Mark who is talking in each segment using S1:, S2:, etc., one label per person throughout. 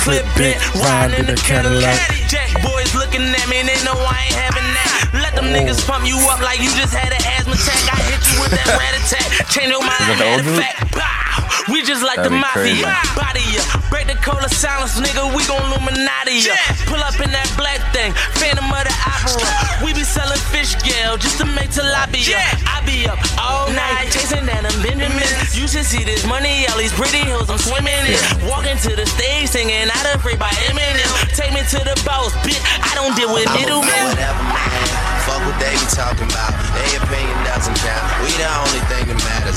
S1: clip bent, riding in the Cadillac. Jack boys looking at me and they know I ain't having that. Let them niggas pump you up like you just had an asthma attack. I hit you with that rat attack. Change your mind, I
S2: that the
S1: had
S2: old
S1: a
S2: dude?
S1: fact. Pow! We just like
S2: That'd be
S1: the mafia.
S2: crazy.
S1: Body ya. Break the code of silence, nigga. We gon' Illuminati ya. Pull up in that black thing. Phantom of the opera. We be selling fish gale just to make tilapia. I be up all night chasing down them Benjamins. You should see this money, all these pretty hills I'm swimming in. Walking to the stage singing out of free by Eminem. Take me to the boss, bitch. I don't deal with
S3: I'ma do
S1: middlemen.
S3: whatever, man. Fuck what they be talking about. They opinion doesn't count. We the only thing that matters.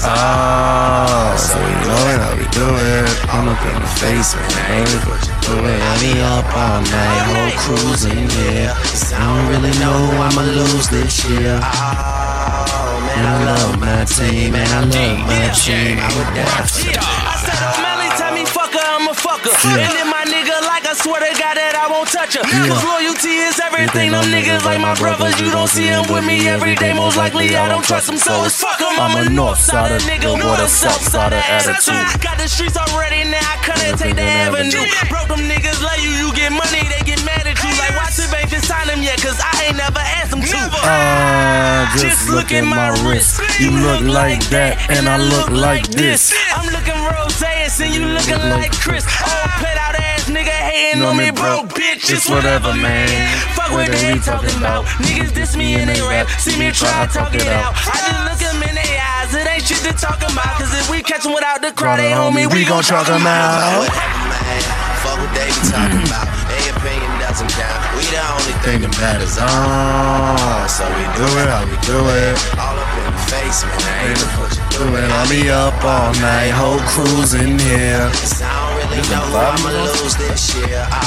S4: Oh,
S5: Ah.
S4: so you know what I be doing. I'm up in the face, man. I ain't what you doing. I be up all night, whole cruising, yeah. 'Cause I don't really know who I'ma lose this year.
S3: Oh, man,
S4: And I love my team, and I love my team. I would die for
S1: Yeah, I said
S3: oh,
S1: O'Malley, tell me fucker, I'm a fucker. And then my nigga, like I swear to God that I won't touch her. Cause loyalty is everything. Them niggas like my brothers, you don't see them with me every day. Most likely I don't trust them, so it's fuck 'em. I'm a north sider nigga, with a south sider attitude. Got the streets already now, I couldn't take the avenue. Broke them niggas, love you, you get money, they get mad at you. Like, why Tibet can sign them yet? Cause I ain't never asked them to.
S4: Ah,
S1: Just look at my wrist. You look like that, and I look like this. I'm looking rose and you looking like Chris. Old pet out ass nigga hating on me, bro. Bitch, it's whatever, man. Fuck what they talking about. Niggas diss me and they rap. See me try to talk it out. I just look 'em in their eyes. It ain't shit to talk about. Cause if we catch 'em without the crowd, they homie, we gon' chalk 'em out.
S3: whatever, man. Fuck what they be
S4: Mm.
S3: talking about. They opinion doesn't count. We the only thing that matters.
S4: Ah,
S3: Oh, so we
S4: Oh, do
S3: do
S4: it,
S3: it.
S4: I be do it.
S3: All up in the face, man. I ain't what you doing.
S4: Doing, I be up all night, whole cruising, yeah.
S3: Cause I don't really know who I'ma lose this year. Oh,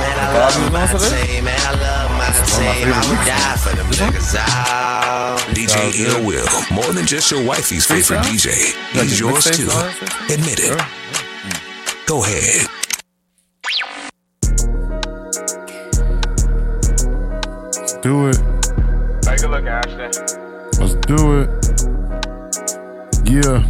S3: man, I love
S2: Bobby
S3: my
S2: Jones of it?
S3: team, man, I love my
S4: one of my
S3: team. I
S4: favorite
S3: would
S4: mixes.
S3: die for them niggas. Oh,
S6: DJ Ill Will, more than just your wifey's favorite DJ. He's yours too. Admit it. Go ahead.
S7: do it.
S8: Take a look, Ashton.
S7: Let's do it. Yeah.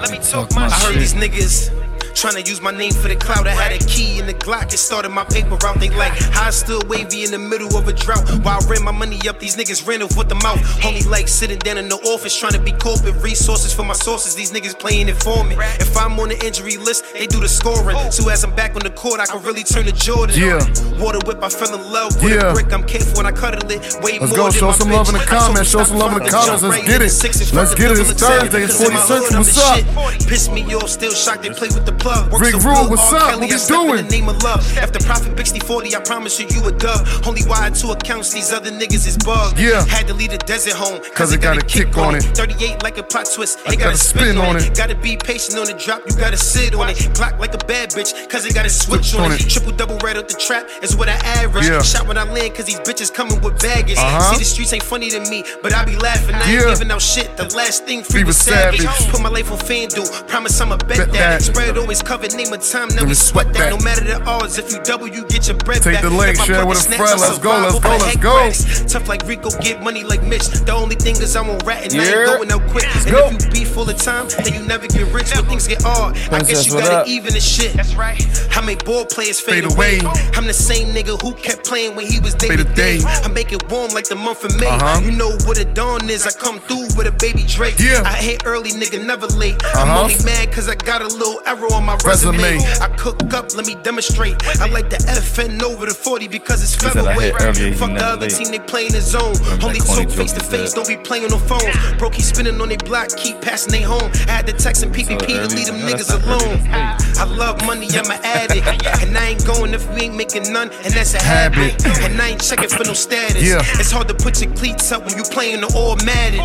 S9: Let me talk my I heard these niggas tryna use my name for the cloud. I had a key in the Glock. It started my paper route. They like how I still wavy in the middle of a drought. While I ran my money up, these niggas ran off with the mouth. Homie like sitting down in the office tryna be corporate resources for my sources. These niggas playing informant. If I'm on the injury list, they do the scoring. So as I'm back on the court, I can really turn to Jordan.
S7: Oh. Yeah.
S9: on. Water whip, I fell in love with
S7: Yeah.
S9: a brick. I'm careful when I cut it. Way more
S7: Let's go.
S9: than
S7: Show
S9: my
S7: some love in the
S9: bitch.
S7: comments.
S9: So
S7: Show some love in the
S9: I'm
S7: comments. Let's
S9: right
S7: get
S9: in the
S7: it.
S9: six and front
S7: Let's
S9: of
S7: get it.
S9: the
S7: It's
S9: building.
S7: Thursday. It's
S9: Cause in my
S7: 40 Cents.
S9: hood, I'm the
S7: What's up?
S9: shit. Piss me off, still shocked they play with the plug. Work
S7: Rick
S9: so
S7: Rule,
S9: good,
S7: what's
S9: R.
S7: up?
S9: Kelly,
S7: What we
S9: I step in
S7: doing?
S9: The name of love. After profit 6040, I promise you, you a dub. Only wired two accounts, these other niggas is bugged.
S7: Yeah.
S9: Had to leave the desert home,
S7: Cause it got a kick on it.
S9: 38 like a plot twist,
S7: I
S9: it got a spin on it. Gotta be patient on the drop, you gotta sit on it. Clock like a bad bitch, cause it got a switch on it. Triple double right up the trap is what I average.
S7: Yeah.
S9: Shot when I land, cause these bitches coming with baggage.
S7: Uh-huh.
S9: See, the streets ain't funny to me, but I be laughing. I ain't
S7: Yeah.
S9: giving out shit. The last thing
S7: Free
S9: free was
S7: was
S9: savage.
S7: savage.
S9: Put my life on FanDuel, promise I'ma bet,
S7: Bet
S9: that.
S7: that.
S9: Spread always covered, name of time, now
S7: Let
S9: we
S7: me
S9: sweat
S7: sweat
S9: that. No
S7: that.
S9: matter the odds, if you double, you get your bread
S7: Take
S9: back.
S7: the leg,
S9: If I
S7: share
S9: plug
S7: with
S9: the
S7: a
S9: snaps,
S7: friend.
S9: I
S7: Let's go, let's
S9: survive
S7: go,
S9: over
S7: let's
S9: egg
S7: go.
S9: racks. Tough like Rico, get money like Mitch. The only thing is I'm on rat and I ain't
S7: Yeah.
S9: going out quick.
S7: Let's
S9: and
S7: go.
S9: if you be full of time, then you never get rich. When things get hard, I
S4: Princess,
S9: guess you
S4: what
S9: gotta
S4: up?
S9: even the shit. That's right. How many ball players fade,
S7: Fade away.
S9: I'm the same nigga who kept playing when he was day
S7: Fade
S9: to
S7: to
S9: day.
S7: day.
S9: I make it warm like the month of May.
S7: Uh-huh.
S9: You know what a dawn is. I come through with a baby Drake.
S7: Yeah.
S9: I hate early, nigga, never late. I'm
S7: Uh-huh.
S9: only mad cause I got a little error on my resume.
S7: Resume.
S9: I cook up, let me demonstrate. I like the FN over the 40 because it's
S2: said I hit
S9: featherweight.
S2: earlier, he
S9: Fuck the
S2: never
S9: other
S2: late.
S9: team, they playing the zone. Only
S2: corny
S9: talk
S2: joke
S9: face to
S2: is
S9: face,
S2: that.
S9: don't be playing on phones. Bro, keep spinning on they block, keep passing they home. I had to text and PPP to
S2: early-
S9: leave them
S2: no, that's
S9: niggas
S2: not early,
S9: alone.
S2: that's
S9: I love money, I'm an addict. And I ain't going if we ain't making none, and that's a habit.
S7: Habit.
S9: And I ain't checking for no status.
S7: Yeah.
S9: It's hard to put your cleats up when you playing the all Madden.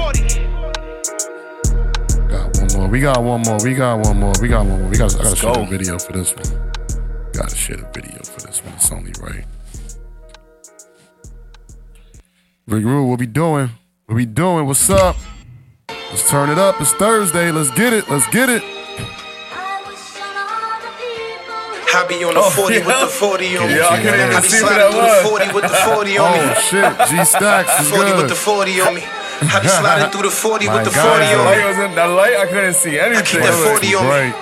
S7: Got one more. We got one more. We got one more. We got one more. We got. I gotta shoot
S2: go.
S7: a video for this one. Gotta shoot a video for this one. It's only right. Rick Rule, what we doing? What we doing? What's up? Let's turn it up. It's Thursday. Let's get it. Let's get it.
S9: I be on the 40 with the 40 on me.
S7: Oh, Yeah, I couldn't even
S9: be
S7: see who
S9: sliding
S7: that
S9: Oh, through the 40 with the 40 on me.
S7: Oh shit, G Stacks is
S9: 40 with
S7: good.
S9: the 40 on me. I be sliding through the 40
S7: My
S9: with the
S7: God.
S9: 40
S2: The
S9: on.
S2: light was in the light. I couldn't see anything.
S9: that
S2: I was like,
S9: 40 on me.
S7: Right.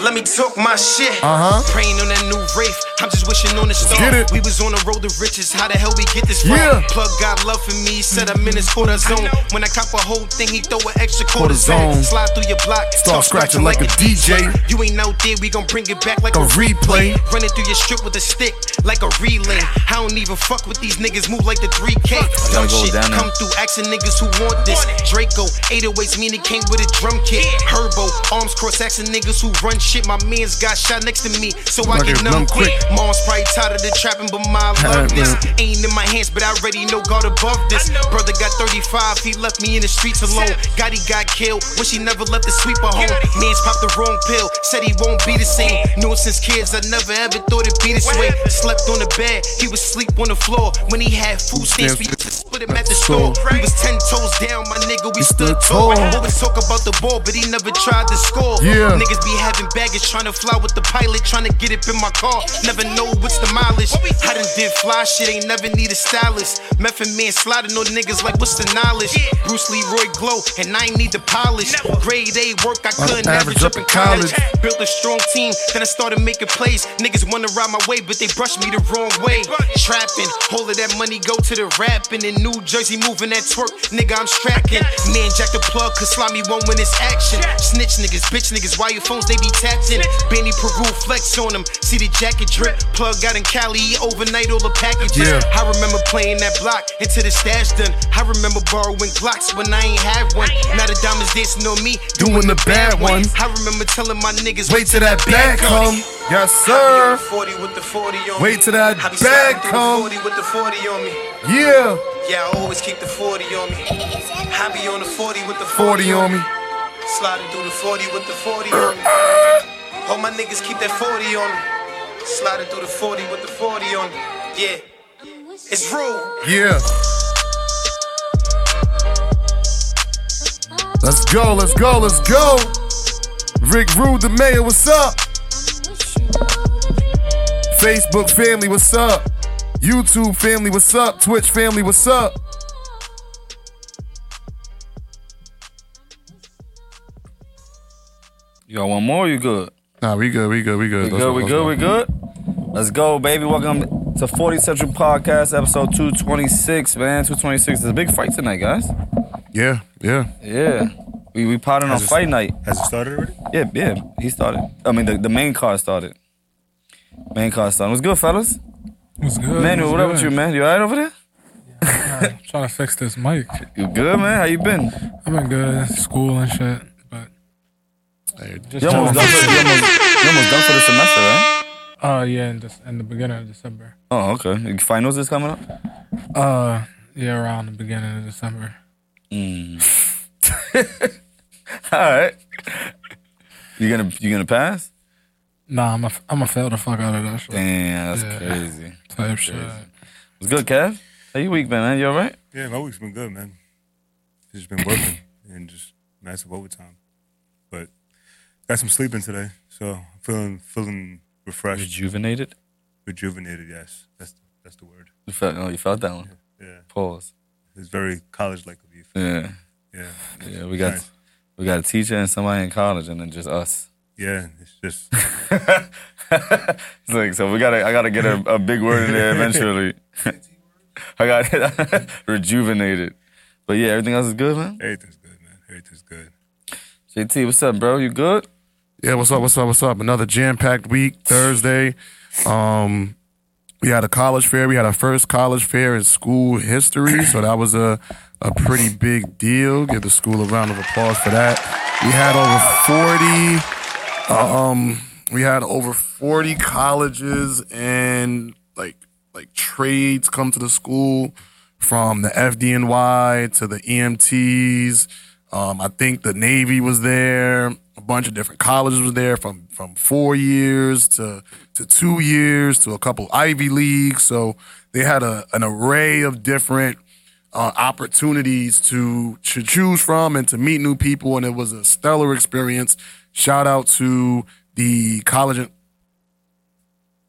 S9: Let me talk my shit.
S7: Uh-huh.
S9: Praying on that new Wraith. I'm just wishing on a star.
S7: get it.
S9: We was on the road to riches. How the hell we get this
S7: Yeah.
S9: far? Plug got love for me. Said I'm in his quarter zone. When I cop a whole thing, he throw an extra quarter zone.
S7: zone.
S9: Slide through your block.
S7: Start
S9: Start
S7: scratching like a DJ.
S9: You ain't out there. We gon' bring it back like
S7: A
S9: a,
S7: replay.
S9: Running through your strip with a stick like a relay. I don't even fuck with these niggas. Move like the 3K. Dumb
S10: go
S9: shit
S10: down there.
S9: come through asking niggas who want this. Draco, 808s, mean it came with a drum kit. Herbo, arms cross asking niggas who run shit. My man's got shot next to me, so I
S7: Like
S9: get
S7: it's
S9: numb
S7: numb
S9: quick.
S7: quick.
S9: Mom's probably tired of the trapping, but my love this. Ain't in my hands, but I already know God above this. Brother got 35, he left me in the streets alone. God, he got killed, wish he never left the sweeper home. Man's popped the wrong pill, said he won't be the same. Knew him since kids, I never ever thought it'd be this way. Slept on the bed, he was sleep on the floor. When he had food stamps, we put him at the store. We was ten toes down, my nigga, we stood tall. Always talk about the ball, but he never tried to score.
S7: Yeah.
S9: Niggas be having baggage, trying to fly with the pilot, trying to get up in my car. Never know what's the mileage. I done did fly shit, ain't never need a stylist. Method man sliding on niggas like what's the knowledge? Bruce Leroy glow, and I ain't need the polish. Grade A work, I couldn't average up in college. Built a strong team, then I started making plays. Niggas wanna ride my way, but they brushed me the wrong way. Trapping, all of that money go to the rapping. In New Jersey, moving that twerk, nigga, I'm strapping. Man, jack the plug, cause slimy won't win it's action. Snitch niggas, bitch niggas, why your phones they be tapped in? Benny Peru flex on them, see the jacket drip. Plug out in Cali, he overnight all the packages.
S7: Yeah.
S9: I remember playing that block until the stash done. I remember borrowing Glocks when I ain't had one. Now the diamonds dancing on me,
S7: Doing the bad one.
S9: I remember telling my niggas,
S7: Wait till that bag come. Yes, sir.
S9: 40 with the 40 on
S7: Wait
S9: me.
S7: till that
S9: I be
S7: bag
S9: sliding through
S7: come.
S9: the 40 with the 40 on me.
S7: Yeah.
S9: Yeah, I always keep the 40 on me. I be on the 40 with the 40,
S7: 40 on me.
S9: Sliding through the 40 with the 40 on me. All my niggas keep that 40 on me. Sliding through the 40 with the 40 on me. Yeah. It's rude.
S7: Yeah. Let's go, let's go, let's go. Rick Rude, the mayor, what's up? Facebook family, what's up? YouTube family, what's up? Twitch family, what's up?
S10: You got Oh, one more? You good?
S7: Nah, we good, we good, we good.
S10: We good, we good, we good. Let's go, baby. Welcome to 40 Central Podcast, episode 226, man. 226. There's a big fight tonight, guys.
S7: Yeah, yeah.
S10: Yeah. We we potting on
S2: it-
S10: fight night.
S2: Has it started already?
S10: Yeah, yeah. He started. I mean the, the main card started. Main card started. What's good, fellas?
S11: What's good?
S10: Manuel, what up with you, man? You alright over there?
S11: Trying to fix this mic.
S10: You good, man? How you been?
S11: I've been good, school and shit, but
S10: You almost done for, you almost, you almost done for the semester, right?
S11: uh, yeah, in, this, in the beginning of December.
S10: Oh, okay. Your Finals is coming up?
S11: Uh, yeah, around the beginning of December.
S10: Alright. Mm. You gonna you gonna pass?
S11: Nah, I'm a, I'm a fail the fuck out of that shit.
S10: Damn, that's
S11: Yeah.
S10: crazy.
S11: Type shit.
S10: What's good, Kev? How you week been, man? You alright?
S2: Yeah, my week's been good, man. Just been working and just massive overtime, but got some sleeping today, so feeling feeling refreshed,
S10: Rejuvenated?
S2: rejuvenated. Yes, that's that's the word.
S10: You felt oh, you felt that one.
S2: Yeah,
S10: Pause.
S2: it's very college like of you.
S10: Yeah.
S2: Yeah,
S10: Yeah, we got
S2: Nice.
S10: we got a teacher and somebody in college and then just us.
S2: yeah. It's just
S10: It's like so we gotta I gotta get a, a big word in there eventually. I got rejuvenated. But yeah, everything else is good, man.
S2: everything's good, man. Everything's good.
S10: JT, what's up, bro? You good?
S7: Yeah, what's up? What's up? What's up? Another jam-packed week, Thursday. Um, we had a college fair. We had our first college fair in school history, so that was a a pretty big deal. Give the school a round of applause for that. We had over forty. uh, um, We had over 40 colleges and like like trades come to the school from the FDNY to the EMTs. Um, I think the Navy was there. A bunch of different colleges was there from from four years to to two years to a couple Ivy Leagues. So they had a, an array of different uh, opportunities to to choose from and to meet new people, and it was a stellar experience. Shout out to the college and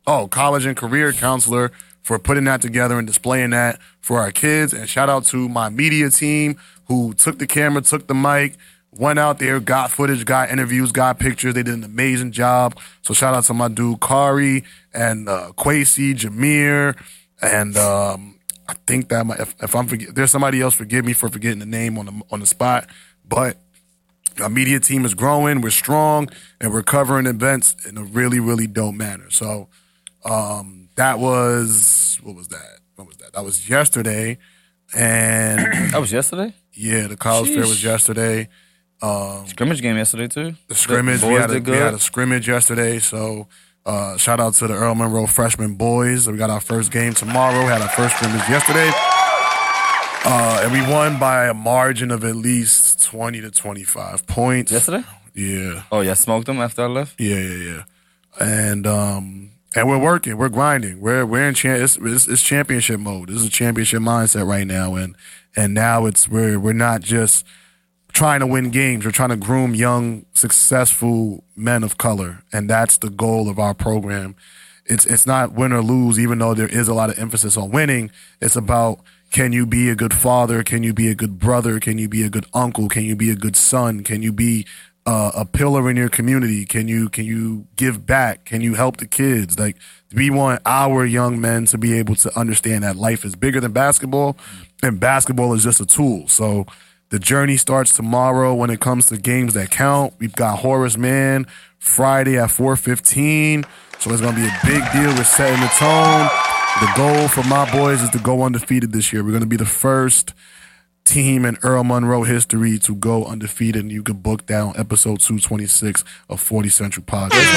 S7: oh college and career counselor for putting that together and displaying that for our kids, and shout out to my media team who took the camera, took the mic, went out there, got footage, got interviews, got pictures. They did an amazing job. So shout out to my dude Kari and uh, Quasi, Jameer, and um, I think that might, if, if I'm forget, there's somebody else. Forgive me for forgetting the name on the on the spot, but our media team is growing, we're strong, and we're covering events in a really, really dope manner. So um, that was what was that? What was that? That was yesterday, and
S10: that was yesterday.
S7: Yeah, the college fair was
S10: Sheesh.
S7: yesterday. Um,
S10: scrimmage game yesterday too.
S7: The scrimmage
S10: The
S7: we
S10: boys
S7: had, a,
S10: did
S7: we had
S10: good.
S7: a scrimmage yesterday, so uh, shout out to the Earl Monroe freshman boys. We got our first game tomorrow. We had our first scrimmage yesterday, uh, and we won by a margin of at least twenty to twenty-five points
S10: yesterday.
S7: Yeah.
S10: Oh yeah, smoked them after I left.
S7: Yeah, yeah, yeah. And um and we're working, we're grinding, we're we're in champ. It's, it's, it's championship mode. This is a championship mindset right now, and and now it's we're we're not just trying to win games. We're trying to groom young, successful men of color, and that's the goal of our program. It's it's not win or lose, even though there is a lot of emphasis on winning. It's about can you be a good father? Can you be a good brother? Can you be a good uncle? Can you be a good son? Can you be uh, a pillar in your community? Can you can you give back? Can you help the kids? Like we want our young men to be able to understand that life is bigger than basketball, and basketball is just a tool. So the journey starts tomorrow when it comes to games that count. We've got Horace Mann Friday at 4:15. So it's going to be a big deal. We're setting the tone. The goal for my boys is to go undefeated this year. We're going to be the first team in Earl Monroe history to go undefeated. And you can book that on episode 226 of 40 Central Podcast.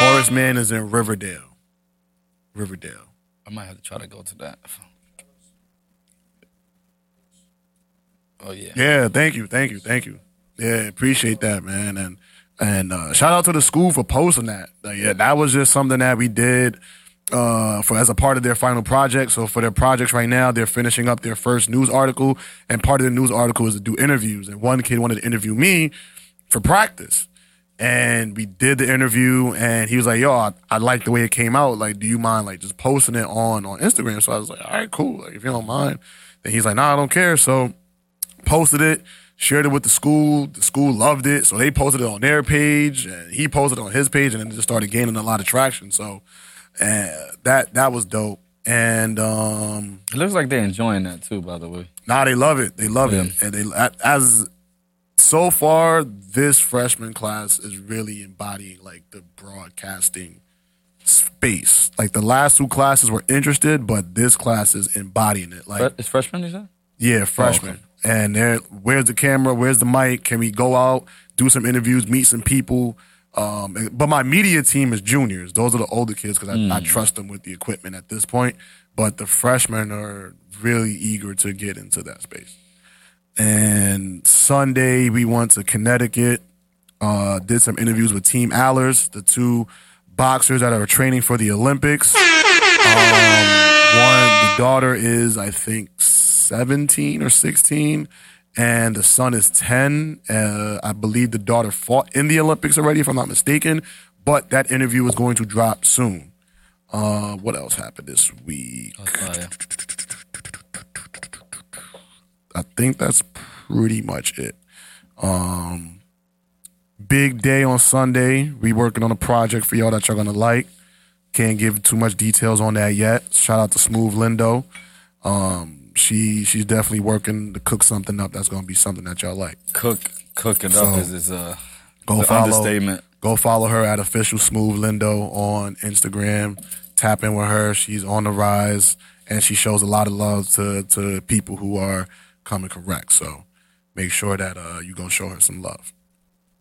S7: Horace Mann is in Riverdale. Riverdale.
S10: I might have to try to go to that. Oh yeah.
S7: Yeah, thank you, thank you, thank you. Yeah, appreciate that, man. And and uh, shout out to the school for posting that. Like, yeah, that was just something that we did uh, for as a part of their final project. So for their projects right now, they're finishing up their first news article, and part of the news article is to do interviews. And one kid wanted to interview me for practice. And we did the interview, and he was like, "Yo, I, I like the way it came out. Like, do you mind like just posting it on on Instagram?" So I was like, "All right, cool. Like, if you don't mind." And he's like, "Nah, I don't care." So posted it, shared it with the school. The school loved it, so they posted it on their page, and he posted it on his page, and it just started gaining a lot of traction. So, uh, that that was dope. And um,
S10: It looks like they're enjoying that too. By the way.
S7: now they love it. They love it, and they as so far this freshman class is really embodying like the broadcasting space. Like the last two classes were interested, but this class is embodying it. Like
S10: Fre- it's freshman, you said?
S7: yeah, freshman. And there, where's the camera? Where's the mic? Can we go out, do some interviews, meet some people? Um, and- but my media team is juniors. Those are the older kids because I, I
S10: Mm.
S7: trust them with the equipment at this point. But the freshmen are really eager to get into that space. And Sunday we went to Connecticut. Uh, did some interviews with Team Allers, the two boxers that are training for the Olympics. Um, one the daughter is i think 17 or 16 and the son is 10 uh, i believe the daughter fought in the olympics already if i'm not mistaken but that interview is going to drop soon uh, what else happened this week i think that's pretty much it um, big day on sunday we working on a project for y'all that y'all gonna like can't give too much details on that yet. Shout out to Smooth Lindo. Um, she she's definitely working to cook something up that's gonna be something that y'all like.
S10: Cook, cook it up
S7: So,
S10: is is uh,
S7: Go
S10: the
S7: follow
S10: understatement.
S7: Go follow her at official Smooth Lindo on Instagram. Tap in with her. She's on the rise and she shows a lot of love to to people who are coming correct. So make sure that uh you gonna show her some love.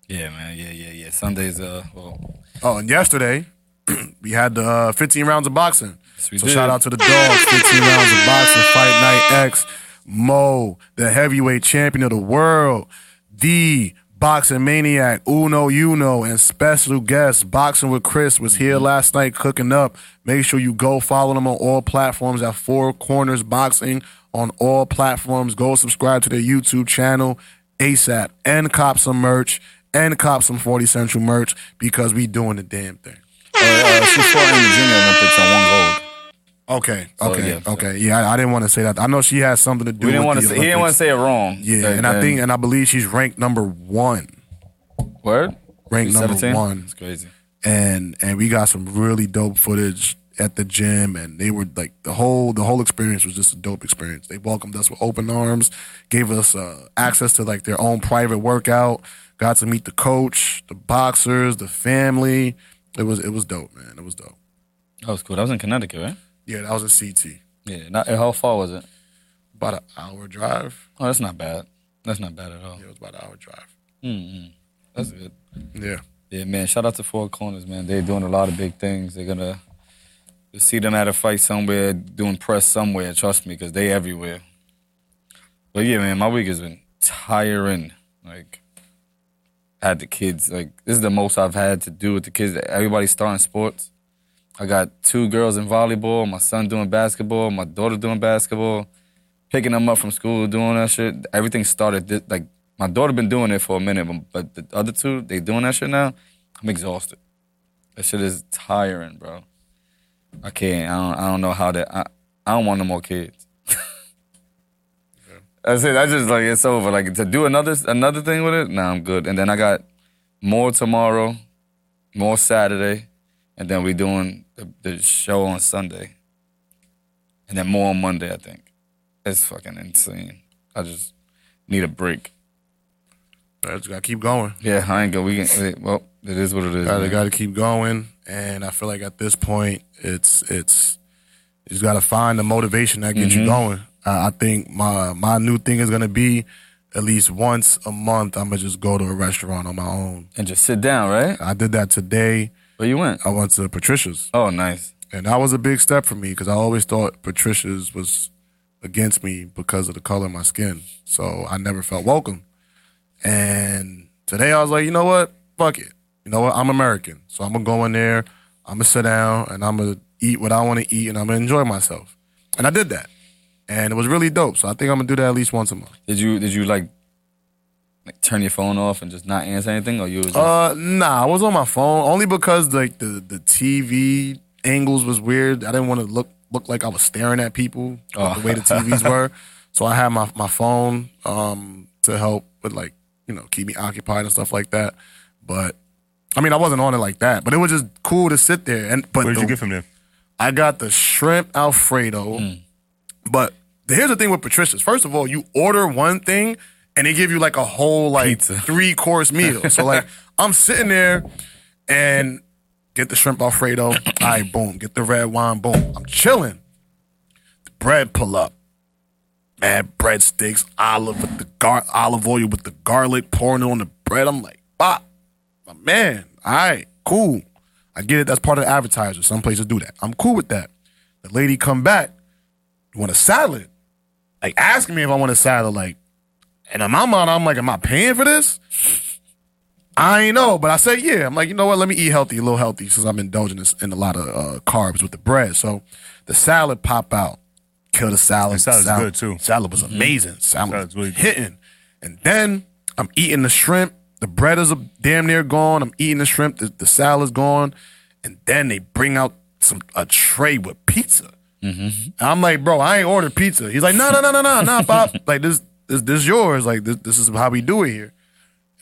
S10: Yeah, man. Yeah, yeah, yeah. Sundays, uh, well,
S7: Oh, and yesterday we had the uh, 15 rounds of boxing.
S10: we
S7: so
S10: did.
S7: shout out to the dogs. 15 rounds of boxing. Fight Night X. Mo, the heavyweight champion of the world. The boxing maniac. Uno, you know, and special guest boxing with Chris was here
S10: Mm-hmm.
S7: last night cooking up. Make sure you go follow them on all platforms at Four Corners Boxing on all platforms. Go subscribe to their YouTube channel ASAP and cop some merch and cop some 40 Central merch because we doing the damn thing.
S10: uh, uh, she fought in the Junior Olympics and won gold.
S7: Okay,
S12: So,
S7: okay,
S12: yeah, so-
S7: okay. Yeah, I, I didn't want to say that. I know she has something to do.
S12: We didn't
S7: want to.
S12: say he didn't want to say it wrong.
S7: Yeah, and I think and I believe she's ranked number one.
S12: Word?
S7: Ranked
S12: She's
S7: number
S12: 17?
S7: one.
S12: That's crazy.
S7: And and we got some really dope footage at the gym and they were like the whole the whole experience was just a dope experience. They welcomed us with open arms, gave us uh, access to like their own private workout, got to meet the coach, the boxers, the family. It was it was dope, man. It was dope.
S12: That was cool. That was in Connecticut, right?
S7: Yeah, that was a CT.
S12: Yeah. Not, how far was it?
S7: About an hour drive.
S12: Oh, that's not bad. That's not bad at all.
S7: Yeah, it was about an hour drive.
S12: mm That's good.
S7: Yeah.
S12: Yeah, man. Shout out to Four Corners, man. They're doing a lot of big things. They're gonna you'll see them at a fight somewhere, doing press somewhere. Trust me, because they everywhere. But yeah, man, my week has been tiring. Like, had the kids. Like, this is the most I've had to do with the kids. Everybody's starting sports. I got two girls in volleyball. My son doing basketball. My daughter doing basketball. Picking them up from school, doing that shit. Everything started thi- like my daughter been doing it for a minute, but- but the other two they doing that shit now. I'm exhausted. That shit is tiring, bro. I can't. I don't. I don't know how that. I. I don't want no more kids. That's it. I just like it's over. Like to do another another thing with it. Nah, I'm good. And then I got more tomorrow, more Saturday, and then we doing the, the show on Sunday, and then more on Monday. I think it's fucking insane. I just need a break.
S7: I just gotta keep going.
S12: Yeah, I ain't go. We can. Well, it is what it is.
S7: Gotta
S12: man.
S7: gotta keep going. And I feel like at this point, it's it's you just gotta find the motivation that gets you
S12: Mhm.
S7: going. I, I think my my new thing is gonna be at least once a month. I'm gonna just go to a restaurant on my own
S12: and just sit down. Right?
S7: I did that today.
S12: Where you went?
S7: I went to Patricia's.
S12: Oh, nice.
S7: And that was a big step for me because I always thought Patricia's was against me because of the color of my skin. So I never felt welcome. And today I was like, you know what? Fuck it. You know what? I'm American. So I'm going to go in there, I'm going to sit down, and I'm going to eat what I want to eat, and I'm going to enjoy myself. And I did that. And it was really dope. So I think I'm going to do that at least once a month.
S12: Did you did you like like turn your phone off and just not answer anything, or you was just,
S7: Uh, nah, I was on my phone only because like the the TV angles was weird. I didn't want to look look like I was staring at people like,
S12: Oh.
S7: the way the TVs were. So I had my my phone um to help with like you know keep me occupied and stuff like that. But I mean, I wasn't on it like that. But it was just cool to sit there. And but
S2: What did you
S7: the-
S2: get from there?
S7: I got the shrimp Alfredo. But here's the thing with Patricia's. First of all, you order one thing and they give you like a whole like three course meal. So like I'm sitting there and get the shrimp Alfredo. All right, boom. Get the red wine. Boom. I'm chilling. The bread pull up. Mad breadsticks, olive with the gar- olive oil with the garlic, pouring it on the bread. I'm like, bop, my man. All right, cool. I get it. That's part of the advertiser. Some places do that. I'm cool with that. The lady come back. You want a salad? Like asking me if I want a salad. Like, and in my mind, I'm like, am I paying for this? I ain't know, but I said yeah. I'm like, you know what? Let me eat healthy, a little healthy, since I'm indulging this- in a lot of uh, carbs with the bread. So the salad pop out. Kill the salad.
S2: And salad's
S7: salad
S2: good, too. Mm-hmm.
S7: Salad was amazing. Salad
S2: Salad's really
S7: was
S2: good.
S7: hitting. And then I'm eating the shrimp. The bread is uh, damn near gone. I'm eating the shrimp. The, the salad's gone. And then they bring out some a tray with pizza.
S11: Mm-hmm.
S7: And I'm like, bro, I ain't ordered pizza. He's like, no, no, no, no, no, no, Pop. Like this, this, this yours. Like this, this is how we do it here.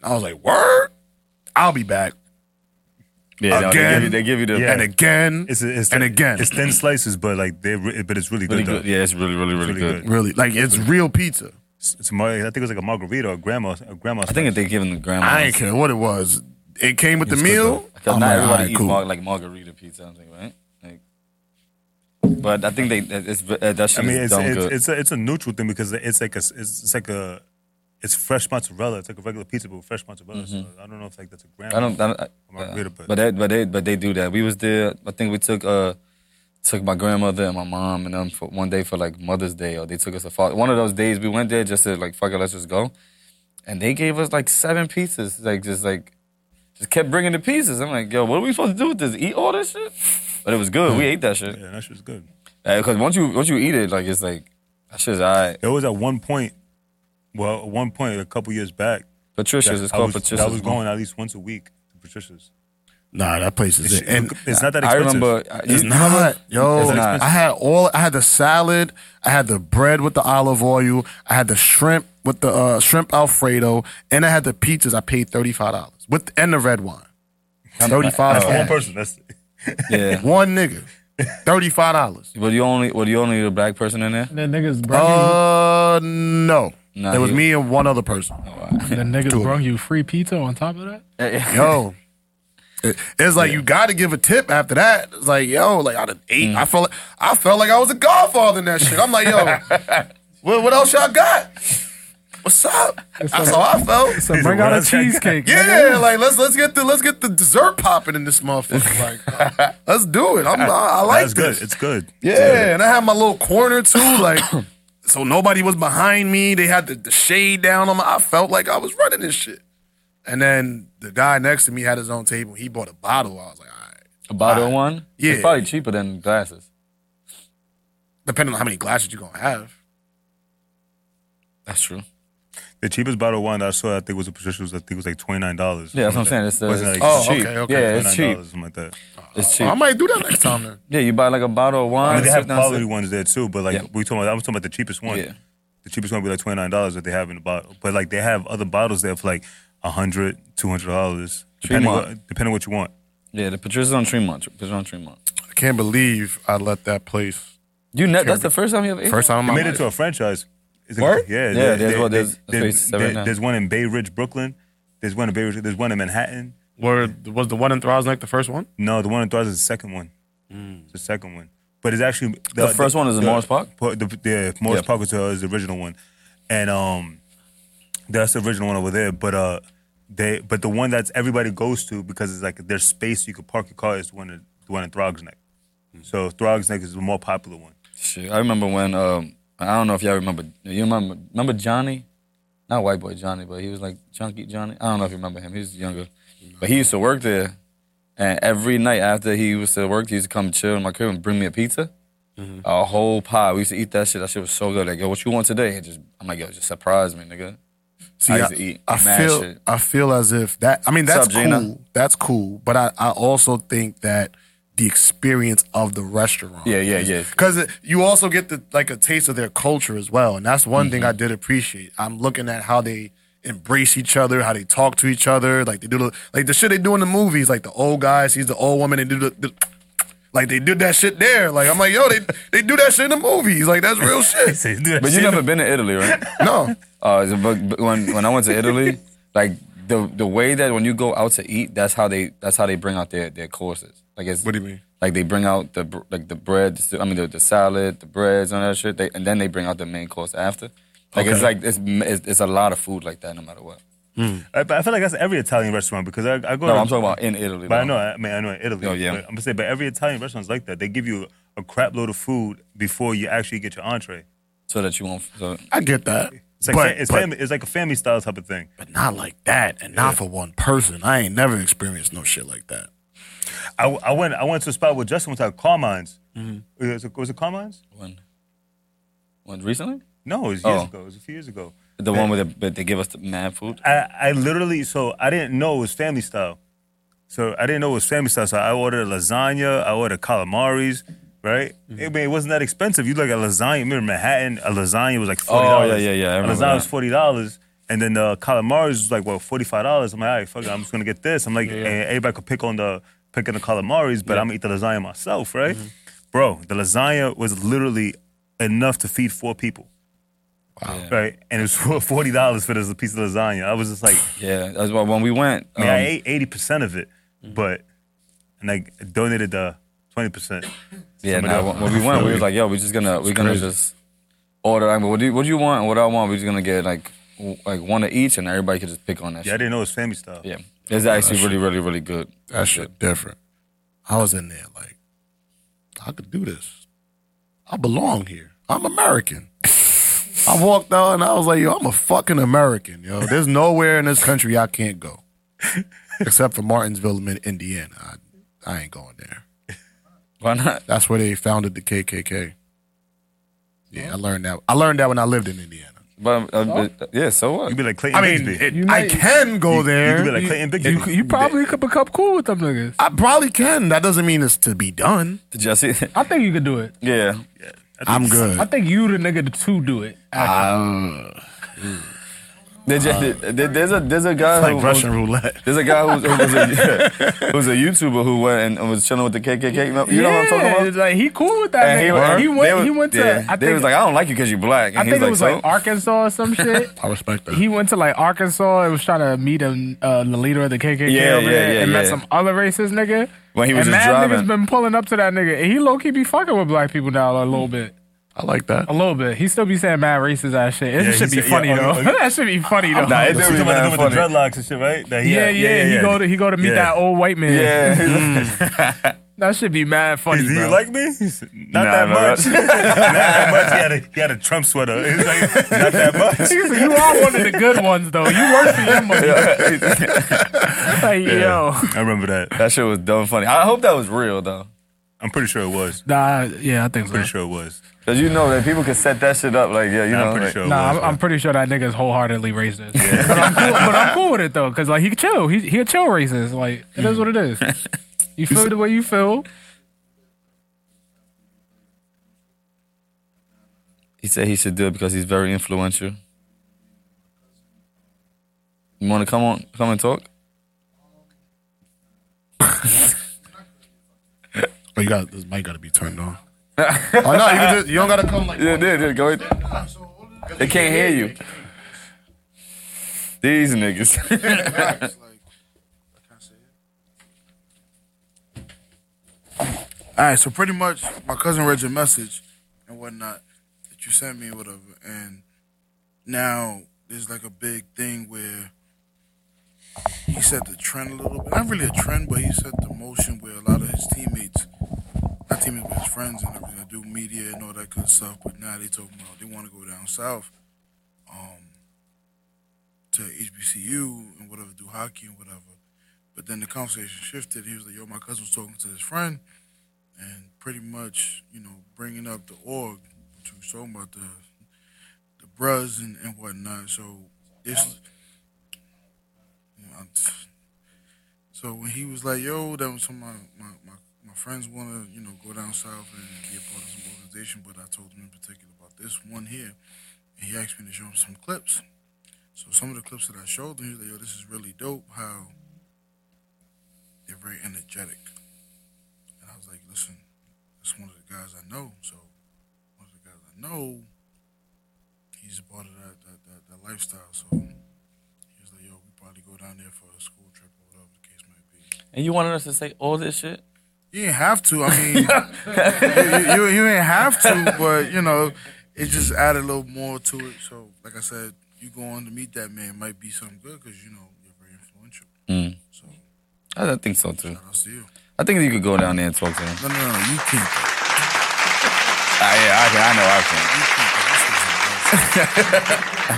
S7: And I was like, word, I'll be back.
S12: yeah, no,
S7: again.
S12: they give you, they give you the
S2: Yeah.
S7: And again,
S2: It's, it's
S7: and again,
S2: it's thin slices, but like they, re- but it's really good
S12: really
S2: though.
S12: good. Yeah, it's really really really,
S2: really
S12: good.
S2: good.
S7: really like it's real pizza.
S2: It's, it's a mar- I think it was like a margarita or grandma, a grandma.
S12: I think if they giving the grandma.
S7: I ain't care what it was. It came with the
S12: It's
S7: meal.
S12: good
S2: Oh
S12: though. 'Cause
S7: I'm
S12: not
S7: like,
S12: everybody
S7: alright,
S12: eats
S7: cool.
S12: mar- like margarita pizza. I think right. Like, but I think they that- it's, uh, that shit
S2: I mean,
S12: is
S2: it's
S12: dumb
S2: it's,
S12: good.
S2: it's, a, it's a neutral thing because it's like a s- it's, it's like a it's fresh mozzarella. It's like a regular pizza, but with fresh mozzarella. So I don't know if like that's a grandma.
S12: Mm-hmm. I don't. I don't I,
S2: Margarita, but-
S12: but they, but they but they do that. We was there. I think we took uh took my grandmother and my mom and them for one day for like Mother's Day, or they took us to father. One of those days we went there just to like fuck it, let's just go. And they gave us like seven pizzas, like just like just kept bringing the pizzas. I'm like, yo, what are we supposed to do with this? Eat all this shit? But it was good. We ate that shit
S2: Yeah, that shit's good.
S12: because once you once you eat it, like it's like that shit's alright.
S2: There was at one point, well, at one point a couple years back,
S12: Patricia's
S2: that
S12: is
S2: I
S12: called
S2: was, that
S12: Patricia's.
S2: was going at least once a week to Patricia's.
S7: Nah, that place is
S12: It's-
S7: it. And
S12: it's not that I expensive. remember-
S7: it's
S12: you-
S7: not, yo.
S12: It's not.
S7: I had all. I had the salad. I had the bread with the olive oil. I had the shrimp with the uh, shrimp alfredo, and I had the pizzas. I paid thirty five dollars with and the red wine. Thirty five
S2: That's for one person. That's
S12: Yeah.
S7: one nigga. Thirty five dollars.
S12: Were you only were you only the black person in there?
S5: That niggas brung
S7: Uh, no.
S12: Nah,
S7: it was
S12: he-
S7: me and one other person.
S5: you. That niggas brung you free pizza on top of that.
S7: yo. It- It's like you got to give a tip after that. It's like yo, like out of eight, I felt like, I felt like I was a godfather in that shit. I'm like yo, what, what else y'all got? What's up? That's how I felt.
S5: So bring out a cheesecake.
S7: Yeah, like let's let's get the let's get the dessert popping in this motherfucker. Like let's do it. I'm I, I like
S2: That's
S7: this.
S2: good. It's good.
S7: Yeah, and I had my little corner too, like so nobody was behind me. They had the, the shade down on my. I felt like I was running this shit. And then the guy next to me had his own table. He bought a bottle. I was like, all right.
S12: A bottle of wine?
S7: Yeah.
S12: It's probably cheaper than glasses.
S7: depending on how many glasses you gonna have.
S12: That's true.
S2: The cheapest bottle of wine that I saw, I think, was a Patricia's. I think it was like twenty nine dollars.
S12: Yeah, that's what I'm saying. It's, uh,
S2: Wasn't
S12: it's
S2: that
S12: oh,
S2: like
S12: cheap.
S7: okay, okay.
S12: Yeah, it's
S2: $29,
S12: cheap.
S2: something like that.
S12: It's cheap.
S7: Uh, Oh, I might do that next time then.
S12: Yeah, you buy like a bottle of wine.
S2: I mean, they
S12: sit
S2: have
S12: down and
S2: quality
S12: sit-
S2: ones there too, but like
S12: Yeah.
S2: we talking about, I was talking about the cheapest one.
S12: Yeah.
S2: The cheapest one would be like twenty nine dollars that they have in the bottle, but like they have other bottles there for like a hundred, two hundred dollars, depending
S12: Tremont.
S2: what, depending what you want.
S12: Yeah, the Patricia's on Tremont. Patricia's on Tremont.
S7: I can't believe I let that place.
S12: You ne- that's the first time you ever ate.
S7: First time in
S2: They
S7: my
S2: made it
S7: life.
S2: to a franchise. It's a-
S12: Word?
S2: Yeah,
S12: Yeah,
S2: they-
S12: there's
S2: they-
S12: one- there's-
S2: they-
S12: that's what he
S2: they-
S12: said right
S2: they-
S12: now.
S2: there's one in Bay Ridge, Brooklyn. There's one in Bay Ridge. There's one in Manhattan.
S7: Where was the one in Throsneck the first one?
S2: No, the one in Thrives is the second one. It's The second one, but it's actually
S12: Mm. The first one is in Morris Park?
S2: po- The, the Morris
S12: Yeah.
S2: Park was, uh, is the original one, and um, that's the original one over there. But uh, they but the one that's everybody goes to because it's like there's space you could park your car is the one in, the one in Throgs Neck.
S12: Mm.
S2: So Throgs Neck is the more popular one.
S12: Shit, I remember when um, I don't know if y'all remember. You remember remember Johnny? Not white boy Johnny, but he was like chunky Johnny. I don't know if you remember him. He was younger, but he used to work there. And every night after he used to work, he used to come chill in my crib and bring me a pizza,
S7: Mm-hmm.
S12: a whole pie. We used to eat that shit. That shit was so good. Like, yo, what you want today? And just I'm like, yo, just surprise me, nigga.
S7: See,
S12: I
S7: I,
S12: used to eat
S7: I
S12: mad
S7: feel
S12: shit.
S7: I feel as if that. I mean,
S12: What's
S7: that's
S12: up, Gina?
S7: cool. That's cool. But I, I also think that the experience of the restaurant.
S12: Yeah, yeah, yeah.
S7: Because you also get the like a taste of their culture as well, and that's one
S12: Mm-hmm.
S7: thing I did appreciate. I'm looking at how they embrace each other, how they talk to each other, like they do the like the shit they do in the movies, like the old guy sees the old woman, they do the. the like they did that shit there. Like I'm like, yo, they they do that shit in the movies. Like that's real shit.
S12: But you never been to Italy, right?
S7: No,
S12: Uh, it's a bu- but when when I went to Italy, like the the way that when you go out to eat, that's how they that's how they bring out their their courses. Like it's
S7: What do you mean?
S12: Like they bring out the br- like the bread. the stu- I mean the, the salad, the breads, and that shit. They, and then they bring out the main course after. Like it's
S7: Okay.
S12: like it's, m- it's it's a lot of food like that, no matter what.
S2: I, Uh, I feel like that's every Italian restaurant because I, I go.
S12: Mm. No,
S2: to-
S12: I'm talking about in Italy.
S2: But I
S12: though.
S2: know, I mean, I know in Italy.
S12: Oh, yeah.
S2: but I'm gonna say, but every Italian restaurant's like that. They give you a crap load of food before you actually get your entree.
S12: so that you won't. So,
S7: I get that.
S2: It's like
S7: But-
S2: it's,
S7: but-
S2: family, it's like a family style type of thing.
S7: but not like that, and not for one person. I ain't never experienced no shit like that.
S2: I, I went I went to a spot with Justin one time, Carmine's.
S12: Mm-hmm.
S2: It Was, it, was it Carmine's?
S12: when when recently
S2: No, it was years
S12: Oh.
S2: ago. It was a few years ago.
S12: the one where they, but they give us the mad food.
S2: I, I literally so I didn't know it was family style. So I didn't know it was family style. So I ordered lasagna. I ordered calamaris. Right?
S12: Mm-hmm.
S2: I mean, it wasn't that expensive. You look at lasagna. Remember Manhattan? A lasagna was like forty dollars.
S12: yeah, Oh, yeah, yeah, I
S2: A
S12: remember
S2: lasagna
S12: that.
S2: was forty dollars, and then the calamaris was like what forty five dollars. I'm like, all right, fuck it. I'm just gonna get this. I'm like, and everybody could pick on the pick on the calamaris, but I'm gonna eat the lasagna myself, right?
S12: Mm-hmm.
S2: Bro, the lasagna was literally enough to feed four people. Right, and it was forty dollars for this piece of lasagna. I was just like,
S12: Yeah, that's why when we went.
S2: I mean, I
S12: um,
S2: ate eighty percent of it, but and I donated the twenty percent.
S12: Yeah,
S2: Somebody
S12: nah,
S2: else.
S12: when when we went, we was like, yo, we're just gonna we're gonna just order. I mean, what do you, what do you want? and What I want? We're just gonna get like w- like one of each, and everybody could just pick on that.
S2: Yeah, I
S12: shit.
S2: didn't know it was family style.
S12: yeah. It's actually really, really, really good.
S7: That shit different. I was in there like, I could do this. I belong here. I'm American. I walked out and I was like, yo, I'm a fucking American, yo. There's nowhere in this country I can't go, except for Martinsville, in Indiana. I, I ain't going there.
S12: Why not?
S7: That's
S12: Oh.
S7: where they founded the KKK. Yeah, I learned that. I learned that when I lived in Indiana.
S12: But, uh, but- yeah, so what? You'd
S2: be like
S7: I mean, it- I can go there.
S11: You, you probably could become cool with them niggas.
S7: I probably can. That doesn't mean it's to be done.
S12: Did y'all see
S11: I think you could do it.
S12: Yeah.
S7: I'm
S11: I
S7: good.
S11: think you the nigga to do it.
S7: Uh,
S12: Did
S11: Uh,
S12: you, did- did- there's a there's a guy
S7: like
S12: uh, who,
S7: Russian
S12: who-
S7: roulette.
S12: There's a guy who's, who's, a, who's a YouTuber who went and, was chilling with the KKK. You know, you know what I'm talking
S11: Yeah,
S12: about?
S11: it's Like he cool with that.
S12: And
S11: nigga.
S12: and
S11: he, went.
S12: they was-
S11: he went to.
S12: yeah,
S11: I
S12: they
S11: think
S12: was like, I don't like you because you're black. And
S11: I
S12: he
S11: think it was
S12: so?
S11: like Arkansas or some shit.
S7: I respect that.
S11: he went to like Arkansas and was trying to meet him, uh, the leader of the KKK
S12: Yeah,
S11: over
S12: yeah,
S11: there,
S12: yeah,
S11: and met
S12: yeah.
S11: some other racist nigga.
S12: When he was
S11: and
S12: just
S11: mad
S12: driving.
S11: niggas been pulling up to that nigga, and he low key be fucking with black people now a little bit.
S7: I like that.
S11: A little bit. He still be saying mad racist ass shit. It
S2: Yeah,
S11: should
S2: he
S11: be
S2: said-
S11: funny
S2: yeah, oh,
S11: though.
S2: oh,
S11: that should be funny though.
S12: Nah, it do
S2: That's
S12: be
S2: talking
S12: mad
S2: about the dude with the
S12: funny.
S2: dreadlocks and shit, right? That he
S11: yeah, yeah,
S2: had-
S11: He go to he go to meet
S2: Yeah. Mm.
S11: that old white man.
S12: Yeah.
S11: That should be mad funny.
S2: He said, Do you
S11: bro.
S2: like me? He said, Not
S12: Nah,
S2: that
S12: bro,
S2: much. Not that much. He had a, he had a Trump sweater. He was like, Not that much.
S11: Nigga said, you are one of the good ones though. You work for your money. like yo.
S2: I remember that.
S12: that shit was dumb funny. I hope that was real though,
S2: I'm pretty sure it was.
S11: Nah, yeah, I think so.
S2: Pretty sure it was.
S12: because you know that people could set that shit up. Like, yeah, you
S2: Nah,
S12: know,
S2: I'm pretty
S12: like,
S2: sure it
S11: Nah,
S2: was.
S11: I'm, I'm pretty sure that nigga's wholeheartedly racist. but, I'm cool, but I'm cool with it though, cause like he chill, he he a chill racist. Like it is what it is. You feel the way you feel.
S12: He said he should do it because he's very influential. You want to come on, come and talk?
S7: Oh, you got this mic got to be turned on. oh no, you, can just, you don't gotta come like.
S12: Yeah, yeah, yeah, go ahead. They can't hear you. These niggas.
S13: All right, so pretty much my cousin read your message and whatnot that you sent me, whatever. And now there's like a big thing where he set the trend a little bit. Not really a trend, but he set the motion where a lot of his teammates, not teammates, but his friends and everything, do media and all that good stuff. But now they talking about they want to go down south um, to HBCU and whatever, do hockey and whatever. But then the conversation shifted. He was like, yo, my cousin was talking to his friend and pretty much, you know, bringing up the org, which was talking about the the bros and, and whatnot. So this, so when he was like, "Yo, that was some of my my, my, my friends want to, you know, go down south and be a part of some organization," but I told him in particular about this one here, and he asked me to show him some clips. So some of the clips that I showed him, he was like, "Yo, this is really dope. How they're very energetic." And I was like, listen, it's one of the guys I know. So one of the guys I know, he's a part of that that, that, that lifestyle. So he was like, yo, we probably go down there for a school trip or whatever the case might be.
S12: And you wanted us to say all this shit?
S13: You didn't have to. I mean, you, you, you didn't have to, but you know, it just added a little more to it. So like I said, you going to meet that man might be something good because you know you're very influential. So
S12: Mm. I don't think so too.
S13: I'll see you.
S12: I think you could go down there and talk to him.
S13: No, no, no, you can't.
S12: Ah, yeah, I, can, I know I can.
S13: You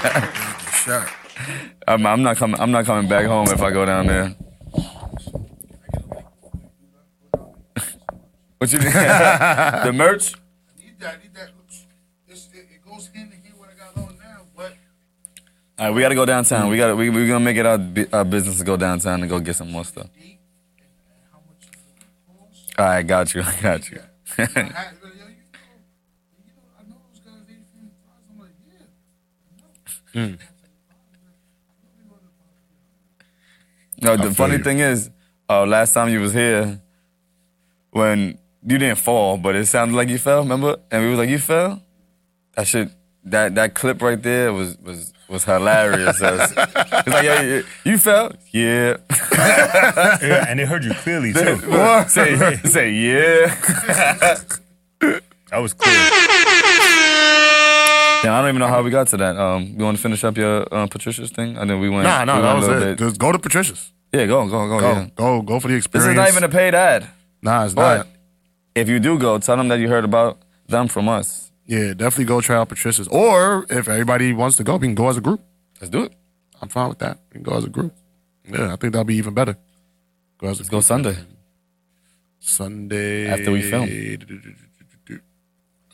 S13: can't. This is shot.
S12: I'm, I'm not coming. I'm not coming back home if I go down there. what you mean? the merch?
S13: need that. I need that. It's, it, it goes hand in hand what I got on now, but
S12: All right, we gotta go downtown. We gotta. We, we're gonna make it our, bu- our business to go downtown and go get some more stuff. All right, got you. I got you.
S13: I, yo, you know, you know, I know those guys. They from Fries. I'm like, yeah.
S7: Hmm.
S12: No, the
S7: feel
S12: funny
S7: you.
S12: thing is, uh, last time you was here, when you didn't fall, but it sounded like you fell. Remember? And we was like, "You fell." That shit. That that clip right there was was was hilarious. it's like, yo, you, you fell? Yeah.
S2: Yeah, and they heard you clearly, too.
S12: say say yeah.
S2: That was clear.
S12: Yeah, I don't even know how we got to that. Um, you want to finish up your uh, Patricia's thing? I think we went.
S7: Nah, nah,
S12: we went
S7: that
S12: a
S7: was
S12: little
S7: it.
S12: bit-
S7: Just go to Patricia's.
S12: Yeah, go, go, go.
S7: Go,
S12: yeah.
S7: go, go for the experience.
S12: This is not even a paid ad.
S7: Nah, it's
S12: But
S7: not.
S12: if you do go, tell them that you heard about them from us.
S7: Yeah, definitely go try out Patricia's. Or if everybody wants to go, we can go as a group.
S12: Let's do it.
S7: I'm fine with that. We can go as a group. Yeah, I think that'll be even better. Go as a
S12: Let's
S7: group.
S12: go Sunday.
S7: Sunday
S12: After we film.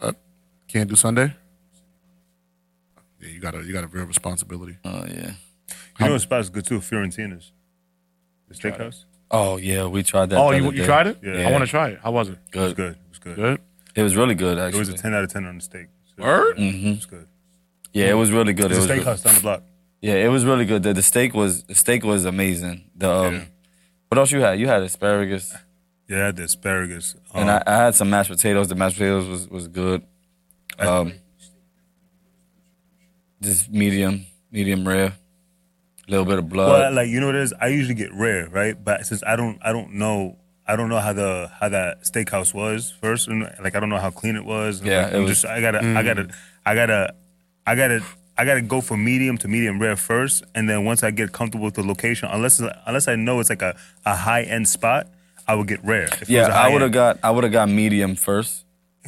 S7: Uh, can't do Sunday. yeah, you got a you got a real responsibility.
S12: Oh yeah.
S2: You know what spot's good too? Fiorentina's. The steakhouse.
S12: Oh yeah, we tried that.
S2: Oh,
S12: the
S2: you-
S12: other
S2: you
S12: day.
S2: tried it? Yeah. I wanna try it.
S7: How was it?
S12: Good. It was
S2: good. It was good.
S12: It was really good.
S2: It
S12: Actually,
S2: was a ten out of ten on the steak.
S12: Word? Mm-hmm.
S2: It's good.
S12: Yeah, it was really good.
S2: It's
S12: it was
S2: a
S12: good.
S2: steakhouse down the block.
S12: Yeah, it was really good. The, the steak was the steak was amazing. The um, what else you had? You had asparagus.
S2: Yeah, I had the asparagus.
S12: and I, I had some mashed potatoes. The mashed potatoes was was good. Um, just medium, medium rare, a little bit of blood.
S2: well, like you know what it is. I usually get rare, right? But since I don't, I don't know, I don't know how the how that steakhouse was first, and like I don't know how clean it was.
S12: Yeah,
S2: like,
S12: it
S2: I'm
S12: was-
S2: just I gotta, I
S12: Mm.
S2: gotta, I gotta, I gotta, I gotta go for medium to medium rare first, and then once I get comfortable with the location, unless unless I know it's like a, a high end spot, I would get rare. If it
S12: yeah,
S2: was a
S12: I
S2: high
S12: would have
S2: end.
S12: got I would have got medium first.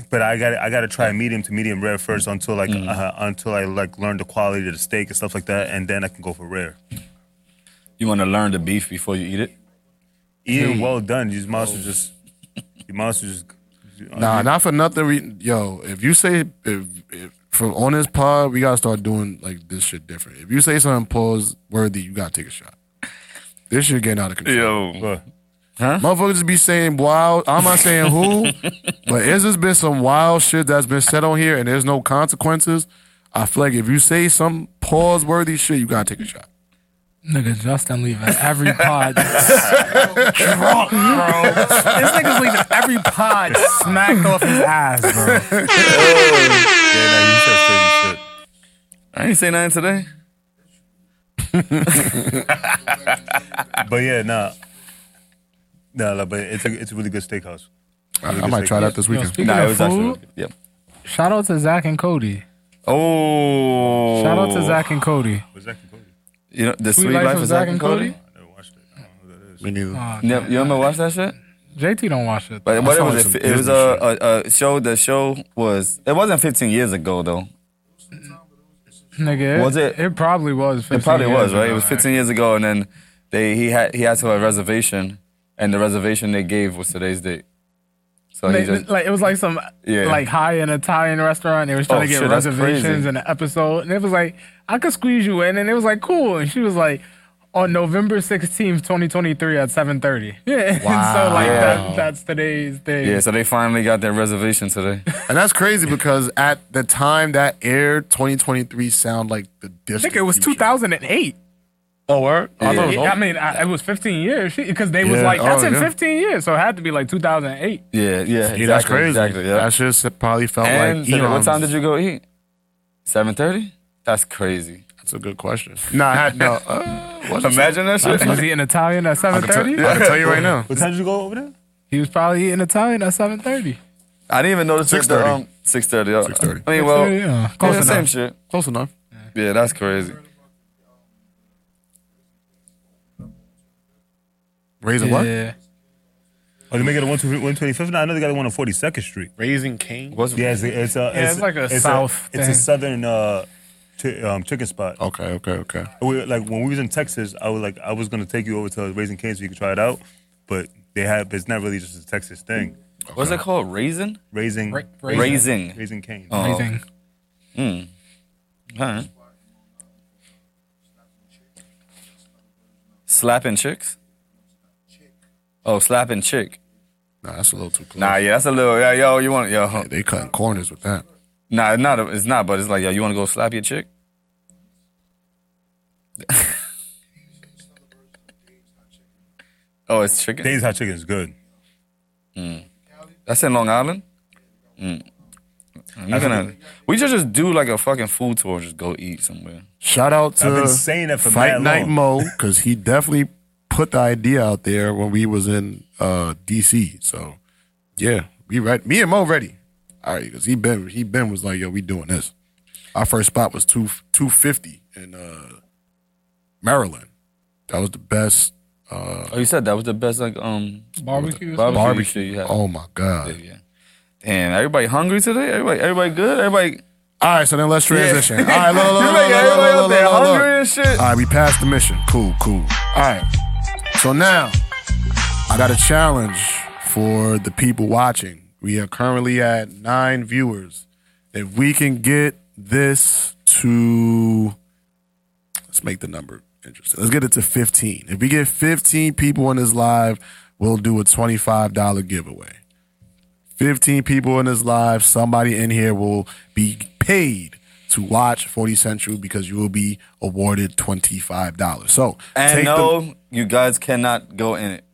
S2: But I got I got to try medium to medium rare first until like
S12: Mm.
S2: uh, until I like learn the quality of the steak and stuff like that, and then I can go for rare.
S12: You want to learn the beef before you eat it.
S2: Eating well done, you might as well just you might as well just
S12: Uh,
S7: Nah, not for nothing. We, yo, if you say if, if from on this pod, we gotta start doing like this shit different. If you say something pause worthy, you gotta take a shot. This shit getting out of control.
S12: Yo.
S7: Huh? Motherfuckers just be saying wild. I'm not saying who, but it's just been some wild shit that's been said on here, and there's no consequences. I feel like if you say some pause worthy shit, you gotta take a shot.
S11: Nigga, Justin leaving every pod drunk, bro. This nigga's leaving every pod smacked off his ass,
S2: Oh.
S11: bro.
S12: I ain't say nothing today.
S2: but yeah, nah, nah, like, but it's a, it's a really good steakhouse. Really
S7: I
S2: good
S7: might try that this
S11: Yo,
S7: weekend.
S11: speaking
S12: Nah, it
S11: of
S12: was
S11: food,
S12: actually- yep.
S11: shout out to Zach and Cody.
S12: Oh.
S11: Shout out to Zach and Cody.
S12: You know the sweet, life, of Zach and Cody.
S7: We knew.
S11: Oh,
S12: Yeah, you ever watch that shit?
S11: JT don't watch it.
S12: But
S11: though.
S12: what it was, it, it was uh, a, a, a show. The show was it wasn't 15 years ago though.
S11: nigga.
S12: was it-
S11: It probably was. 15
S12: It probably
S11: years
S12: was right. It
S11: ago,
S12: was 15 years ago, and then they he had he had to have a reservation, and the reservation they gave was today's date. So he
S11: They-
S12: just
S11: like it was like some
S12: Yeah.
S11: like high end Italian restaurant. They was trying
S12: Oh,
S11: to get
S12: shit, that's
S11: reservations
S12: crazy.
S11: in the episode, and it was like I could squeeze you in, and it was like cool. And she was like, on November sixteenth, twenty twenty three at seven thirty. Yeah. so like
S12: Wow.
S11: that, that's today's day.
S12: yeah. So they finally got their reservation today.
S7: And that's crazy because at the time that aired, 2023 sound like the
S11: I
S7: distant.
S11: think it was two thousand and eight.
S7: Oh, word? I thought it was
S11: I
S7: old.
S11: mean, I, it was 15 years because they was
S7: Yeah.
S11: like, that's
S7: Oh,
S11: in
S7: yeah.
S11: 15 years, so it had to be like 2008.
S12: Yeah, yeah,
S7: Yeah, that's
S12: exactly,
S7: crazy.
S12: Exactly. Yeah.
S7: That shit s- probably felt
S12: and
S7: like
S12: so then what
S7: eons.
S12: time did you go eat? 7:30. That's crazy.
S7: That's a good question. Nah, I had, no. Uh, was it
S12: Imagine that shit.
S11: Was he in Italian at
S7: I can, tell-
S11: 7:30?
S7: I can tell you right now.
S2: What time did you go over there?
S11: He was probably eating Italian at 7:30.
S12: I didn't even notice that the
S7: 6:30.
S12: um, 6:30. Six thirty. I mean,
S11: 6:30,
S12: well,
S11: yeah.
S12: yeah,
S11: Close
S12: same
S11: enough.
S12: shit.
S7: Close enough.
S12: Yeah, that's crazy.
S7: Raising what?
S11: Yeah.
S2: Oh, they make it a one twenty fifth. Now I know they got one on Forty Second Street.
S14: Raising Cain.
S12: What's
S2: Yeah, it's, it's a
S11: Yeah, it's like a South
S2: It's a
S11: thing.
S2: southern uh, chi- um, chicken spot.
S7: Okay, okay, okay.
S2: We, like when we was in Texas, I was like, I was gonna take you over to Raising Cane's so you could try it out, but they have it's not really just a Texas thing.
S12: What's it called? Raisin?
S2: Raising
S11: Ra- Raising.
S12: Raising.
S2: Raising Cane's.
S12: Oh.
S11: Amazing.
S12: Mm. All right. Slapping chicks? Oh, slapping chick.
S7: Nah, that's a little too close.
S12: Nah, yeah, that's a little. Yeah, yo, you want yo?
S7: They cutting corners with that.
S12: Nah, it's not. It's not. But it's like, yo, you want to go slap your chick? oh, it's chicken. Hmm.
S2: Dave's hot chicken is good.
S12: That's in Long Island. Mm. You're gonna, we should just do like a fucking food tour. Just go eat somewhere.
S7: Shout out to
S2: I've been saying that for mad
S7: Fight Night
S2: long.
S7: Mo because he definitely put the idea out there when we was in uh, DC. So yeah, we right. Me and Mo ready. All right, because he been he been was like, yo, we doing this. Our first spot was two two fifty in uh, Maryland. That was the best uh,
S12: Oh, you said that was the best like um
S11: Barbecue.
S12: barbecue,
S7: barbecue.
S12: shit you had.
S7: Oh my god!
S12: Yeah, yeah. Damn, everybody hungry today? Everybody, everybody good? Everybody.
S7: All right, so then let's transition. All right, look, look,
S12: You
S7: look,
S12: make
S7: look, look,
S12: everybody
S7: look,
S12: out there
S7: look, look,
S12: hungry
S7: look.
S12: and shit.
S7: All right, we passed the mission. Cool, cool. All right. So now, I got a challenge for the people watching. We are currently at nine viewers. If we can get this to let's make the number interesting. Let's get it to 15. If we get 15 people on this live, we'll do a $25 giveaway. 15 people in this live, somebody in here will be paid to watch 40 Central because you will be awarded $25. So,
S12: And
S7: take the-
S12: no, you guys cannot go in it.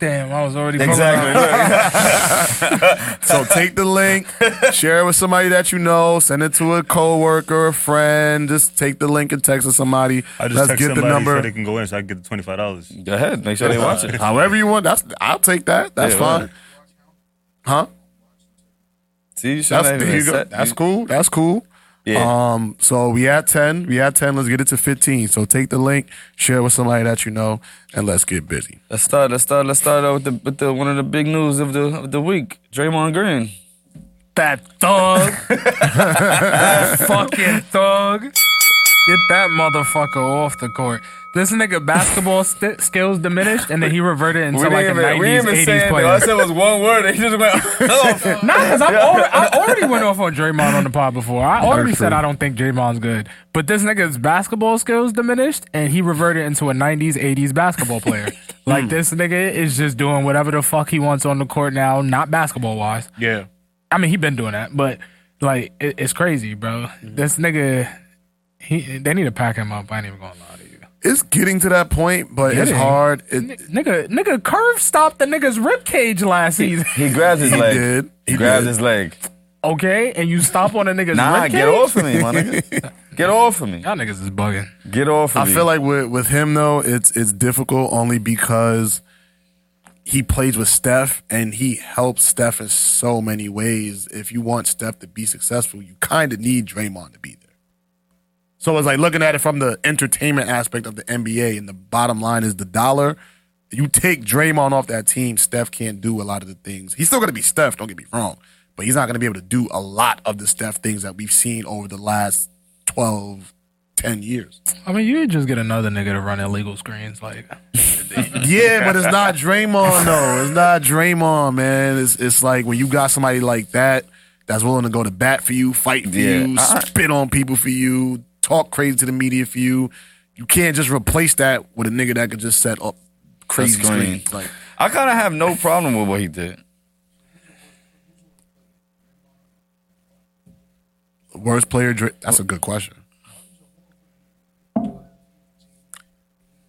S11: Damn, I was already
S7: so take the link, share it with somebody that you know, send it to a coworker, a friend. Just take the link and text it somebody.
S2: I just
S7: Let's
S2: text
S7: get the
S2: somebody
S7: number.
S2: so they can go in so I can get the twenty five dollars.
S12: Go ahead, make sure they watch it.
S7: However you want. That's I'll take that. That's
S12: Yeah,
S7: fine. Huh?
S12: See, you shouldn't
S7: that's,
S12: have
S7: there you
S12: even
S7: go.
S12: said-
S7: that's
S12: you-
S7: cool. That's cool.
S12: Yeah.
S7: Um. So we at ten. We at ten. Let's get it to fifteen. So take the link, share it with somebody that you know, and let's get busy.
S12: Let's start. Let's start. Let's start out with the with the one of the big news of the of the week. Draymond Green.
S11: That thug. that fucking thug. Get that motherfucker off the court. This nigga basketball st- skills diminished, and then he reverted into
S12: We
S11: like a
S12: didn't even- we
S11: nineties,
S12: didn't even say
S11: eighties
S12: it,
S11: player.
S12: though. I said it was one word. and He just went. Oh.
S11: Nah, because I already went off on Draymond on the pod before. I already
S12: That's
S11: said
S12: true.
S11: I don't think Draymond's good, but this nigga's basketball skills diminished, and he reverted into a '90s, '80s basketball player.
S12: Hmm.
S11: like this nigga is just doing whatever the fuck he wants on the court now, not basketball wise.
S7: Yeah.
S11: I mean, he been doing that, but like it, it's crazy, bro.
S7: Mm-hmm.
S11: This nigga, he they need to pack him up. I ain't even gonna lie.
S7: It's getting to that point, but it's
S11: Getting.
S7: hard. It,
S11: Nigga, nigga, curve stopped the nigga's ribcage last season.
S12: He grabbed his
S7: He
S12: leg.
S7: did. He
S12: grabbed
S7: did.
S12: his leg.
S11: Okay, and you stop on a nigga's
S12: Nah,
S11: ribcage?
S12: get off of me, my nigga. Get off of me.
S11: Y'all niggas is bugging.
S12: Get off of
S7: I
S12: me.
S7: feel like with with him though, it's it's difficult only because he plays with Steph and he helps Steph in so many ways. If you want Steph to be successful, you kind of need Draymond to be there. So it's like looking at it from the entertainment aspect of the NBA, and the bottom line is the dollar. You take Draymond off that team, Steph can't do a lot of the things. He's still going to be Steph, don't get me wrong, but he's not going to be able to do a lot of the Steph things that we've seen over the last 12, 10 years.
S11: I mean, you just get another nigga to run illegal screens, like.
S7: Yeah, but it's not Draymond though. It's not Draymond, man. It's it's like when you got somebody like that that's willing to go to bat for you, fight for
S12: Yeah.
S7: you,
S12: I-
S7: spit on people for you, talk crazy to the media for you. You can't just replace that with a nigga that could just set up crazy
S12: screen.
S7: screens. Like
S12: I kind of have no problem with what he did.
S7: worst player, Dra- that's a good question.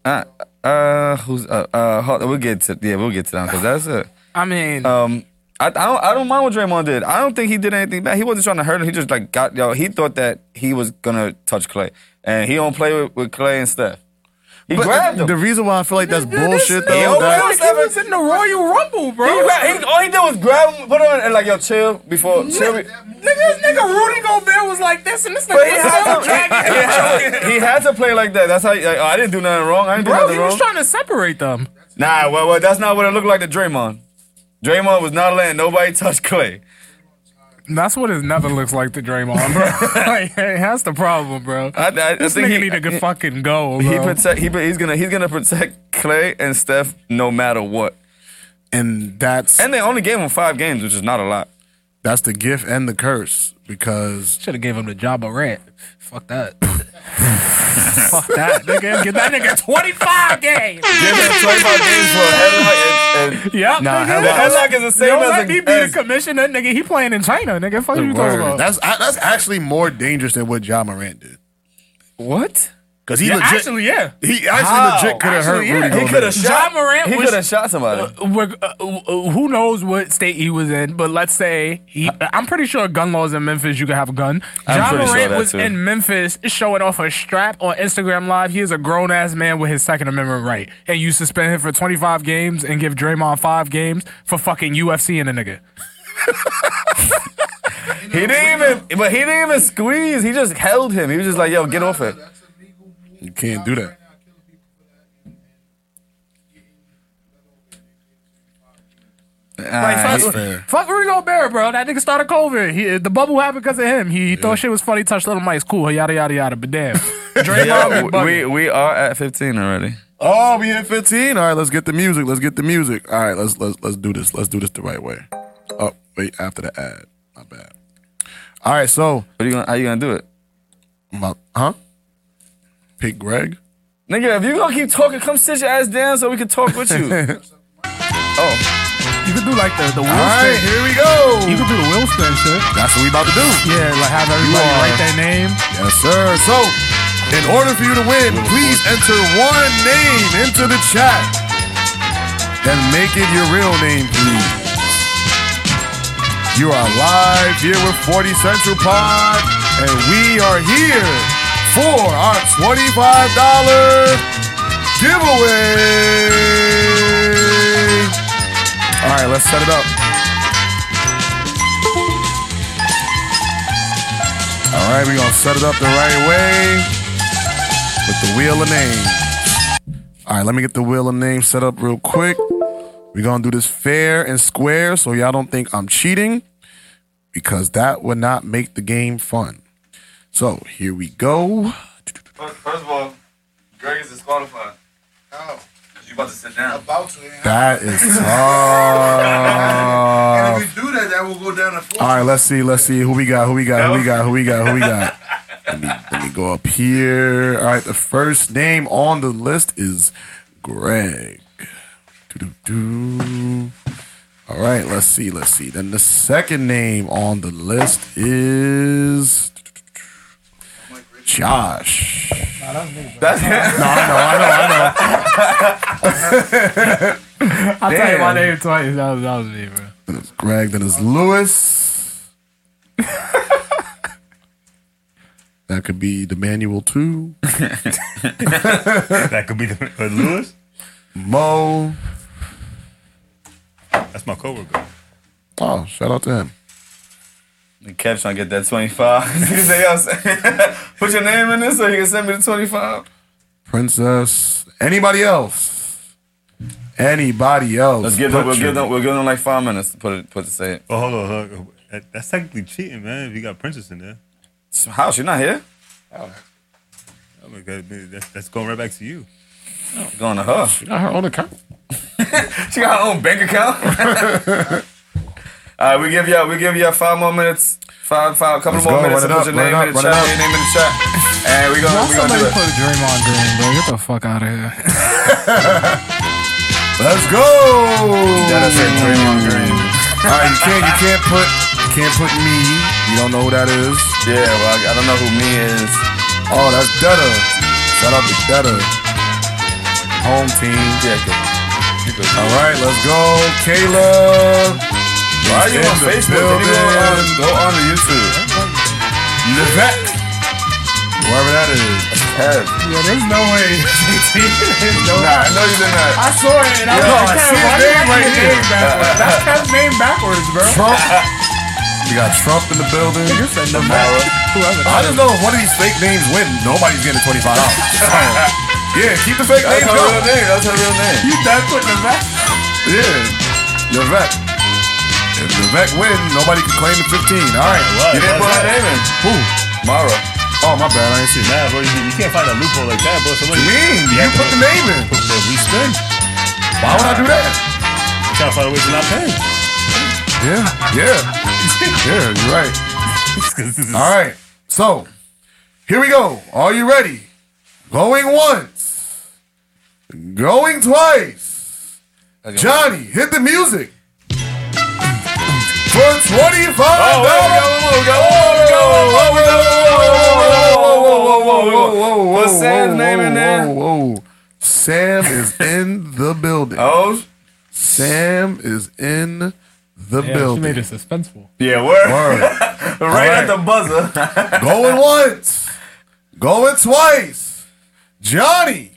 S12: Uh, uh who's uh, uh hold, we'll get to yeah we'll get to that because that's it.
S11: I mean,
S12: um, I, I don't I don't mind what Draymond did. I don't think he did anything bad. He wasn't trying to hurt him. He just like got yo. He thought that he was gonna touch Clay, and he don't play with, with Clay and Steph. He
S7: But
S12: grabbed him.
S7: The reason why I feel like that's bullshit though.
S12: He always
S7: that-
S12: was ever-
S11: was in the Royal Rumble, bro.
S12: He gra- he- all he did was grab him, put him, in, and like yo, chill before chill. be-
S11: Nigga, this nigga Rudy Gobert was like this, and this nigga
S12: But he
S11: was
S12: had,
S11: still
S12: to, he, he had to, he had to play like that. That's how. He, like, oh, I didn't do nothing wrong. I didn't do
S11: Bro,
S12: nothing
S11: he
S12: wrong.
S11: was trying to separate them.
S12: Nah, well, well, that's not what it looked like to Draymond. Draymond was not letting nobody touch Clay.
S11: That's what it never looks like to Draymond, bro. like, hey, that's the problem, bro.
S12: I, I, I
S11: this
S12: think
S11: nigga
S12: he
S11: need to go fucking go, bro.
S12: He protect. He, he's gonna. He's gonna protect Clay and Steph no matter what.
S7: And that's
S12: and they only gave him five games, which is not a lot.
S7: That's the gift and the curse because
S11: should have gave him the job of rat. Fuck that. Fuck that, nigga. Get that nigga 25 games.
S12: Give him 25 games for a headlock. And, and
S11: Yup,
S7: Nah,
S11: nigga.
S7: headlock-
S12: headlock is the same
S11: Don't
S12: as
S11: let
S12: a-
S11: me be the
S12: as-
S11: commissioner, nigga. He playing in China, nigga. Fuck you talking about?
S7: That's I, that's actually more dangerous than what John Morant did.
S12: What?
S7: Because he
S11: Yeah,
S7: legit,
S11: actually, yeah.
S7: he actually
S12: How?
S7: legit could have hurt
S11: Actually, yeah.
S7: Rudy.
S11: He
S7: Gobert.
S12: coulda shot-
S11: John Morant
S12: He
S11: was-
S12: could have shot somebody.
S11: We're- uh, uh, who knows what state he was in, but let's say he, I'm pretty sure gun laws in Memphis, you can have a gun.
S12: I'm
S11: John
S12: pretty sure
S11: Morant
S12: that
S11: was
S12: too.
S11: in Memphis showing off a strap on Instagram Live. He is a grown ass man with his Second Amendment right, and you suspend him for 25 games and give Draymond five games for fucking UFC and a nigga.
S12: he didn't even. But he didn't even squeeze. He just held him. He was just like, "Yo, get off it."
S7: You can't do that.
S11: Like,
S12: Ah,
S11: fuck,
S12: he-
S11: fuck Rudy Gobert, bro. That nigga started COVID. He, the bubble happened because of him. He thought shit was funny, touched little mics, cool, yada yada yada. But damn,
S12: Yeah,
S11: Draymond, be bugging.
S12: we we are at 15 already.
S7: Oh, we in fifteen. All right, let's get the music. Let's get the music. All right, let's let's let's do this. Let's do this the right way. Oh, wait, after the ad. My bad. All right, so
S10: what you gonna, how you gonna do it?
S7: huh? Pick Greg.
S10: Nigga, if you gonna keep talking, come sit your ass down so we can talk with you.
S7: oh,
S11: you could do like the the wheel
S10: All right,
S11: spin.
S10: here we go.
S11: You could do the wheel spin shit.
S7: That's what we about to do.
S11: Yeah, like have everybody
S7: You are-
S11: write their name.
S7: Yes, sir. So, in order for you to win, please enter one name into the chat. Then make it your real name, please. You are live here with 40 Central Pod, and we are here for our $25 giveaway. All right, let's set it up. All right, we're gonna set it up the right way with the wheel of name. All right, let me get the wheel of name set up real quick. We're gonna do this fair and square so y'all don't think I'm cheating because that would not make the game fun. So here we go.
S10: First, first of all, Greg is disqualified. How? You about to sit down.
S13: About to.
S7: That is
S10: Uh,
S7: tough.
S13: and if we do that, that will go down to four.
S7: All right, let's see. Let's see who we got. Who we got? Who we got? Who we got? Who we got? Let me, let me go up here. All right, the first name on the list is Greg. Doo-doo-doo. All right, let's see. Let's see. Then the second name on the list is Josh.
S10: That's
S7: No, I know, I know, I know.
S11: I'll tell you my
S7: Damn.
S11: name twice. That was, that was me, bro.
S7: Then it's Greg. Then it's Lewis. that could be the manual too.
S2: that could be the, uh, Lewis.
S7: Mo.
S2: That's my coworker.
S7: Oh, shout out to him.
S10: The Kev trying to get that 25. Nigga say, yo, put your name in this so you can send me the 25.
S7: Princess. Anybody else? Anybody else?
S10: Let's give them,
S7: Put
S10: we'll
S7: your-
S10: give them, we'll give them like five minutes to put it, put to say it.
S2: Well, Oh, hold on, hold on. That- That's technically cheating, man. If you got Princess in there.
S10: So how? She not here?
S2: Oh my god, man, that's, that's going right back to you.
S10: Going to her.
S7: She got her own account.
S10: She got her own bank account. All right, we give y'all, we give y'all five more minutes, five, five, couple
S7: Let's
S10: more
S7: go,
S10: minutes
S7: run
S10: to
S7: it
S10: put
S7: up,
S10: your
S7: run
S10: name in
S7: it up,
S10: the chat,
S7: run it up.
S10: your name in the chat, and we gonna,
S11: Why
S10: we gonna
S11: somebody
S10: do it.
S11: put Draymond Green, bro? Get the fuck out of here.
S7: Let's go.
S10: Gotta say Draymond Green.
S7: All right, you can't you can't put you can't put me. You don't know who that is.
S10: Yeah, well, I, I don't know who me is.
S7: Oh, that's Detta. Shout out to Detta. Home team. All right, let's go, Kayla.
S10: Why are you
S7: In
S10: on
S7: the
S10: Facebook? Can you go on,
S7: building.
S10: go on to YouTube?
S7: Levesque. Whoever that is.
S11: Yeah, there's no way. There's no
S10: Nah, I know you did not.
S11: I saw it. And I
S10: Yeah,
S11: was
S10: I
S11: like,
S10: see
S11: "Damn,
S10: his name
S11: why did I
S10: right
S11: get
S10: there."
S11: his name backwards? That's his name backwards, bro.
S7: Trump. We got Trump in the building. Tamara. I just know if one of these fake names win, nobody's getting $25. So, yeah, keep the fake
S10: That's her
S7: names going.
S10: real name. That's her real name.
S11: You done putting the back?
S7: Yeah, Levesque. If Levesque win, nobody can claim the 15. All right.
S2: What?
S10: You didn't put her name in.
S7: Who?
S10: Mara.
S7: Oh, my bad. I ain't seen that.
S2: Nah, bro, you, you can't find a loophole like that, bro. Somebody,
S7: You mean? You put the name in.
S2: But we spin.
S7: Why would I do that?
S2: I'm trying to find a way to not pay.
S7: Yeah, yeah. Yeah, you're right. All right. So, here we go. Are you ready? Going once. Going twice. Johnny, hit the music. For $25.
S10: Put Sam's name in there.
S7: Whoa, whoa. Sam is in the building.
S10: Oh,
S7: Sam is in the
S11: Yeah, she
S7: building.
S11: made it suspenseful.
S10: yeah, word.
S7: Word.
S10: Right, at the buzzer.
S7: Going once. Going twice. Johnny,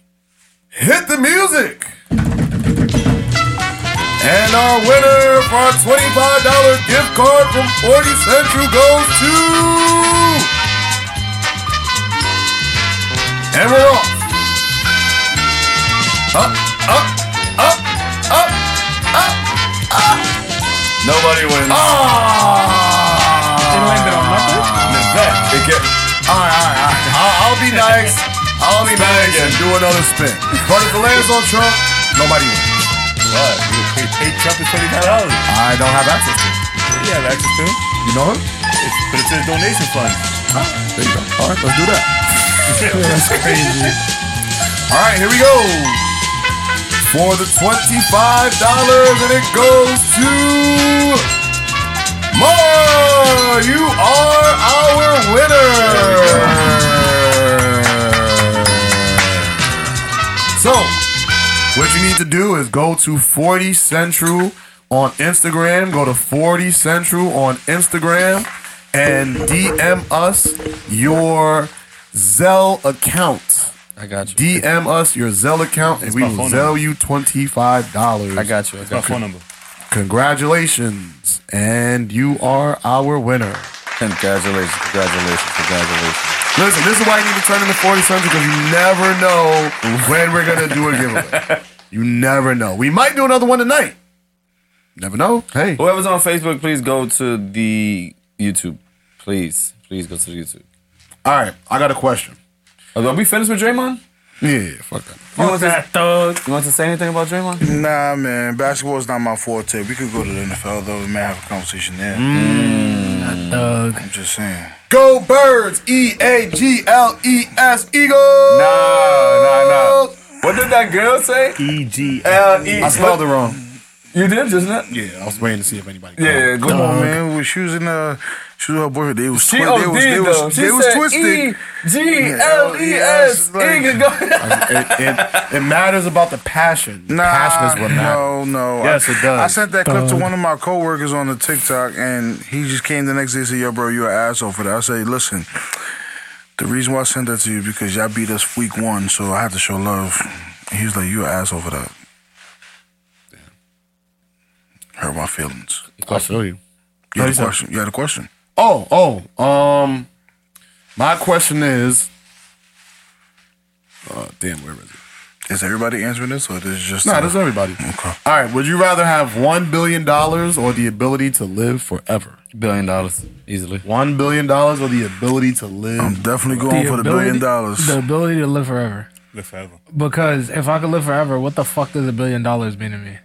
S7: hit the music. And our winner for our $25 gift card from 40 Central goes to. And we're off. Up, up, up, up, up.
S10: Nobody wins.
S7: Ah!
S11: It landed on nothing.
S10: Levesque. It get-
S7: All right, all right, all right. I'll, I'll be nice. I'll be nice and do another spin. But if the land's on Trump, nobody wins.
S2: What? You pay, pay Trump is $25.
S7: I don't have access to him.
S2: Yeah, that's true.
S7: You know him?
S2: it's, but it's his donation fund.
S7: there you go. All right, let's do that.
S2: That's
S7: crazy. All right, here we go. For the twenty-five dollars, and it goes to Ma. You are our winner. So, what you need to do is go to Forty Central on Instagram. Go to Forty Central on Instagram and DM us your Zelle account.
S10: I got
S7: you. DM us your Zelle account and
S10: That's
S7: we
S10: my
S7: will
S10: phone
S7: Zelle
S10: number.
S7: you $25.
S10: I got you. I That's got my you. phone number.
S7: Congratulations. And you are our winner.
S10: Congratulations, congratulations, congratulations.
S7: Listen, this is why you need to turn into 40 Central because you never know when we're going to do a giveaway. you never know. We might do another one tonight. Never know. Hey.
S10: Whoever's on Facebook, please go to the YouTube. Please, please go to the YouTube. Oh,
S7: All right, I got a question.
S10: Are we finished with Draymond?
S7: Yeah, fuck that.
S10: You want that thug? You want to say anything about Draymond?
S13: Nah, man, basketball's not my forte. We could go to the NFL though. We may have a conversation there.
S10: Mm.
S7: thug.
S13: I'm just saying.
S7: Go Birds! E A G L E S Eagles!
S10: Nah, nah, nah. What did that girl say?
S2: E G
S10: L E.
S7: I spelled it wrong.
S10: You did, just not?
S7: Yeah, I was waiting to see if anybody.
S10: Yeah,
S13: come
S10: dog.
S13: on, man. Well, she was in uh, she was her boyfriend. They was,
S10: She
S13: twi- they was,
S10: OD'd,
S13: they
S10: though.
S13: was,
S10: She
S13: they was
S10: said
S13: twisted.
S10: E G L E S. Eagles.
S7: it, it, it matters about the passion. The
S13: Nah,
S7: passion is
S13: no,
S7: what matters.
S13: no.
S7: Yes,
S13: Oh, I-
S7: it does. Uh,
S13: I sent that clip to
S7: Thug.
S13: one of my coworkers on the TikTok, and he just came the next day and said, "Yo, bro, you an asshole for that." I say, "Listen, the reason why I sent that to you is because y'all beat us week one, so I have to show love." He was like, "You an asshole for that." Hurt my feelings.
S7: I feel you.
S13: You had a
S7: Thirty-seven.
S13: question. You had a question.
S7: Oh, oh. Um, my question is. Uh, damn, where is it?
S13: Is everybody answering this, or is this just?
S7: No, nah, that's everybody. Okay. All right. Would you rather have one billion dollars or the ability to live forever?
S10: Billion dollars, easily.
S7: One billion dollars or the ability to live. I'm
S13: definitely
S11: ability- The ability to live forever.
S2: Live forever.
S11: Because if I could live forever, what the fuck does a billion dollars mean to me?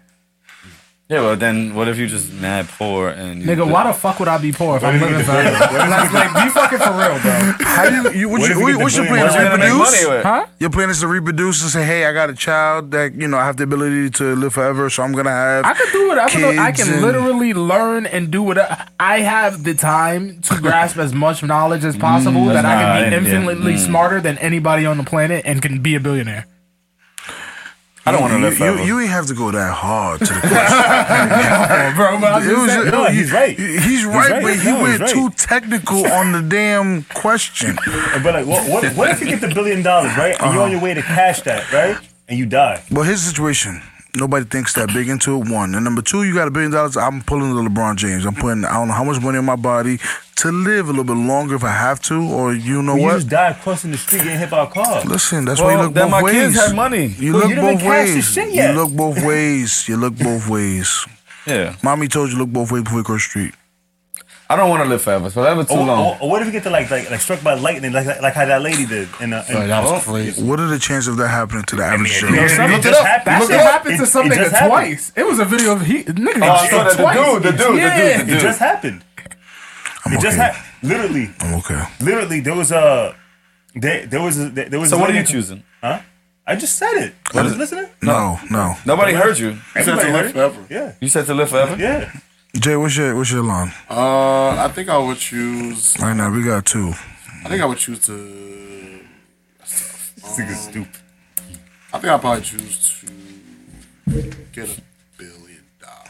S10: Yeah, well, then what if you just mad poor and you
S11: Nigga, why the fuck would I be poor if
S10: What
S11: I'm
S10: do you
S11: living
S10: mean
S11: forever?
S10: the billion?
S11: like, like, be fucking for real, bro.
S13: How do you? you what
S11: What if
S13: you
S11: you
S13: what,
S11: get
S13: what's
S11: the
S13: your plan?
S11: billion
S13: Is to
S11: dollars?
S13: reproduce?
S11: Money with- Huh?
S13: Your plan is to reproduce and say, "Hey, I got a child that you know I have the ability to live forever, so I'm gonna have."
S11: I could do it. I can, I
S13: kids
S11: can
S13: and-
S11: literally learn and do what I, uh, I have the time to grasp as much knowledge as possible
S13: Mm,
S11: that I can be
S13: nah, yeah,
S11: infinitely
S13: mm.
S11: smarter than anybody on the planet and can be a billionaire.
S13: I
S11: don't wanna
S13: you,
S11: live
S13: you-
S11: forever.
S13: You, you ain't have to go that hard to the question.
S11: Oh, bro, but I'm
S13: It
S11: just
S13: was-
S11: saying-
S13: it-
S11: No,
S13: he-
S11: he's right.
S13: he-
S11: He's
S13: He's right,
S11: right.
S13: but he
S11: No, he's
S13: went
S11: right.
S13: too technical on the damn question.
S2: But like, what, what, what if you get the billion dollars, right? And you're on your way to cash that, right? And you die.
S13: Well, here's the situation. Nobody thinks that big into it. One and number two, you got a billion dollars. I'm pulling the LeBron James. I'm putting I don't know how much money in my body to live a little bit longer if I have to, or you know
S2: Well,
S13: what?
S2: You just died crossing the street getting hit by a car.
S13: Listen, that's why you look both ways. You
S2: Well,
S13: look
S2: didn't even
S13: both
S2: cash the
S13: ways.
S2: shit yet.
S13: You look both ways. You look both ways.
S10: Yeah.
S13: Mommy told you look both ways before you cross the street.
S10: I don't want to live forever. Forever too
S2: Or,
S10: long.
S2: or- or what if you get to like like, like struck by lightning, like like how that lady did? In a, in,
S13: What are the chances of that happening to the average Joe?
S2: it- it- it Oh. Look it just up. happened.
S11: That
S2: Look
S11: shit
S2: it up.
S11: happened to
S2: It-
S11: some
S2: it
S11: nigga
S2: just happened.
S11: twice. It was a video of he nigga.
S2: Oh, I saw
S11: shit
S2: that. The
S11: twice.
S2: dude, the dude, the dude,
S11: Yeah.
S2: the dude. It just happened. it just happened. Literally.
S13: I'm okay.
S2: Literally, there was a there, there was a, there was.
S10: So
S2: a
S10: what are you
S2: lady-
S10: choosing?
S2: Huh? I just said it. I was listening.
S13: No, no.
S10: Nobody heard you.
S2: Everybody heard it. Yeah.
S10: You said to live forever.
S2: Yeah.
S13: Jay, what's your what's your line?
S7: Uh, I think I would choose.
S13: Right now, we got two.
S7: I think I would choose to. um,
S2: This nigga's stupid.
S7: I think I probably choose to get a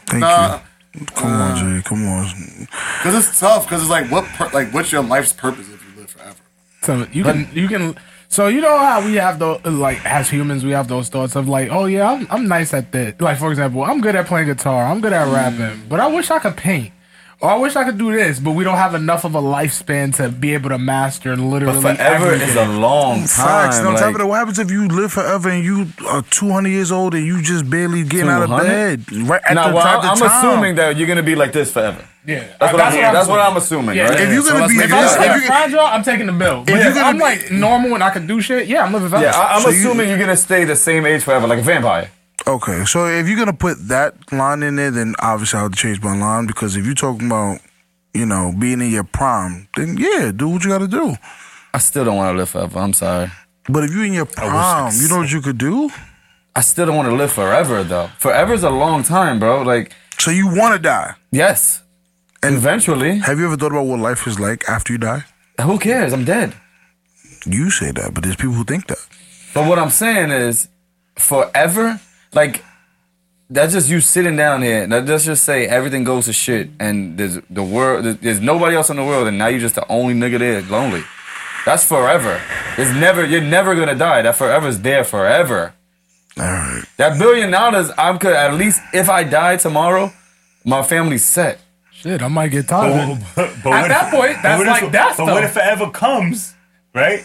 S13: Thank
S7: Nah.
S13: you. Come on, Jay. Come on.
S7: because it's tough. Because it's like what, per, like what's your life's purpose if you live forever?
S11: So you can you can so you know how we have those like as humans we have those thoughts of like oh yeah I'm, I'm nice at that like for example I'm good at playing guitar I'm good
S10: Mm.
S11: at rapping but I wish I could paint or I wish I could do this but we don't have enough of a lifespan to be able to master and literally
S10: But forever
S11: everything.
S10: is a long time.
S13: Facts. And on top
S10: like-
S13: of that, what happens if you live forever and you are 200 years old and you just barely getting out of
S10: 200?
S13: bed? Right at
S10: Nah,
S13: the,
S10: well,
S13: at the
S10: I'm
S13: time.
S10: assuming that you're gonna be like this forever.
S11: Yeah,
S10: That's what, I'm, that's what I'm
S11: doing.
S10: assuming.
S11: Yeah,
S10: right?
S11: yeah,
S10: So
S11: yeah.
S10: let's make
S11: if
S10: it
S11: I'm
S10: happen.
S11: like a fragile, I'm taking the bill. But
S10: If you're
S11: if
S10: gonna
S11: I'm
S10: be-
S11: like normal and I can do shit, yeah, I'm living.
S10: yeah,
S11: fast.
S10: I, I'm
S11: So you-
S10: assuming you're gonna stay the same age forever, like a vampire.
S13: Okay, so if you're gonna put that line in there, then obviously I would change my line because if you're talking about you know, being in your prime, then yeah, do what you got to do.
S12: I still don't want to live forever. I'm sorry.
S13: But if you in your prime, you know what you could do.
S12: I still don't want to live forever though. Forever is a long time, bro. Like
S13: so, you want to die?
S12: Yes.
S13: And
S12: eventually,
S13: have you ever thought about what life is like after you die?
S12: Who cares? I'm dead.
S13: You say that, but there's people who think that.
S12: But what I'm saying is, forever, like that's just you sitting down here. Now, let's just say everything goes to shit, and there's the world. there's- There's nobody else in the world, and now you're just the only nigga there, lonely. That's forever. It's never. You're never gonna die. That forever's there forever.
S13: All right.
S12: That billion dollars, I'm could at least if I die tomorrow, my family's set.
S11: Shit, I might get tired. of it.
S2: when
S11: At
S2: if-
S11: that point,
S2: Oh, but
S11: that's
S2: when
S11: like
S2: if,
S11: death,
S2: But
S11: though.
S2: when it forever comes, right?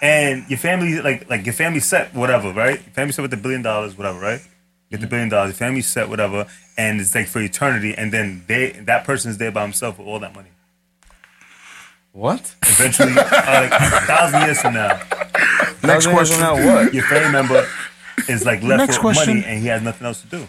S2: And your family, like, like your family set whatever, right? Your family set with the billion dollars, whatever, right? Get
S11: Mm.
S2: the billion dollars. Your family set whatever, and it's like for eternity. And then they, that person's there by himself with all that money.
S12: What?
S2: Eventually, uh, like a thousand years from now.
S12: Next question. Now what?
S2: Your family member is like left
S12: Next
S2: with
S12: question.
S2: money, and he has nothing else to do.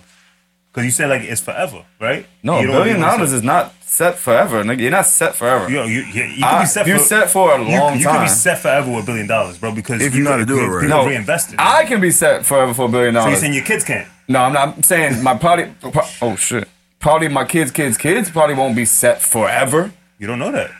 S2: Because you said like it's forever, right?
S12: No, a
S2: You don't
S12: billion
S2: want to-
S12: dollars is not set forever. nigga. You're not set forever.
S2: You know, you, you, you could
S12: Ah,
S2: be set.
S12: you're
S2: for,
S12: set for a
S2: you-
S12: long
S2: you, could
S12: time.
S2: be set forever with a billion dollars, bro. Because
S12: If you know how to do it right.
S2: you
S12: No.
S2: can reinvest it.
S12: I can be set forever for a billion
S2: So
S12: dollars.
S2: you're saying your kids can't?
S12: No, I'm not. I'm saying my probably. pro- Oh shit. Probably my kids, kids, kids probably won't be set forever.
S2: You don't know that.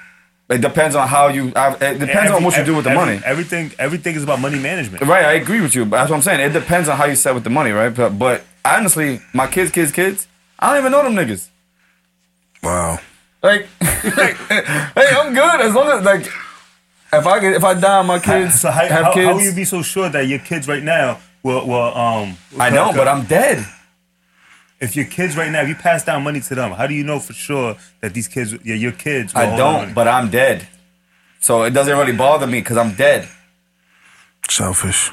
S12: It depends on how you. I- It depends on
S2: Every-
S12: what you do with the
S2: every-
S12: money.
S2: Everything, everything is about money management.
S12: Right, I agree with you. But that's what I'm saying. It depends on how you set with the money, right? But, but honestly, my kids, kids, kids, I don't even know them niggas.
S13: Wow.
S12: Like, like, hey, I'm good as long as like, if I could, if I die, my kids
S2: So how,
S12: have
S2: how,
S12: kids.
S2: how will you be so sure that your kids right now will, will um?
S12: I know, but I'm dead.
S2: If your kids right now, if you pass down money to them, how do you know for sure that these kids, your, your kids? Will
S12: I
S2: hold
S12: don't,
S2: on?
S12: but I'm dead. So it doesn't really bother me because I'm dead.
S13: Selfish.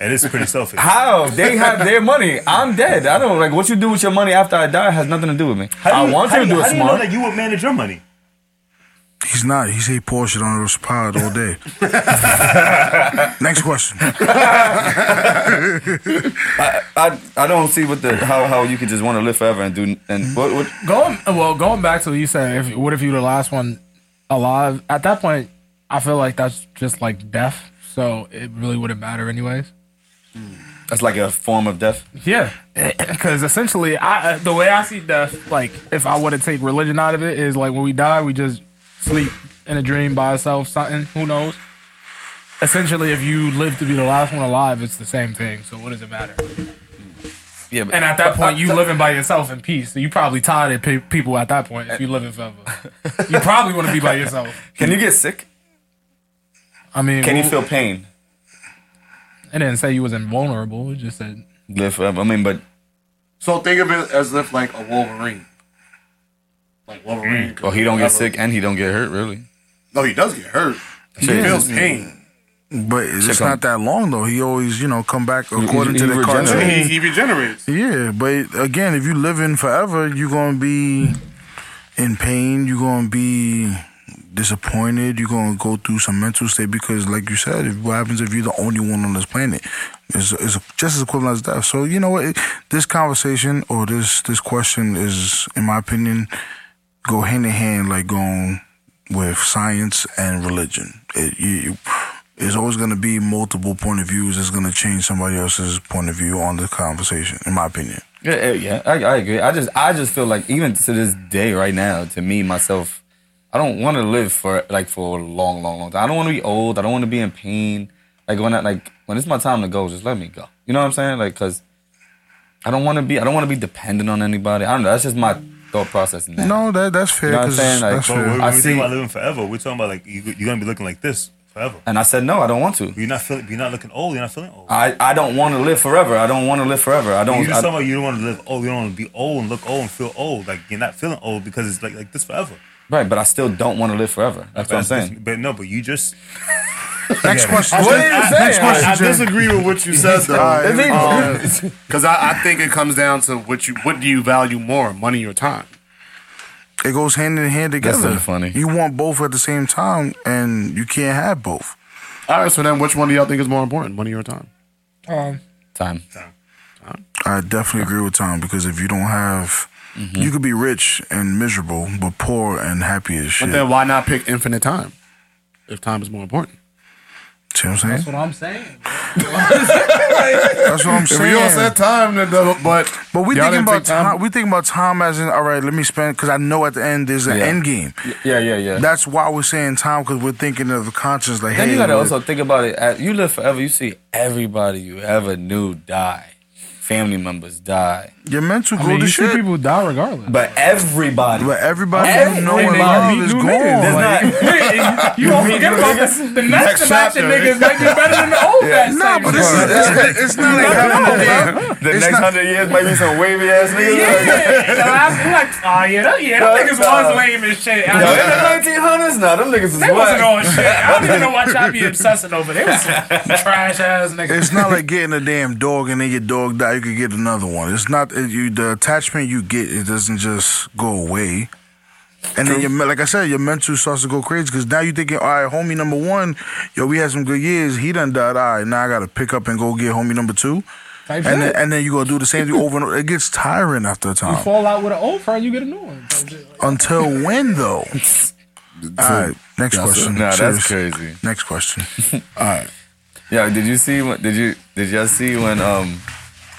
S2: It is pretty selfish.
S12: How they have their money? I'm dead. I don't like what you do with your money after I die has nothing to do with me.
S2: How do
S12: I
S2: you-
S12: want
S2: how
S12: you to
S2: do
S12: do
S2: you-
S12: it
S2: how do you know
S12: smart.
S2: that you would manage your money?
S13: He's not. He's a Porsche on the pod all day. Next question.
S12: I, I I don't see what the how how you could just want to live forever and do and what, what
S11: Going well, going back to what you said, if, what if you the last one alive? At that point, I feel like that's just like death, so it really wouldn't matter anyways.
S12: that's like a form of death.
S11: Yeah, because essentially, I uh, the way I see death, like if I were to take religion out of it, is like when we die, we just sleep in a dream by ourselves, something. Who knows? Essentially, if you live to be the last one alive, it's the same thing. So what does it matter?
S12: Yeah,
S11: And at that point, you living by yourself in peace. So you probably tired of pe- people at that point. If you living forever, you probably want to be by yourself.
S12: Can you get sick?
S11: I mean,
S12: Can you
S11: well,
S12: feel pain?
S11: It didn't say you was invulnerable. It just said
S12: Live forever. I mean, but
S7: So think of it as if like a Wolverine. Like Wolverine.
S12: well, Mm. oh, he don't get sick and he don't get hurt really.
S7: No, he does get hurt. He
S12: Shit.
S7: feels pain.
S13: But it's
S12: Check on-
S13: not that long though. He always, you know, come back
S12: he-
S13: according
S12: he
S13: to the
S12: regenerates.
S13: cartoon.
S7: He, he regenerates.
S13: Yeah, but again, if you live in forever, you're gonna be in pain. You're gonna be disappointed. You're gonna go through some mental state because, like you said, if, what happens if you're the only one on this planet? It's, it's just as equivalent as death. So you know what? It, this conversation or this this question is, in my opinion, go hand in hand, like going with science and religion. It, you, you, it's always going to be multiple point of views. It's going to change somebody else's point of view on the conversation, in my opinion.
S12: Yeah, yeah, yeah. I, I agree. I just, I just feel like even to this day, right now, to me myself, I don't want to live for like for a long, long, long time. I don't want to be old. I don't want to be in pain. Like when I, like when it's my time to go, just let me go. You know what I'm saying? Like, cause I don't want to be, I don't want to be dependent on anybody. I don't know. That's just my thought process now.
S13: No, that that's fair.
S12: You know what I'm
S13: 'cause
S12: saying? Like,
S13: that's
S12: but
S13: fair.
S12: we-
S2: When
S12: I
S2: we
S12: see-
S2: think about living forever, we're talking about like you, you're gonna be looking like this forever.
S12: And I said no. I don't want to.
S2: You're not feeling. You're not looking old. You're not feeling old.
S12: I, I don't want to live forever. I don't want to live forever. I
S2: you
S12: don't.
S2: just
S12: I-
S2: talking about you don't want to live old. You don't want to be old and look old and feel old. Like you're not feeling old because it's like like this forever.
S12: right, but I still don't want to live forever. That's what I'm saying.
S2: But no, but you just
S13: Next question.
S7: What
S13: Jay.
S7: did you say?
S13: Next question,
S7: I, I
S13: Jay.
S7: disagree with what you said
S13: All right.
S7: though, because I, I think it comes down to what you what do you value more, money or time?
S13: It goes hand in hand
S7: That's
S13: together.
S7: so funny.
S13: You want both at the same time, and you can't have both.
S7: All right, so then which one do y'all think is more important, money or time?
S11: um,
S12: time.
S13: I definitely agree with Tom because if you don't have
S12: Mm-hmm.
S13: You could be rich and miserable, but poor and happy as shit.
S7: But then why not pick infinite time? If time is more important.
S13: See what I'm saying?
S11: That's what I'm saying.
S13: That's what I'm
S7: If
S13: saying.
S7: you don't set time, then the- but
S13: but we
S7: y'all
S13: thinking
S7: didn't
S13: about
S7: take time.
S13: time. We thinking about time as in all right. Let me spend because I know at the end there's an
S12: Yeah.
S13: end game.
S12: Yeah, yeah, yeah.
S13: That's why we're saying time because we're thinking of the conscience. Like,
S12: then
S13: hey,
S12: you gotta
S13: look,
S12: also think about it. At, you live forever. You see everybody you ever knew die. Family members die.
S13: your mental
S12: I
S13: go
S12: mean,
S13: to
S12: you see
S13: shit.
S11: People die regardless.
S12: But everybody.
S13: But everybody you know and
S11: Everybody.
S13: love
S11: You
S13: is
S11: meet
S13: gone.
S11: new niggas. Like, you- you don't forget about this. The next batch of niggas might be better than the old batch.
S13: Nah, but it's, it's, it's not like having a
S12: The next hundred years might be some wavy ass niggas.
S11: Yeah, the last, you're like, oh yeah, that, yeah, them niggas
S13: uh,
S12: uh,
S11: was lame as shit. I
S12: Yo,
S11: mean,
S12: in the nineteen hundreds, nah, them niggas is
S11: They wasn't
S12: whack.
S11: on shit. I don't even know why y'all be obsessing over. They was some trash ass niggas.
S13: It's not like getting a damn dog and then your dog die. You could get another one. It's not it- you. The attachment you get, it doesn't just go away. And then your me- like I said, your mental starts to go crazy because now you're thinking, all right, homie number one, yo, we had some good years. He done died. All right, now I gotta pick up and go get homie number two.
S11: Type
S13: and then,
S11: shit.
S13: and then you gonna do the same thing over and over. It gets tiring after a
S11: You
S13: time.
S11: fall out with an old friend, you get a new one.
S13: Until when though? All right, next
S12: That's-
S13: question.
S12: Nah, that's
S13: Serious.
S12: crazy.
S13: Next question.
S12: All right. Yeah, did you see? when- Did you did y'all see when um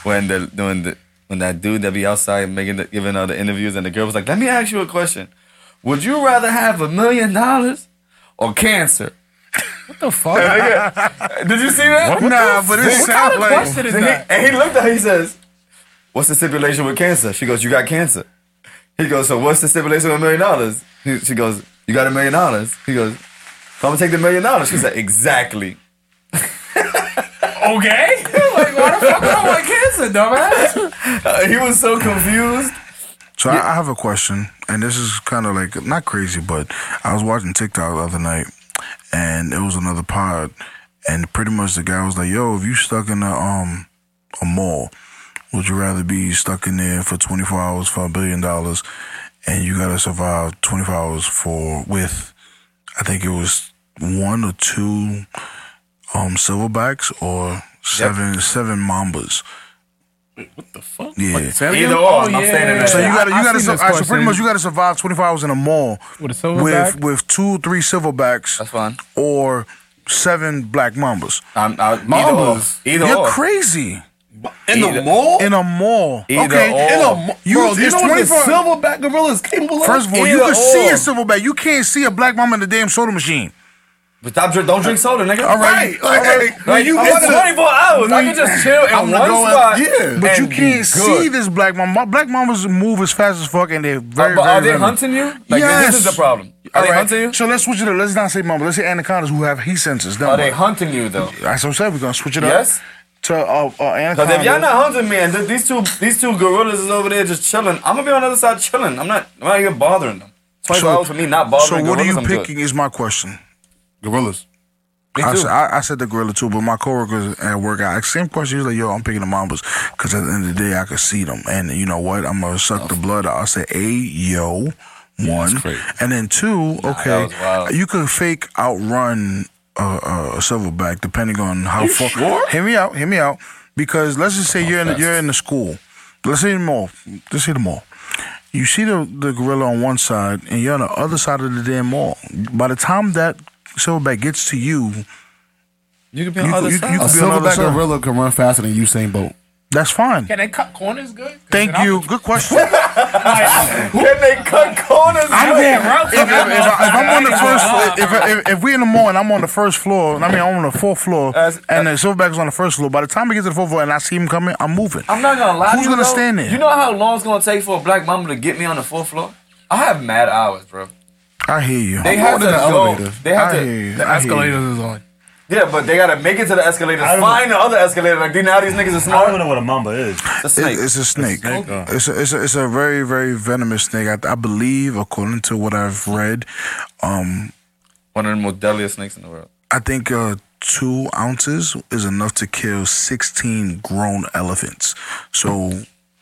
S12: when the when the when that dude that be outside making the, giving all the interviews and the girl was like, "Let me ask you a question. Would you rather have a million dollars or cancer?"
S11: What the fuck?
S12: Did you see that?
S11: What Nah, the but it fuck? sound What kind of like- question is
S12: And he-
S11: that?
S12: And he looked at her. He says, "What's the stipulation with cancer?" She goes, "You got cancer." He goes, "So what's the stipulation with a million dollars?" He- She goes, "You got a million dollars." He goes, "So I'm gonna take the million dollars." She said, "Exactly."
S11: Okay? like, why the fuck would I want cancer, dumbass?
S12: Uh, he was so confused.
S13: So I, I have a question, and this is kind of like not crazy, but I was watching TikTok the other night, and it was another pod, and pretty much the guy was like, "Yo, if you stuck in a um a mall, would you rather be stuck in there for 24 hours for a billion dollars, and you gotta survive 24 hours for with, I think it was one or two um silverbacks or seven seven mambas." What the fuck? Yeah.
S12: Either or,
S13: Oh,
S12: I'm standing there.
S13: So you gotta, you gotta,
S11: seen
S13: sur-
S11: this
S13: all right, so pretty
S11: question.
S13: much you gotta survive 24 hours in a mall
S11: With a
S13: with
S11: silverback?
S13: with two, three silverbacks. That's
S12: fine.
S13: Or seven black mambas.
S12: I'm, I, either
S13: Mambas.
S12: or. Either
S13: You're
S12: or.
S13: crazy.
S9: In the mall?
S13: In a mall.
S12: Either
S13: okay.
S12: or.
S13: In a
S12: Bro,
S13: mall. You,
S9: you
S13: it's
S9: know what the
S13: 24
S9: silverback gorilla is capable of?
S13: First of all, you
S12: Either
S13: can see a
S12: or.
S13: silverback. You can't see a black mama in the damn soda machine.
S12: But stop, drink- don't drink soda, nigga.
S13: All right.
S12: All
S13: Like,
S12: right. Like,
S13: when you
S12: it's
S13: get to-
S12: 24 hours. I
S13: when-
S12: can just chill in
S13: I
S12: one
S13: wanna go out-
S12: spot.
S13: Yeah, but you
S12: and be
S13: can't
S12: good.
S13: see this black mama. Black mamas move as fast as fuck, and they're very,
S12: Uh, but
S13: very
S12: are they
S13: very-
S12: hunting you? Like,
S13: yes.
S12: this is the problem. Are
S13: All
S12: they
S13: right,
S12: hunting you?
S13: So let's switch it up. Let's not say mama. Let's say anacondas who have heat sensors. Don't
S12: Are they
S13: worry.
S12: hunting you, though?
S13: That's what I'm saying. We're gonna switch it up.
S12: Yes?
S13: To uh, uh,
S12: Because
S13: anaconda.
S12: if y'all not hunting me and th- these two these two gorillas is over there just chilling, I'm going to be on the other side chilling. I'm not, I'm not even bothering them. 24 hours for me not
S13: so
S12: bothering
S13: what are
S12: gorillas,
S13: you
S12: I'm good.
S13: picking? Is my question.
S7: Gorillas.
S12: Me
S13: I
S12: too.
S13: said, I, I said the gorilla too, but my coworkers at work, I asked same question. He was like, "Yo, I'm picking the mambas because at the end of the day, I could see them, and you know what? I'm gonna suck the blood out." I said, "A yo, one, and then two, okay,
S12: was wild.
S13: you could fake outrun a, a silverback depending on how far." Hear me out. Hear me out. Because let's just say you're in the, you're in the school. Let's say the mall. Let's say the mall. You see the, the gorilla on one side, and you're on the other side of the damn mall. By the time that silverback gets to you,
S12: You can be
S13: on You- the other you- side. you
S7: A
S13: can be on the other
S7: silverback
S13: side.
S7: gorilla can run faster than Usain Bolt.
S13: that's fine.
S11: Can they cut corners good? 'Cause
S13: Thank
S11: then
S13: you. Good question.
S12: Can they cut corners?
S13: I'm
S12: good?
S13: there.
S11: I'll-
S13: If, if, I, if I'm on the first, if, if, if we in the mall and I'm on the first floor, and I mean I'm on the fourth floor,
S12: That's-
S13: and the silverback's on the first floor. By the time we get to the fourth floor and I see him coming, I'm moving.
S12: I'm not gonna lie. to
S13: Who's
S12: you,
S13: gonna
S12: though?
S13: stand there?
S12: You know how long it's gonna take for a black mama to get me on the fourth floor? I have mad hours, bro.
S13: I hear you.
S12: They have to
S7: going in the
S12: go.
S7: elevator.
S12: They have
S13: I
S12: to.
S13: hear you.
S11: The
S13: I hear you.
S11: escalators is on.
S12: Yeah, but they gotta make it to the escalator.
S2: I don't-
S12: Find the other escalator. Like dude, now these niggas are
S2: I don't
S12: smart.
S2: know what a mamba is.
S12: It's a snake.
S13: It, it's a snake.
S2: snake, uh.
S13: It's a, it's a it's a very very venomous snake. I, I believe, according to what I've read, um,
S12: One of the most deadliest snakes in the world.
S13: I think uh, two ounces is enough to kill sixteen grown elephants. So,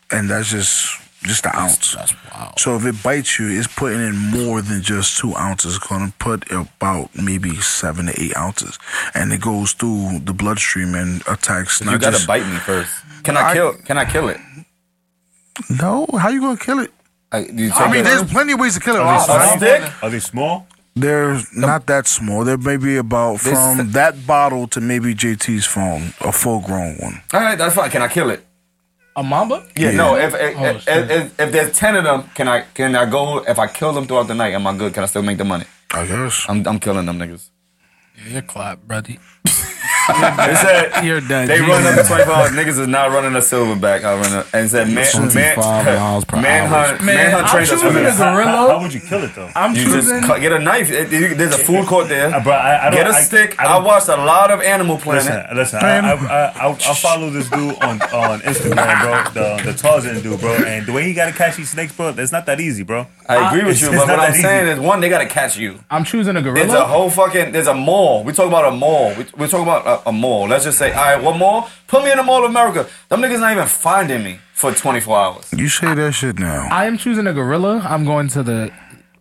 S13: and that's just just the ounce.
S7: That's wow.
S13: So if it bites you, it's putting in more than just two ounces. It's gonna put about maybe seven to eight ounces, and it goes through the bloodstream and attacks. Not
S12: you gotta
S13: just,
S12: bite me first. Can I,
S13: I-
S12: kill? Can I kill it?
S13: No, how you gonna kill it?
S10: I, you
S13: I
S10: take
S13: mean,
S10: a-
S13: there's plenty of ways to kill it
S10: Are they
S13: off. right?
S10: small?
S2: Are they small?
S13: They're not that small. They're maybe about
S12: This-
S13: from that bottle to maybe JT's phone, a full grown one.
S12: All right, that's fine. Can I kill it?
S11: A mamba?
S12: Yeah, no. If if,
S11: Oh,
S12: if,
S11: shit.
S12: if, if there's ten of them, can I can I go? If I kill them throughout the night, am I good? Can I still make the money?
S13: I guess.
S12: I'm I'm killing them niggas.
S11: Yeah, you're clap, brother.
S12: They said
S11: You're done.
S12: They
S11: Jesus.
S12: run up to twenty five. Niggas is not running a silverback. I run up and said man, man,
S7: $25 per
S12: manhunt,
S7: hour. Man,
S12: manhunt
S7: I'm
S12: trained us for
S7: choosing
S12: this.
S7: a gorilla. How- how
S2: would you kill it though?
S11: I'm
S12: you
S11: choosing-
S12: just cut, get a knife. It- you- there's a food court there.
S2: bro, I- I don't-
S12: get a
S2: I-
S12: stick.
S2: I
S12: I,
S2: don't-
S12: watched a lot of Animal Planet.
S2: Listen, listen. I, I, I, I, I follow this dude on, on Instagram, bro. The, the Tarzan dude, bro. And the way he gotta catch these snakes, bro, it's not that easy, bro.
S12: I agree with you,
S2: It's
S12: but
S2: not
S12: what
S2: that
S12: I'm saying
S2: easy.
S12: is, one, they gotta catch you.
S11: I'm choosing a gorilla.
S12: There's a whole fucking. There's a mall. We talking about a mall. We, we're talking about a, a mall. Let's just say, all right, what mall? Put me in the Mall of America. Them niggas not even finding me for 24 hours.
S13: You say that shit now.
S11: I am choosing a gorilla. I'm going to the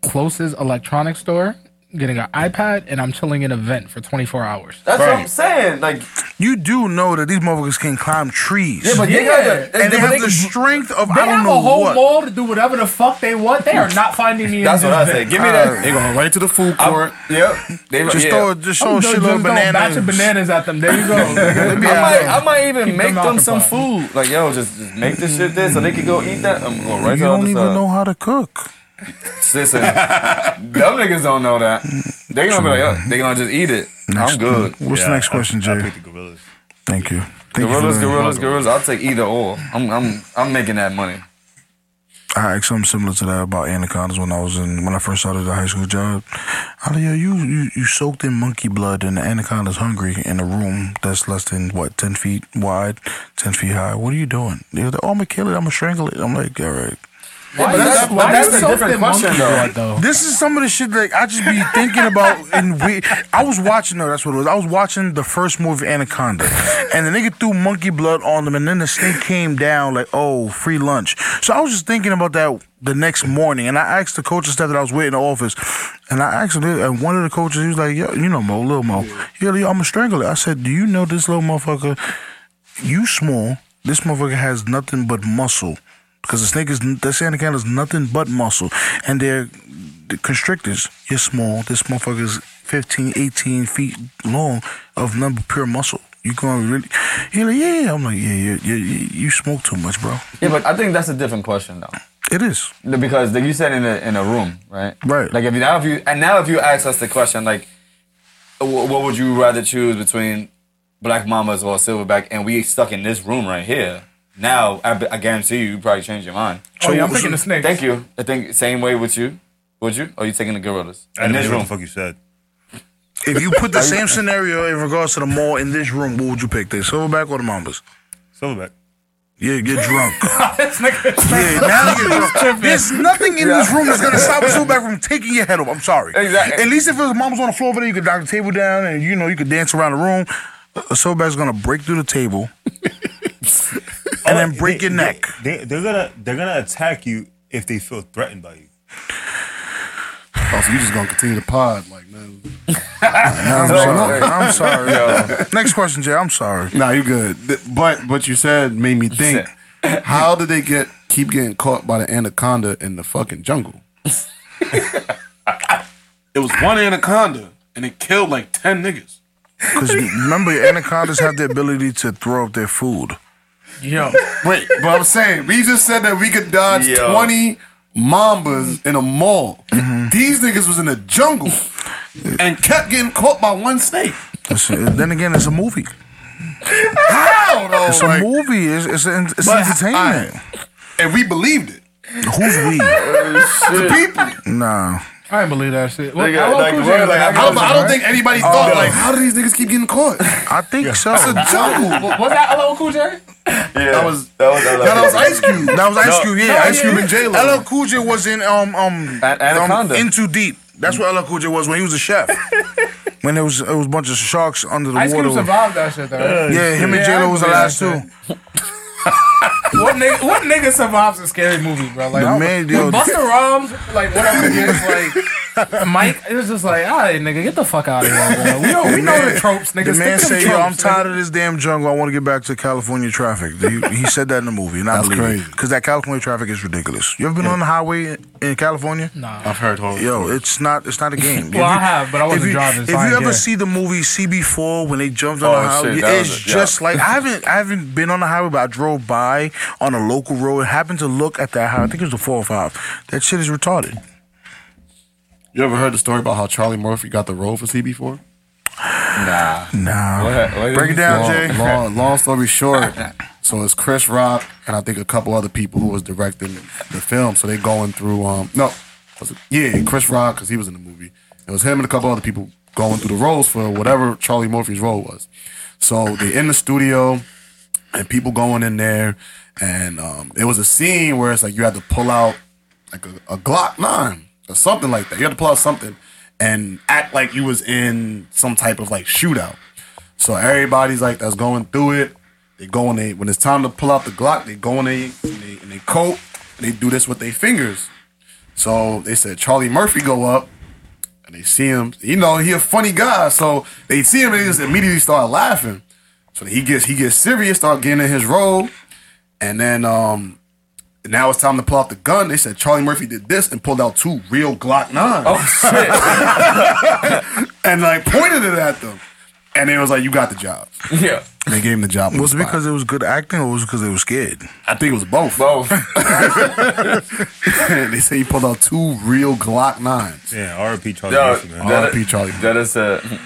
S11: closest electronics store, getting an iPad, and I'm chilling in a vent for 24 hours.
S12: That's what I'm saying. Like
S13: you do know that these motherfuckers can climb trees.
S11: Yeah, but they got the-
S13: and they
S11: they-
S13: have
S11: they-
S13: the strength of
S11: They
S13: I don't
S11: have
S13: know
S11: a whole
S13: what.
S11: mall to do whatever the fuck they want. They are not finding me. in
S12: That's
S11: this
S12: what I
S11: vent.
S12: said. Give me that.
S7: They going right to the food court.
S12: Yep. They,
S7: Just
S12: yeah.
S7: throw- just
S11: I'm just- just throwing Oh, a batch of bananas at them. There you go.
S12: I might, I might even
S11: Keep
S12: make them, some
S11: occupied.
S12: food. Like, yo, just, just make this shit there so they can go eat that. I'm going
S13: you
S12: right to the
S13: don't
S12: other
S13: even
S12: side.
S13: know how to cook.
S12: Listen, them niggas don't know that. They gonna be like, oh, they gonna just eat it. I'm good.
S13: What's the next question, Jay? Thank you. Thank you for
S12: Gorillas,
S13: that.
S12: gorillas, gorillas. I'll take either or. I'm, I'm, I'm making that money.
S13: I asked something similar to that about anacondas when I was in when I first started the high school job. I like, yo, you, you you soaked in monkey blood and the anaconda's hungry in a room that's less than what ten feet wide, ten feet high. What are you doing? They're like, oh, I'm gonna kill it. I'm gonna strangle it. I'm like, all right.
S12: Why but you- that's- but why that's you a soaked different in question, monkey though. blood, though?
S13: This is some of the shit that I just be thinking about. And we, I was watching. No, that's what it was. I was watching the first movie Anaconda, and the nigga threw monkey blood on them, and then the snake came down like, oh, free lunch. So I was just thinking about that the next morning, and I asked the coach and stuff that I was with in the office, and I asked him, and one of the coaches, he was like, yo, you know Mo, little Mo, yo, yo, I'm gonna strangle it. I said, do you know this little motherfucker? You small. This motherfucker has nothing but muscle. Because the snake is, the sand is nothing but muscle. And they're the constrictors. You're small. This motherfucker is 15, 18 feet long of none but pure muscle. You going to really? You're like, yeah, yeah. I'm like, yeah, yeah, yeah, yeah. You smoke too much, bro.
S12: Yeah, but I think that's a different question though.
S13: It is.
S12: Because like you said in a in a room, right?
S13: Right.
S12: Like if you now if you and now if you ask us the question like, wh- what would you rather choose between black mamas or silverback, and we stuck in this room right here. Now I, be- I guarantee you, you probably change your mind.
S11: Oh, yeah, I'm picking the snakes.
S12: Thank you. I think same way with you. Would you? Or you taking the gorillas
S13: I
S12: in
S13: didn't
S12: this
S13: hear what the
S12: room?
S13: fuck
S2: you said.
S13: If you put the same scenario in regards to the mall in this room, what would you pick? The silverback or the mambas?
S2: Silverback.
S13: Yeah, get drunk.
S11: this nigga.
S13: Yeah, now you get drunk. There's nothing in this
S11: Yeah.
S13: room that's gonna stop Silverback from taking your head off. I'm sorry.
S11: Exactly.
S13: At least if his mom's on the floor over there, you could knock the table down and you know you could dance around the room. Uh, Silverback's gonna break through the table and then break your neck.
S2: Oh, They, they're gonna they're gonna attack you if they feel threatened by you.
S7: Oh, so you just gonna continue to pod like man.
S13: I'm sorry. I'm sorry.
S7: Yo.
S13: Next question, Jay. I'm sorry.
S7: Nah, you good. Th- But what you said made me think. How did they get keep getting caught by the anaconda in the fucking jungle?
S15: It was one anaconda, and it killed like ten niggas.
S13: Because remember, anacondas have the ability to throw up their food.
S11: Yo,
S7: wait, but I'm saying we just said that we could dodge
S13: Yo.
S7: 20 mambas in a mall.
S13: Mm-hmm.
S7: These niggas was in the jungle and kept getting caught by one snake.
S13: Listen, then again, it's a movie.
S7: How though?
S13: It's a movie. It's, it's, an- it's
S7: But-
S13: entertainment.
S7: And we believed it.
S13: Who's we?
S7: The people.
S13: Nah.
S11: I didn't believe that shit.
S7: Nigga, like, we're like, oh, I don't- I don't think anybody
S13: Oh,
S7: thought, like, how do these niggas keep getting caught?
S13: I think so.
S7: That's a jungle.
S11: Was that LL Cool J?
S12: Yeah,
S7: that was
S12: that was,
S7: that was Ice Cube.
S13: That was Ice
S7: No.
S13: Cube, yeah.
S7: No,
S13: Ice
S7: yeah.
S13: Cube and J
S7: LL
S13: Lo. LL Cool J was in um um, um in too deep. That's what LL Cool J was when he was a chef. when it was it was a bunch of sharks under the
S11: Ice
S13: water.
S11: Cube survived that shit though. right?
S13: Yeah, him and J
S11: I
S13: Lo was the
S11: believe
S13: last
S11: that
S13: two.
S11: shit. What nigga, what nigga survives a scary movie, bro? Like,
S13: The
S11: I'm-
S13: man,
S11: when
S13: yo.
S11: Busta Rhymes, like whatever it is, like Mike, it was just like, all right, nigga, get the fuck out of here, bro. We, know, we know the tropes, nigga.
S13: The man
S11: Stick to
S13: said,
S11: the
S13: "Yo, I'm
S11: tropes, nigga."
S13: tired of this damn jungle. I want to get back to California traffic." He, he said that in the movie, and I
S7: That's
S13: believe
S7: crazy.
S13: because that California traffic is ridiculous. You ever been on the highway in- in California?
S11: Nah.
S7: I've heard horror.
S13: Yo, it's not it's not a game.
S11: Well,
S13: If
S11: I
S13: you-
S11: have, but I wasn't
S13: if you,
S11: driving, so
S13: If
S11: I
S13: you
S11: didn't
S13: ever
S11: get it.
S13: see the movie CB4 when they jumped on
S12: Oh,
S13: the highway,
S12: shit, that
S13: it's
S12: was a- yeah.
S13: just like I haven't I haven't been on the highway, but I drove by on a local road. Happened to look at that highway. I think it was the four or five. That shit is retarded.
S7: You ever heard the story about how Charlie Murphy got the role for CB4?
S12: Nah.
S13: Nah.
S12: What- what-
S13: Break it down,
S7: long,
S13: Jay.
S7: Long, long story short, so it's Chris Rock and I think a couple other people who was directing the film. So they going through. Um, no, was it- yeah, Chris Rock because he was in the movie. It was him and a couple other people going through the roles for whatever Charlie Murphy's role was. So they in the studio and people going in there, and um, it was a scene where it's like you had to pull out like a, a Glock nine or something like that. You had to pull out something and act like you was in some type of like shootout. So everybody's like that's going through it. They go and they when it's time to pull out the Glock, they go in they in they, in they coat and they do this with their fingers. So they said Charlie Murphy go up and they see him. You know he a funny guy, so they see him and they just immediately start laughing. So he gets he gets serious, start getting in his role, and then um now it's time to pull out the gun. They said Charlie Murphy did this and pulled out two real Glock nines. Oh shit! and like pointed it at them, and it was like, "You got the job."
S12: Yeah.
S7: They gave him the job. on
S13: Was it
S7: the spot.
S13: because it was good acting, or was it because they were scared?
S7: I think it was both.
S12: Both.
S7: they say he pulled out two real Glock nines.
S2: Yeah, RP Charlie
S12: Yo,
S2: Murphy, man.
S12: that-
S7: R.I.P. Charlie
S12: That is a.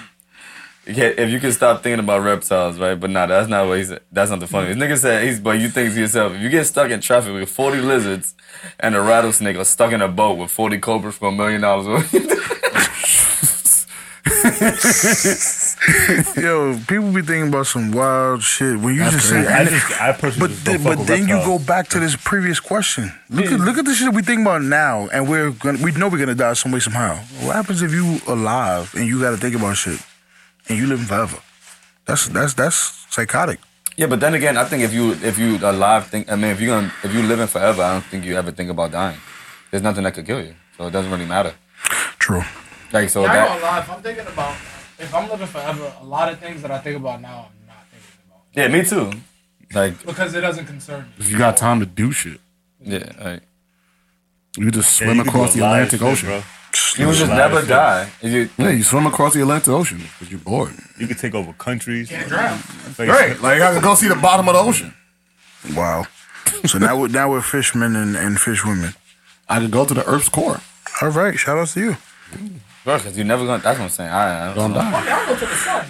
S12: Yeah, if you can stop thinking about reptiles, right? But nah, that's not what he said. That's not the funny. This nigga said he's. But you think to yourself, if you get stuck in traffic with forty lizards and a rattlesnake, or stuck in a boat with forty cobras for a million dollars, what would you do?
S13: Yo, people be thinking about some wild shit when you
S2: That's
S13: just
S2: crazy.
S13: say.
S2: I just- I personally
S13: but
S2: just
S13: then-
S2: don't fuck
S13: but
S2: with
S13: then you go
S2: reptiles.
S13: back to this previous question. Look at look at the shit we think about now, and we're gonna, we know we're gonna die some way somehow. What happens if you alive and you got to think about shit, and you living forever? That's that's that's psychotic.
S12: Yeah, but then again, I think if you if you alive, think I mean, if you gonna if you living forever, I don't think you ever think about dying. There's nothing that could kill you, so it doesn't really matter.
S13: True.
S12: Like so
S11: Yeah, I ain't
S12: that.
S11: gonna lie, if I'm thinking about, if I'm living forever, a lot of things that I think about now, I'm not thinking
S12: Yeah, me too. Like
S11: because it doesn't concern me.
S7: If you got time to do shit,
S12: yeah, like,
S7: you just
S12: Yeah,
S7: swim
S12: you can
S7: across
S12: do
S7: the
S12: a lot of
S7: Atlantic
S12: shit,
S7: Ocean.
S12: bro. You would
S7: A
S12: just
S7: lot of
S12: never
S7: shit.
S12: die. You,
S7: yeah, you swim across the Atlantic Ocean because you're bored.
S2: You could take over countries. Can't
S11: drown.
S7: Right, like I could go see the bottom of the ocean.
S13: Wow. So now we're now we're fishermen and, and fish women.
S7: I could go to the Earth's core.
S13: All right. Shout out to you.
S12: bro, because you never gonna. That's what I'm saying. I, I
S7: Don't die.
S11: I'll go to the sun.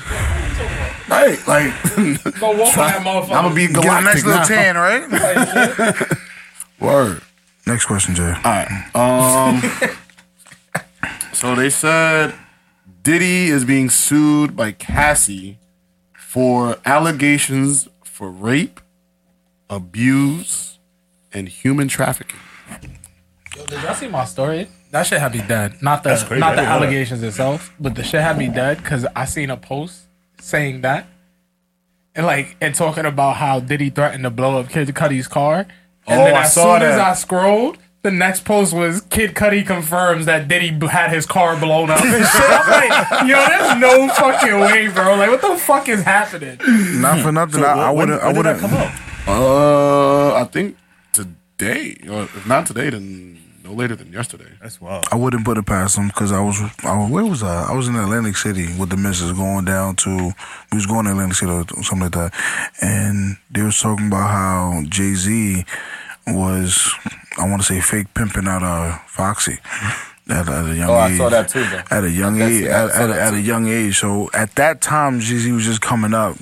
S7: Right, like
S11: Go walk on that motherfucker.
S7: I'm gonna be
S13: Get a nice
S7: galactic
S13: little
S7: now.
S13: tan, right?
S7: Word.
S13: Next question, Jay.
S7: All right. Um. so they said Diddy is being sued by Cassie for allegations for rape, abuse, and human trafficking.
S11: Yo, did y'all see my story? That shit had me dead. Not the
S7: That's crazy.
S11: not
S7: I
S11: the
S7: didn't know that.
S11: allegations itself, but the shit had me dead because I seen a post saying that and like and talking about how Diddy threatened to blow up Kid Cudi's car. And
S7: Oh,
S11: then
S7: I
S11: as
S7: saw
S11: soon as
S7: that.
S11: I scrolled, the next post was Kid Cudi confirms that Diddy b- had his car blown up and shit. I'm like, yo, there's no fucking way, bro. Like, what the fuck is happening?
S13: Not for nothing.
S7: So
S13: I,
S7: wh-
S13: I
S7: when-
S13: wouldn't. I
S7: when did that
S13: wouldn't.
S7: come out? Uh, I think today, or if not today, then no later than yesterday.
S2: That's wild.
S13: I wouldn't put it past them because I was, I was- where was I? I was in Atlantic City with the missus going down to we was going to Atlantic City or something like that, and they was talking about how Jay Z was I want to say fake pimping out uh Foxy. At, at a young
S12: Oh,
S13: age,
S12: I saw that too, though.
S7: Uh,
S13: At a young
S12: That's-
S13: age,
S12: I
S13: at,
S12: saw
S13: at,
S12: that
S13: at a
S12: too.
S13: young age. So at that time, Jay Z was just coming up.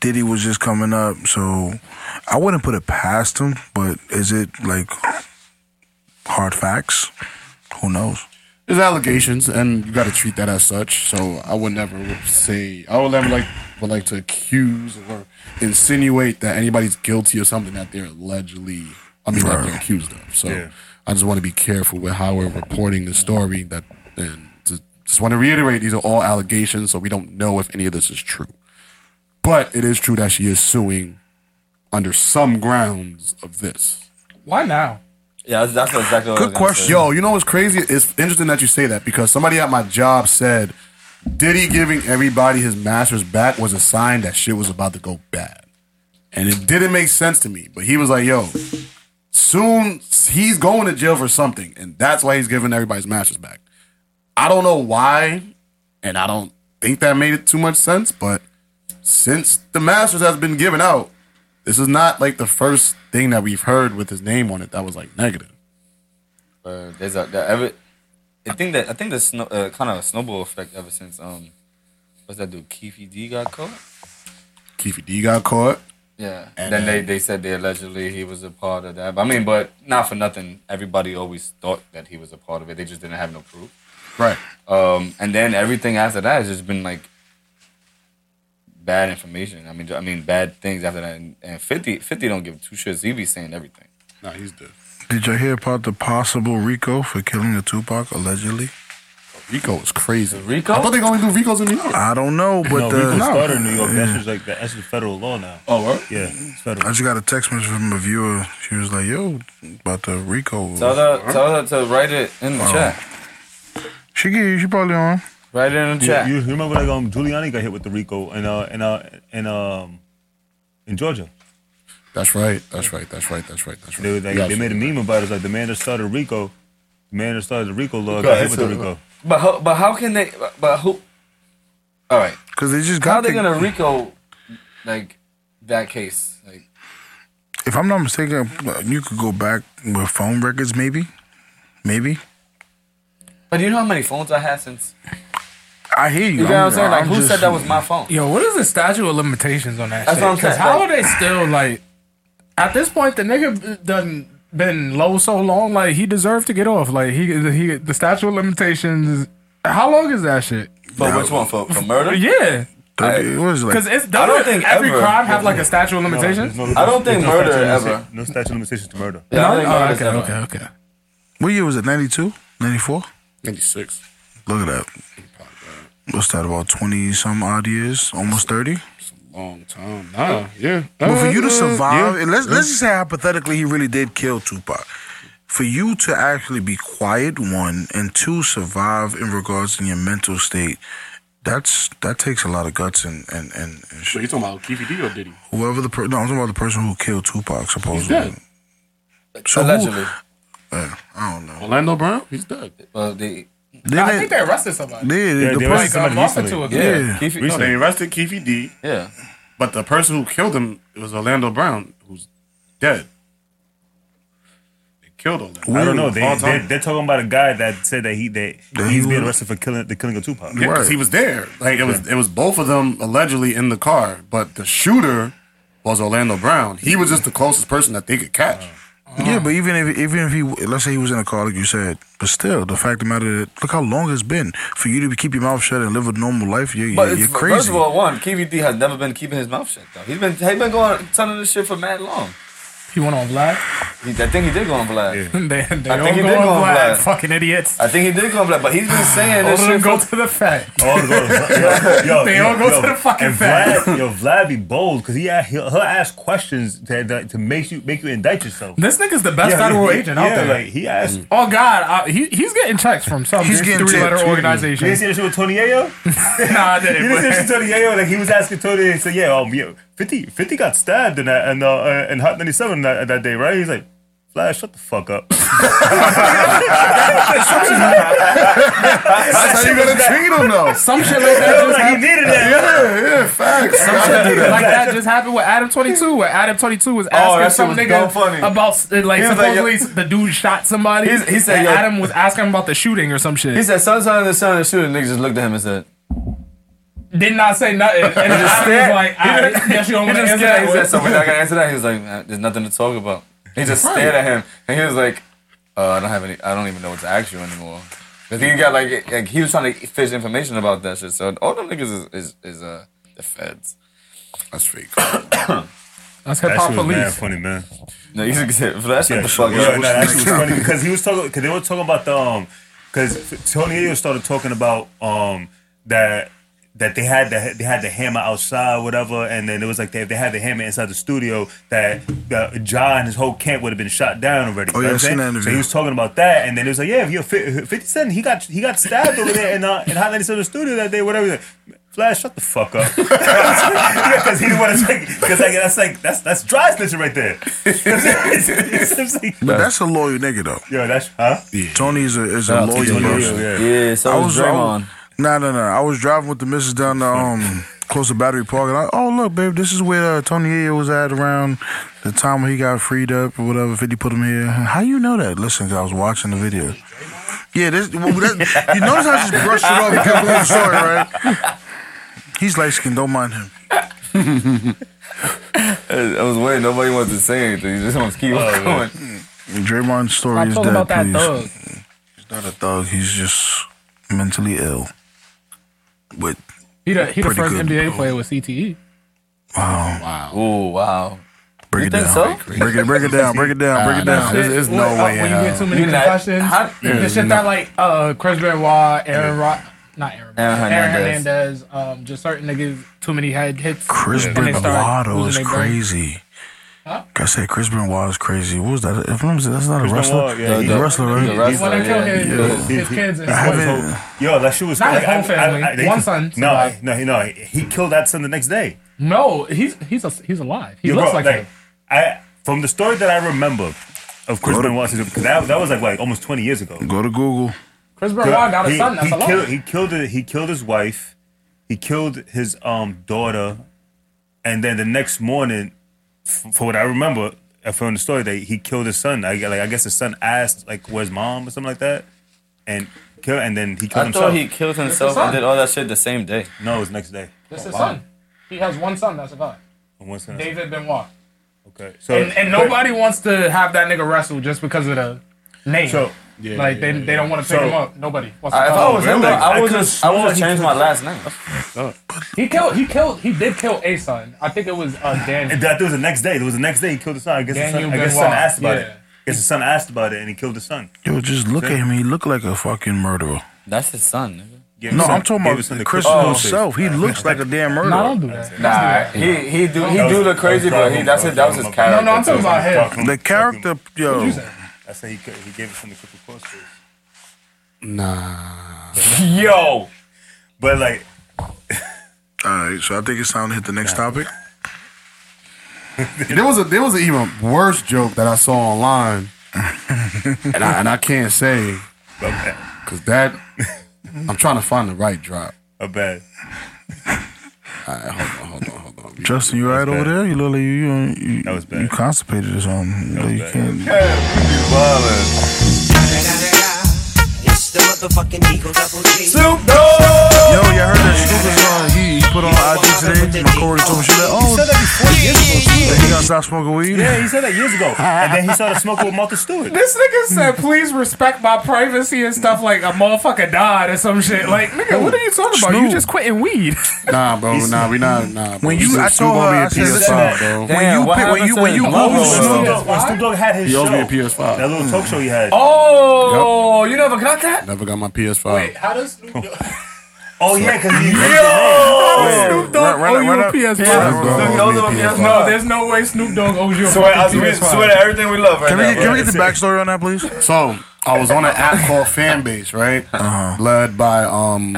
S13: Diddy was just coming up. So I wouldn't put it past him. But is it like hard facts? Who knows?
S7: There's allegations, and you got to treat that as such. So I would never say I would never like would like to accuse or insinuate that anybody's guilty of something that they're allegedly, I mean, that they're accused of. So
S2: Yeah.
S7: I just want to be careful with how we're reporting the story. That and just, just want to reiterate these are all allegations, so we don't know if any of this is true. But it is true that she is suing under some grounds of this.
S11: Why now?
S12: Yeah, that's, that's exactly what I was
S7: Good
S12: gonna
S7: question. Yo, you know what's crazy? It's interesting that you say that because somebody at my job said Diddy giving everybody his masters back was a sign that shit was about to go bad. And it didn't make sense to me. But he was like, yo, soon he's going to jail for something. And that's why he's giving everybody's masters back. I don't know why. And I don't think that made it too much sense. But since the masters has been given out, this is not like the first thing that we've heard with his name on it that was like negative.
S12: Uh, there's a there, ever. I think that I think the snow, uh, kind of a snowball effect ever since um, what's that dude Keefy D got caught.
S7: Keefy D got caught.
S12: Yeah,
S7: And
S12: and then they,
S7: then-
S12: they said they allegedly he was a part of that. But I mean, but not for nothing. Everybody always thought that he was a part of it. They just didn't have no proof.
S7: Right.
S12: Um, and then everything after that has just been like bad information. I mean, I mean bad things after that. And, and 50, 50 don't give two shits. He be saying everything.
S7: Nah, he's dead.
S13: Did you hear about the possible Rico for killing the Tupac allegedly?
S7: Rico was crazy.
S12: Rico?
S7: I thought they only do Ricos in New York.
S13: I don't know, but
S2: no,
S13: the
S2: Rico started in
S13: No.
S2: New York.
S13: Yeah.
S2: That's just like that's just federal law now.
S12: Oh, right?
S2: yeah, it's
S13: I
S2: federal.
S13: just got a text message from a viewer. She was like, "Yo, about the Rico."
S12: Tell her, tell her to write it in the
S13: Oh.
S12: chat.
S13: She get, she probably uh, on.
S12: Write it in the
S2: You,
S12: chat.
S2: you remember like um Giuliani got hit with the Rico and uh and uh and um in Georgia.
S7: That's right. That's right. That's right. That's right. That's right.
S2: They, was like,
S7: Yes.
S2: they made a meme about it. It's like the man that started Rico, the man that started the Rico law got
S12: Okay,
S2: hit with the
S12: so-
S2: Rico.
S12: But how, but how can they? But who? All right.
S13: Because they just
S12: How
S13: got.
S12: are they
S13: the-
S12: gonna Rico like that case? Like
S13: If I'm not mistaken, you could go back with phone records, maybe, maybe.
S12: But do you know how many phones I had since?
S13: I hear you.
S12: You know what I'm saying? Like, who
S13: just-
S12: said that was my phone?
S11: Yo, what is the statute of limitations on that?
S12: That's
S11: shit?
S12: what I'm saying,
S11: 'Cause How
S12: like-
S11: are they still like? At this point, the nigga done been low so long. Like he deserved to get off. Like he he the statute of limitations. is- How long is that shit?
S12: For which one? For, for murder?
S11: Yeah.
S13: Thirty- what is it, like-
S11: Because it's doesn't every crime have like a statute of limitations.
S2: there's no statute of limita- No statute of limitations to murder.
S11: Yeah, I don't think Oh, murder's okay, ever.
S13: okay, okay. What year was it? 92? 94?
S7: 96.
S13: Look at that. What's that, about 20 some odd years? Almost 30?
S7: Long time. Nah. Yeah.
S13: But for you
S7: Uh,
S13: to survive,
S7: yeah.
S13: and let's, let's just say hypothetically he really did kill Tupac. For you to actually be quiet, one, and two, survive in regards to your mental state, that's that takes a lot of guts and and and, and
S15: So you talking about Keefy D or Diddy?
S13: whoever the per- no, I'm talking about the person who killed Tupac, supposedly.
S15: dead.
S13: So who-
S15: Allegedly.
S13: Yeah, I don't know.
S15: Orlando Brown, he's dead.
S12: Well, they.
S13: Then
S11: I
S13: they-
S11: think they arrested somebody.
S13: Yeah,
S15: Yeah,
S13: the
S15: they
S13: person-
S15: arrested somebody
S11: Like, a month or
S15: recently.
S11: two ago. Yeah.
S15: Yeah.
S11: Keefy-
S15: Recently,
S11: no,
S15: they
S11: they-
S15: arrested Keefy D.
S12: Yeah.
S15: But the person who killed him was Orlando Brown, who's dead. They killed Orlando.
S2: I don't know. They,
S15: All
S2: they,
S15: time.
S2: they're talking about a guy that said that he that he's being arrested for killing the killing of Tupac.
S15: Yeah, 'cause he was there. Like it was, it was both of them allegedly in the car, but the shooter was Orlando Brown. He was just the closest person that they could catch.
S13: Yeah,
S2: Uh-huh.
S13: but even if even if he let's say he was in a car like you said, but still the fact of the matter that look how long it's been for you to keep your mouth shut and live a normal life. You're,
S12: But
S13: you're,
S12: it's,
S13: you're crazy.
S12: first of all, one, KVD has never been keeping his mouth shut though. He's been he's been going telling this shit for mad long.
S11: He went on live.
S12: He, I think he did go on black.
S11: They, they
S12: I
S11: all
S12: think he
S11: go
S12: did
S11: on
S12: go on
S11: black,
S12: black.
S11: Fucking idiots.
S12: I think he did go on black, but he's been saying
S11: All of
S12: this
S11: them
S12: shit.
S11: go
S12: For,
S11: to the fact.
S2: All go- Oh, yo,
S11: They
S2: yo,
S11: all go
S2: yo,
S11: to the fucking
S2: and
S11: fact.
S2: Vlad, yo, Vlad be bold because he a- he'll, he'll ask questions to, to, to make you make you indict yourself.
S11: This nigga's the best
S2: Yeah,
S11: federal
S2: he-
S11: agent out
S2: yeah,
S11: there.
S2: like, he asked-
S13: Mm.
S11: Oh God, uh, he he's getting checks from some
S13: He's getting
S11: three letter
S13: tipped.
S11: organization.
S2: You didn't see the shit with Tony Ayo?
S11: nah, I
S2: You
S11: didn't.
S2: didn't see the shit
S11: but-
S2: with Tony Ayo? Like he was asking Tony, he said, "Yeah, um, yeah 50, 50 got stabbed in that and uh, in Hot 97 that, that day, right?" He's like, "Vlad, shut the fuck up."
S13: That's how you gotta treat him though.
S11: Some shit like that just
S2: He
S11: happened.
S2: needed that.
S13: Yeah, yeah, facts.
S11: Some shit like that just happened with Adam Twenty Two. Where Adam Twenty Two was asking
S12: Oh, that shit
S11: some
S12: was
S11: nigga
S12: dumb funny.
S11: about s- like
S12: He was like,
S11: supposedly the dude shot somebody.
S12: He's- he said,
S11: and
S12: yo-
S11: Adam was asking him about the shooting or some shit.
S12: he said, "Son, son, the son, the shooter." Niggas just looked at him and said,
S11: Did not say nothing. And Adam was
S12: stared.
S11: like, I guess you don't
S12: Ah,
S11: want
S12: He
S11: to
S12: just
S11: answer
S12: yeah,
S11: that.
S12: he said
S11: one."
S12: something. I gotta answer that. He was like, "Uh, "There's nothing to talk about." He just stared at him, and he was like, uh, "I don't have any. I don't even know what to ask you anymore." Because he got like, like he was trying to fish information about that shit. So all them niggas is is, is uh the feds.
S13: That's fake.
S11: That's hip
S2: That
S11: hop
S2: shit was mad
S11: police.
S2: funny, man.
S12: No, he's for that shit.
S2: Yeah,
S12: the
S2: sure.
S12: fuck
S2: Yeah,
S12: up.
S2: no, that actually was funny because he was talking because they were talking about the um because Tony Ayo started talking about um that that they had the they had the hammer outside, whatever, and then it was like they, if they had the hammer inside the studio, that uh, John and his whole camp would have been shot down already.
S13: Oh,
S2: You know what
S13: yeah,
S2: I'm
S13: I seen
S2: saying?
S13: that interview.
S2: So he was talking about that, and then it was like, yeah, if you're fi- Fifty Cent, he got he got stabbed over there in uh, in Hot 97 the studio that day, whatever. He's like, Flash, shut the fuck up. Because he didn't want to take. Because like that's like that's that's dry snitching right there.
S13: But that's a loyal nigga though.
S2: Yeah, that's huh.
S13: Tony is a is
S2: Shout
S13: a
S2: out to
S13: loyal
S2: Tony,
S13: person.
S2: yeah, yeah. Yeah, so
S13: I
S2: was Draymond.
S13: Nah, nah, nah. I was driving with the missus down the um close to Battery Park, and I oh look, babe, this is where uh, Tony Ayo was at around the time when he got freed up or whatever. Fifty put him here. How you know that? Listen, 'cause I was watching the video. Yeah, this well, that, you notice I just brushed it off and kept going short, right? He's light skinned, don't mind him.
S12: I was waiting. Nobody wants to say anything. You just want to keep
S11: Oh,
S2: Oh,
S12: on going.
S13: Mm, Draymond's story
S12: Stop
S13: is dead,
S12: talking about that
S13: please.
S12: thug.
S13: He's not a thug. He's just mentally ill. But
S11: He the, he the
S13: pretty
S11: first
S13: good.
S11: NBA player with E. CTE.
S13: Wow.
S12: Wow. Oh, wow.
S13: Break
S11: You
S13: it
S11: think
S13: down.
S11: so?
S13: Break it, break it down. Break it down. Break
S11: Nah,
S13: it down.
S11: nah, shit, when- uh, When you get too many concussions, the shit that like uh, Chris Benoit, Aaron Rod, not Aaron,
S13: Aaron
S11: Rodgers, Aaron
S13: Hernandez.
S11: Hernandez, um, just certain niggas too many head hits.
S13: Chris
S11: and they start
S13: Benoit is
S11: losing their brain.
S13: crazy. I said Chris Benoit is crazy. What was that? If I'm, that's not
S2: Chris
S13: a wrestler.
S2: Benoit, yeah,
S13: He's
S2: he-
S13: a wrestler,
S2: he-
S13: right?
S2: he's a wrestler, Well, they killed yeah. his- his
S11: kids
S13: I haven't.
S2: Yo, that shit was
S11: Not
S2: like,
S11: his whole
S2: I- I-
S11: family.
S2: I- they-
S11: One son
S2: No, I-
S11: survived.
S2: no, he- no. He killed that son the next day.
S11: No, Oh, he's he's a, he's alive. He
S2: Yo,
S11: looks
S2: bro,
S11: like, him.
S2: I from the story that I remember of Chris Benoit, because that, that was like like almost twenty years ago.
S13: Go to Google.
S11: Chris Benoit got a
S2: he,
S11: son that's
S2: he
S11: alive.
S2: killed he killed it- he killed his wife, he killed his um daughter, and then the next morning, f- for what I remember uh, from the story, that he killed his son. I like I guess his son asked like where's mom or something like that, and kill and then he killed
S12: I
S2: himself.
S12: thought he killed himself
S11: son.
S12: and did all that shit the same day.
S2: No, it was next day. Oh,
S11: That's his son. He has one son that's alive.
S2: One son.
S11: David Benoit.
S2: Okay, so
S11: So, and, and
S2: but-
S11: nobody wants to have that nigga wrestle just because of the name.
S2: So-
S11: like they, they don't want to pick
S2: So-
S11: him up. Nobody. Wants to
S12: I, if I
S11: call
S12: was
S11: him.
S12: him, though, I would
S11: could've
S12: just I would
S11: sworn
S12: just
S11: he
S12: change my
S11: killed-
S12: last name.
S11: He killed. He killed. He did kill a son. I think it was uh, Dan.
S2: And that that was the next day. It was the next day he killed his son. I guess his son,
S11: Daniel
S2: I guess his son
S11: Benoit,
S2: asked about
S11: yeah.
S2: it. I guess his son asked about it and he killed his son.
S13: Yo, just look at him. He look like a fucking murderer.
S12: That's his son. Nigga.
S2: Yeah,
S13: No,
S2: son-
S13: I'm talking
S2: gave his son
S13: about
S2: the Oh,
S13: Chris
S12: Christmas.
S13: himself. He looks like a damn murderer.
S11: No, Oh, don't do that.
S12: Nah, he he do he
S13: That
S12: do
S13: was-
S12: the crazy,
S13: that was
S12: but he that's
S13: Dragon
S12: it. That was his
S13: Ball.
S12: character.
S11: No, no, I'm talking
S12: too.
S11: about him.
S13: The character, yo.
S2: I said he, could- he gave his son the crippled cross face.
S13: Nah.
S12: Yo.
S2: But like.
S13: All right, so I think it's time to hit the next topic.
S7: there was a there was an even worse joke that I saw online, and I and I can't say because that I'm trying to find the right drop.
S2: I bet.
S7: All right, hold on, hold on, hold on.
S13: Justin, you all right over there? You look like you you, you, you constipated or something. Like, you can't.
S5: It's the motherfucking Eagle Double G.
S13: Snoop Yo, y'all heard that Snoop song he, he put on IG today? My coworker told me, she like, oh,
S2: He said that before years ago. too.
S13: that he gotta stop smoking weed?
S2: Yeah, he said that years ago. And then he started smoking with Martha Stewart.
S11: This nigga said, "Please respect my privacy and stuff." Like a motherfucker died or some shit. Like nigga, what are you talking about? You
S7: Snoop.
S11: just quitting weed.
S7: Nah, bro, nah, we not, nah. Bro.
S13: When you- I told her, I said-
S7: PS5, bro.
S13: When you pick- when you- when you Google
S2: Snoop
S13: Snoop,
S2: Dogg, when Snoop Dogg had his
S7: He owes me a
S2: show,
S7: PS5.
S2: that little talk show he had.
S11: Oh, you never got that?
S7: Never got my PS5.
S11: How does Snoop Dogg?
S2: Oh yeah, because he
S11: Yo, Snoop Dogg
S7: Run-
S11: owe
S7: run-
S11: you
S7: run
S11: a
S7: up.
S11: PS5.
S7: Snoop Dogg
S11: Those
S7: owes me a
S11: are my
S7: PS5.
S11: PS5. No, there's no way Snoop Dogg owes you a
S7: Swear- I
S11: fucking
S7: swear-
S11: PS5.
S7: swear to everything we love right
S13: Can we,
S7: now,
S13: get, can we
S7: bro.
S13: get the backstory on that, please?
S7: So I was on an app called Fanbase, right?
S2: Uh-huh.
S7: Led by um,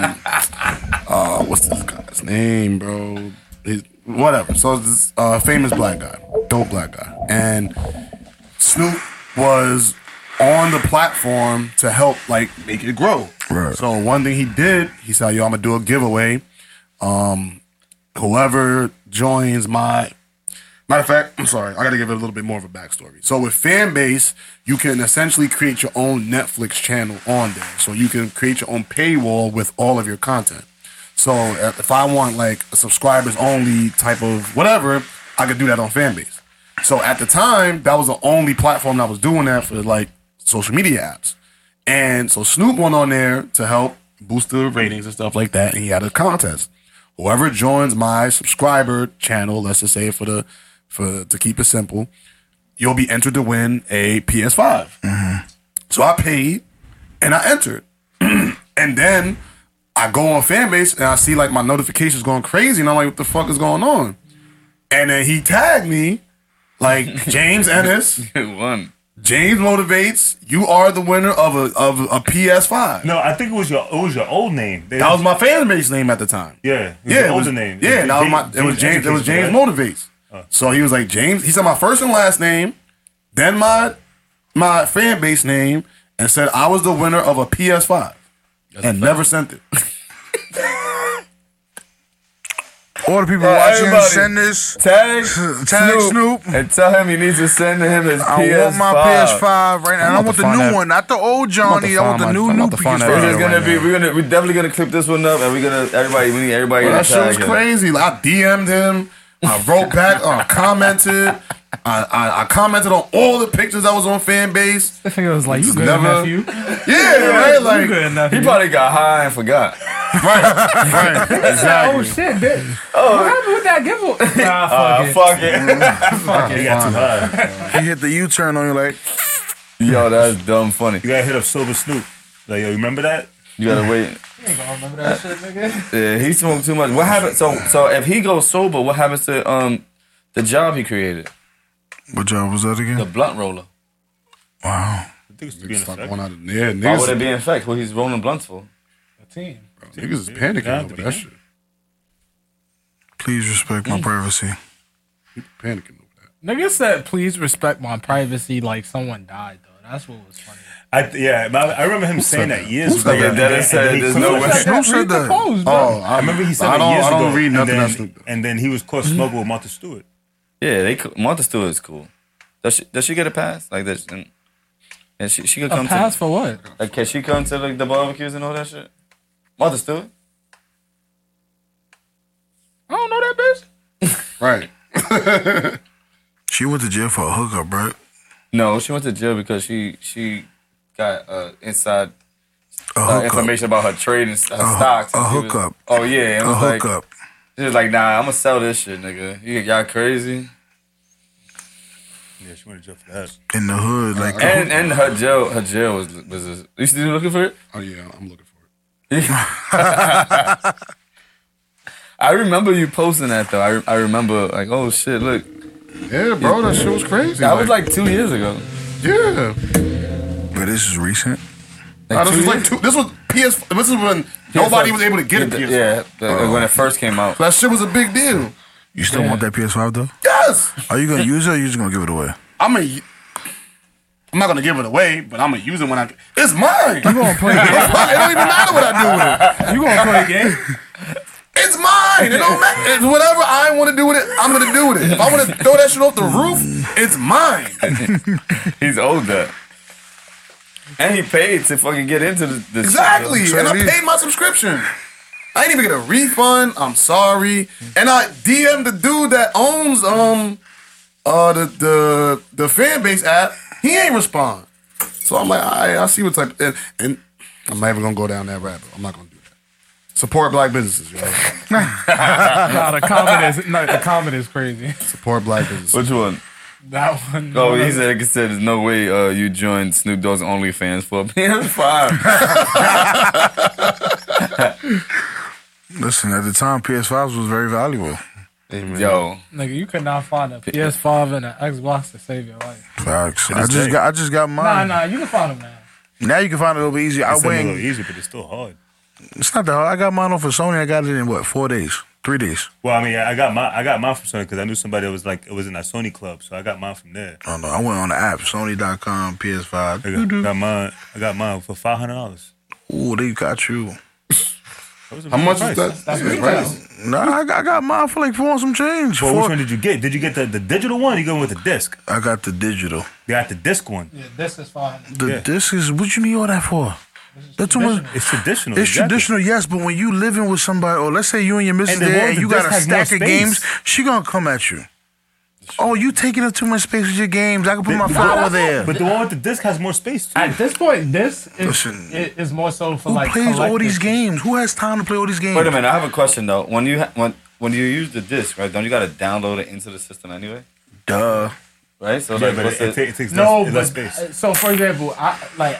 S7: uh, what's this guy's name, bro? He's, whatever. So it's this uh, famous black guy, dope black guy, and Snoop was on the platform to help like make it grow. Right. So one thing he did, he said, "Yo, I'm gonna do a giveaway. Um, whoever joins my Matter of fact, I'm sorry, I gotta give it a little bit more of a backstory. So with fan base, you can essentially create your own Netflix channel on there. So you can create your own paywall with all of your content. So uh, if I want like a subscribers only type of whatever, I could do that on fan base. So at the time, that was the only platform that was doing that for like social media apps. And so Snoop went on there to help boost the ratings and stuff like that. And he had a contest. Whoever joins my subscriber channel, let's just say for the for to keep it simple, you'll be entered to win a PS5. So I paid and I entered. and then I go on fan base and I see like my notifications going crazy, and I'm like, what the fuck is going on? And then he tagged me, like James Ennis.
S16: One.
S7: James motivates. You are the winner of a of a PS5.
S2: No, I think it was your it was your old name. They-
S7: that was my fan base name at the time.
S2: Yeah, it was
S7: yeah,
S2: your
S7: it was-
S2: older name.
S7: Yeah,
S2: It was
S7: that was my.
S2: James- Uh.
S7: It was
S2: James
S7: James. It was James
S2: Education,
S7: motivates. So he was like James. He said my first and last name, then my my fan base name, and said I was the winner of a PS5, and never sent it.
S12: All the
S13: people watching, send this.
S12: Tag,
S13: Tag
S12: Snoop, And tell him he needs to send him his
S13: I
S12: PS5.
S13: want my PS5 right now. And I
S12: I'm
S13: want
S12: about to
S13: the new
S12: find that-
S13: one, not the old Johnny. I want the new, new PS5.
S12: We're just gonna be, we're gonna, we're definitely gonna clip this one up, and we're gonna, everybody, we need everybody.
S7: Well,
S12: to
S7: that shit was
S12: tag him.
S7: crazy. Like, I DM'd him. I wrote back. I commented. I, I, I commented on all the pictures that was on fan base.
S11: I think it was like,
S7: It's
S11: you good
S7: never-
S11: nephew.
S7: Yeah,
S11: you
S7: right. Like
S11: good enough,
S12: He
S11: you.
S12: probably got high and forgot. right, right,
S11: Oh shit! That, What happened with that giveaway? Nah,
S12: Uh, Oh. fuck it.
S11: fuck
S12: it.
S11: it.
S12: He got too
S13: high. He hit the U turn on you like.
S12: Yo, that's dumb funny.
S2: You gotta hit up Silver Snoop. Like, yo, you remember that?
S12: You gotta wait. Yeah, he smoked too much. What happened? So, so if he goes sober, what happens to um the job he created?
S13: What job was that again?
S12: The blunt roller.
S13: Wow.
S2: I think it's being
S7: going out of there.
S12: Why
S7: Niggas,
S12: would it be in fact? What he's rolling blunts for? A team.
S7: niggas is panicking over that shit.
S13: Please respect my privacy.
S7: Panicking.
S11: Nigga said, "Please respect my privacy." Like someone died though. That's what was funny.
S2: I th- yeah, but I I remember him saying that years ago.
S12: that?
S2: and then-
S12: Dennis said
S2: and then he
S12: there's no
S2: quit.
S12: way. Snoop said that.
S11: Read the post, bro.
S2: Oh, I remember he said
S7: I
S2: that
S7: don't-
S2: years
S7: I don't
S2: ago,
S7: read
S2: and
S7: nothing
S2: then- Mm-hmm.
S7: that Snoop
S2: And then he was caught smoking with Martha Stewart.
S12: Yeah, they co- Martha Stewart is cool. Does she does she get a pass like that? And, and she she could
S11: A
S12: come
S11: pass
S12: to
S11: for what?
S12: like can she come to like the barbecues and all that shit? Martha Stewart.
S11: I don't know that bitch.
S7: Right.
S13: she went to jail for a hookup, right?
S12: No, she went to jail because she she got uh, inside
S13: A
S12: uh,
S13: hookup.
S12: information about her trade and s- her
S13: A-
S12: stocks.
S13: a
S12: and she was-
S13: hookup.
S12: oh yeah, and
S13: A
S12: was like,
S13: hookup.
S12: She was like, nah, I'm gonna sell this shit, nigga. You, y'all crazy.
S2: Yeah, she went to jail for that.
S13: In the hood, like
S12: And and her jail her jail was was a, you still looking for it?
S7: Oh yeah, I'm looking
S12: for it. I remember you posting that though. I, re- I remember like oh shit look.
S7: Yeah, bro, that shit was crazy.
S12: That was like two years ago.
S7: Yeah.
S13: But this is recent.
S7: Nah, this was like two, this was PS. This is when nobody was able to Uh-uh. get a PS.
S12: Yeah, the- when it first came out.
S7: That shit was a big deal.
S13: You still want that PS5 though?
S7: Yes.
S13: Are you gonna use it or you just gonna give it away?
S7: I'm a. I'm not gonna give it away, but I'm gonna use it when I. It's mine. You
S11: gonna play?
S7: it don't even matter what I do with it.
S11: You gonna play a game?
S7: It's mine. It don't matter. It's whatever I want to do with it. I'm gonna do with it. If I want to throw that shit off the roof, it's mine.
S12: He's older. And he paid to fucking get into the, the
S7: Exactly.
S12: shit.
S7: And I paid my subscription. I didn't even get a refund. I'm sorry. And I DM'd the dude that owns um uh the the the fan base app. He ain't respond. So I'm like, all right, I see what type and, and I'm not even gonna go down that rabbit. I'm not gonna do that. Support black businesses, yo.
S11: nah, the comment is no, the comment is crazy.
S7: Support black businesses.
S12: Which one?
S11: That one.
S12: Oh, he said, he said, there's no way uh, you joined Snoop Dogg's OnlyFans for a PS5.
S13: Listen, at the time, PS5s was very valuable.
S12: Yo,
S11: Nigga, you could not find a PS5 and an Xbox to save your life.
S13: facts.
S11: It
S13: I
S11: is
S13: just
S11: big.
S13: got, I just got
S11: Nah,
S13: mine.
S11: nah, you can find them now.
S13: Now you can find it a little bit easier. I
S2: It's a
S13: went.
S2: little easy, but it's still hard.
S13: It's not that hard. I got mine off of Sony. I got it in what four days, three days.
S2: Well, I mean, I got my I got mine from Sony because I knew somebody that was like it was in that Sony club, so I got mine from there.
S13: Oh no, I went on the app Sony.com, PS5.
S2: I got, got mine. I got mine for five hundred dollars.
S13: Ooh, they got you.
S2: How much is that?
S7: That's
S13: Nah, I got, I got mine for like four and some change.
S2: Well,
S13: Four-
S2: which one did you get? Did you get the, the digital one? Or you going with the disc?
S13: I got the digital.
S2: You got the disc one.
S11: Yeah, this is fine.
S13: The disc is what you need all that for. That's too much.
S2: It's traditional.
S13: It's traditional, yes, but when you living with somebody, or let's say you and your missus
S2: And the
S13: there,
S2: one
S13: and
S2: that
S13: you
S2: does
S13: got a
S2: have more
S13: stack of
S2: space.
S13: games, she gonna come at you. Oh, you taking up too much space with your games. I can put my flower there.
S2: But the one with the disc has more space. Too.
S11: At this point, this is,
S13: Listen,
S11: it is more so for
S13: Who
S11: like
S13: plays all
S11: collectors.
S13: these games? Who has time to play all these
S2: Hmm.
S13: games?
S12: wait a minute. I have a question though. When you ha- when when you use the disc, right? Don't you gotta download it into the system anyway?
S13: Duh.
S12: Right. So
S2: Yeah,
S12: like,
S2: but
S12: what's
S2: it- it
S12: the-
S2: ta- it takes
S11: No, but uh, so for example, I like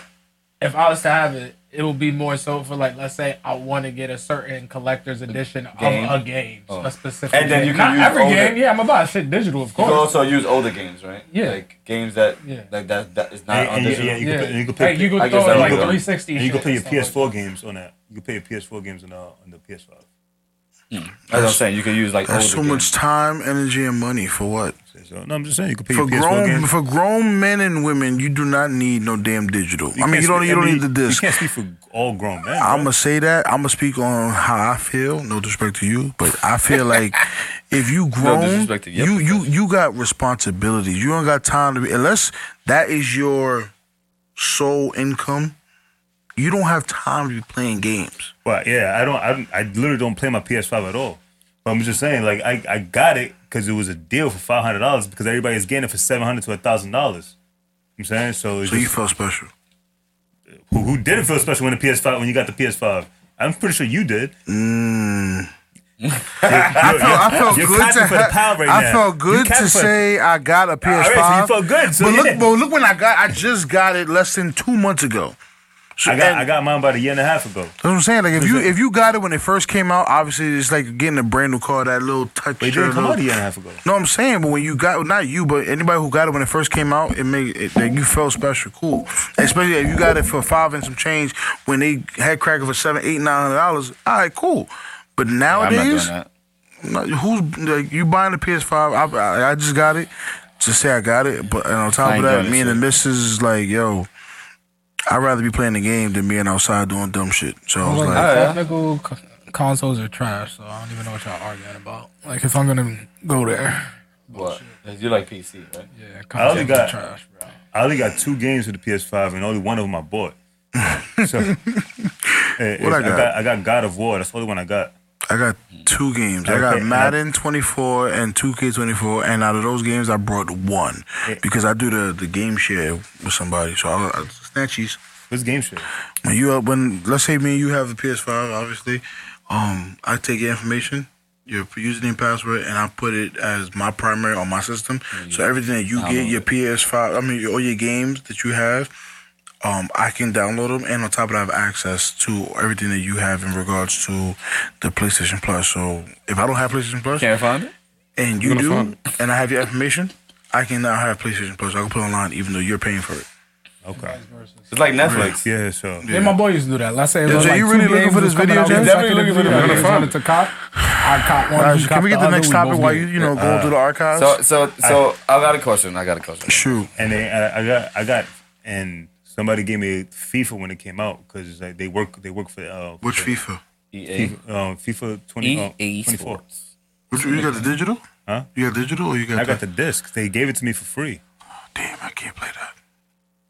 S11: if I was to have it, it will be more so for like let's say I want to get a certain collector's edition
S12: Game?
S11: of a game,
S12: Oh.
S11: a specific.
S12: And then
S11: game.
S12: you can
S11: Not
S12: use
S11: every
S12: older-
S11: game. Yeah, I'm about shit digital, of
S12: You
S11: course.
S12: can also use older games, right?
S11: Yeah.
S12: Like games that like that that is not
S2: And-
S12: on
S2: and you-
S12: digital.
S2: yeah, you could put- you could
S11: Hey,
S2: put-
S11: you could
S2: I guess
S11: throw,
S2: I
S11: like,
S2: could.
S11: 360
S2: And you could put
S11: shit
S2: your
S11: and stuff like
S2: PS4 games on that. You could play your PS4 games on the on the PS5.
S12: Hmm. That's what I'm saying. You can use like
S13: That's
S12: older
S13: so much time, energy, and money for what?
S2: No, I'm just saying you could pay
S13: for
S2: your PS4
S13: grown
S2: games.
S13: for grown men and women. You do not need no damn digital. I mean,
S2: can't
S13: you don't
S2: speak-
S13: you don't
S2: I mean,
S13: need the disc.
S2: You can't speak for all grown men.
S13: I'm gonna say that. I'm gonna speak on how I feel. No disrespect to you, but I feel like if you grown,
S12: disrespect to your
S13: you you you got responsibilities. You don't got time to be unless that is your sole income. You don't have time to be playing games.
S2: But yeah, I don't, I don't. I literally don't play my PS5 at all. But I'm just saying, like, I, I got it because it was a deal for five hundred dollars because everybody's getting it for seven hundred to thousand dollars. I'm saying so. It's
S13: So you
S2: just-
S13: feel special.
S2: who, who didn't feel special when the PS5 when you got the PS5? I'm pretty sure you did.
S13: Mm.
S2: I
S13: felt, I felt
S2: you're
S13: good
S2: copping
S13: to
S2: for the
S13: ha-
S2: power right
S13: I
S2: now.
S13: felt
S2: You
S13: good
S2: copping
S13: to
S2: for-
S13: say I got a PS5.
S2: right, so you felt good, so
S13: but
S2: yeah.
S13: look, but look when I got, I just got it less than two months ago.
S2: I got I got mine about a year and a half ago.
S13: That's what I'm saying. Like if you if you got it when it first came out, obviously it's like getting a brand new car. That little touch.
S2: But it didn't come
S13: little-
S2: out a year and a half ago.
S13: No, I'm saying, but when you got not you, but anybody who got it when it first came out, it made it like you felt special, cool. Especially if you got it for five and some change when they had cracker for seven, eight, nine hundred dollars. All right, cool. But
S12: I'm
S13: nowadays,
S12: not doing that.
S13: no, who's like, you buying the PS5? I, I I just got it. Just say I got it, but and on
S12: I
S13: top of
S12: ain't
S13: that, me
S12: doing this
S13: and the missus is like, yo, I'd rather be playing the game than being outside doing dumb shit. So I was
S11: Like,
S13: like,
S11: technical co- consoles are trash, so I don't even know what y'all arguing about. Like if I'm gonna go there,
S12: What? 'Cause You like PC, right?
S11: Yeah.
S2: I only
S11: consoles
S2: got
S11: are trash.
S2: I only got two games for the PS5 and only one of them I bought. so eh, eh,
S13: What I
S2: I
S13: got?
S2: got I got God of War. That's the only one I got.
S13: I got two games. I
S2: Okay,
S13: got
S2: and I-
S13: Madden 24 and 2K24, and out of those games, I brought one because I do the, the game share with somebody. So I, I snatchies.
S2: What's game share?
S13: When you up when let's say me and you have a PS5, obviously, um, I take your information, your username, password, and I put it as my primary on my system.
S2: Mm-hmm.
S13: So everything that you get, your PS5, I mean, your- all your games that you have. Um, I can download them, and on top of that, I have access to everything that you have in regards to the PlayStation Plus. So if I don't have PlayStation Plus,
S12: Can't find it.
S13: and
S12: You're
S13: you
S12: gonna
S13: do,
S12: find
S13: and I have your information, I can now have PlayStation Plus. I can put it online, even though you're paying for it.
S2: Okay,
S12: It's like Netflix.
S2: Yeah, so
S11: Yeah. my boy used to do that. Let's say it
S13: Yeah,
S11: was
S13: Jay,
S11: like
S13: you
S11: two
S13: really looking
S11: games
S13: for
S11: was
S13: this
S11: coming
S13: video,
S11: out
S13: Jay?
S11: the
S13: Definitely
S11: second
S13: looking for the
S11: video.
S13: video.
S11: He
S13: Gonna
S11: wanted to cop. I cop one.
S13: Guys,
S11: he
S13: can
S11: copped
S13: we get the
S11: other,
S13: next
S11: we
S13: topic
S11: both
S13: while
S11: did.
S13: you, you know, going through the archives?
S12: Uh, So so so I, got a question. I got a question.
S13: Shoot.
S2: And they, I, I got, I got, and somebody gave me FIFA when it came out because like they work, they work for uh,
S13: Which
S2: for-
S13: FIFA?
S12: EA.
S2: FIFA, um, FIFA 20, uh,
S12: EA
S2: 24.
S13: Which, you got the digital?
S2: Huh?
S13: You got digital or you got
S2: I got the disc. They gave it to me for free. damn, I can't play that.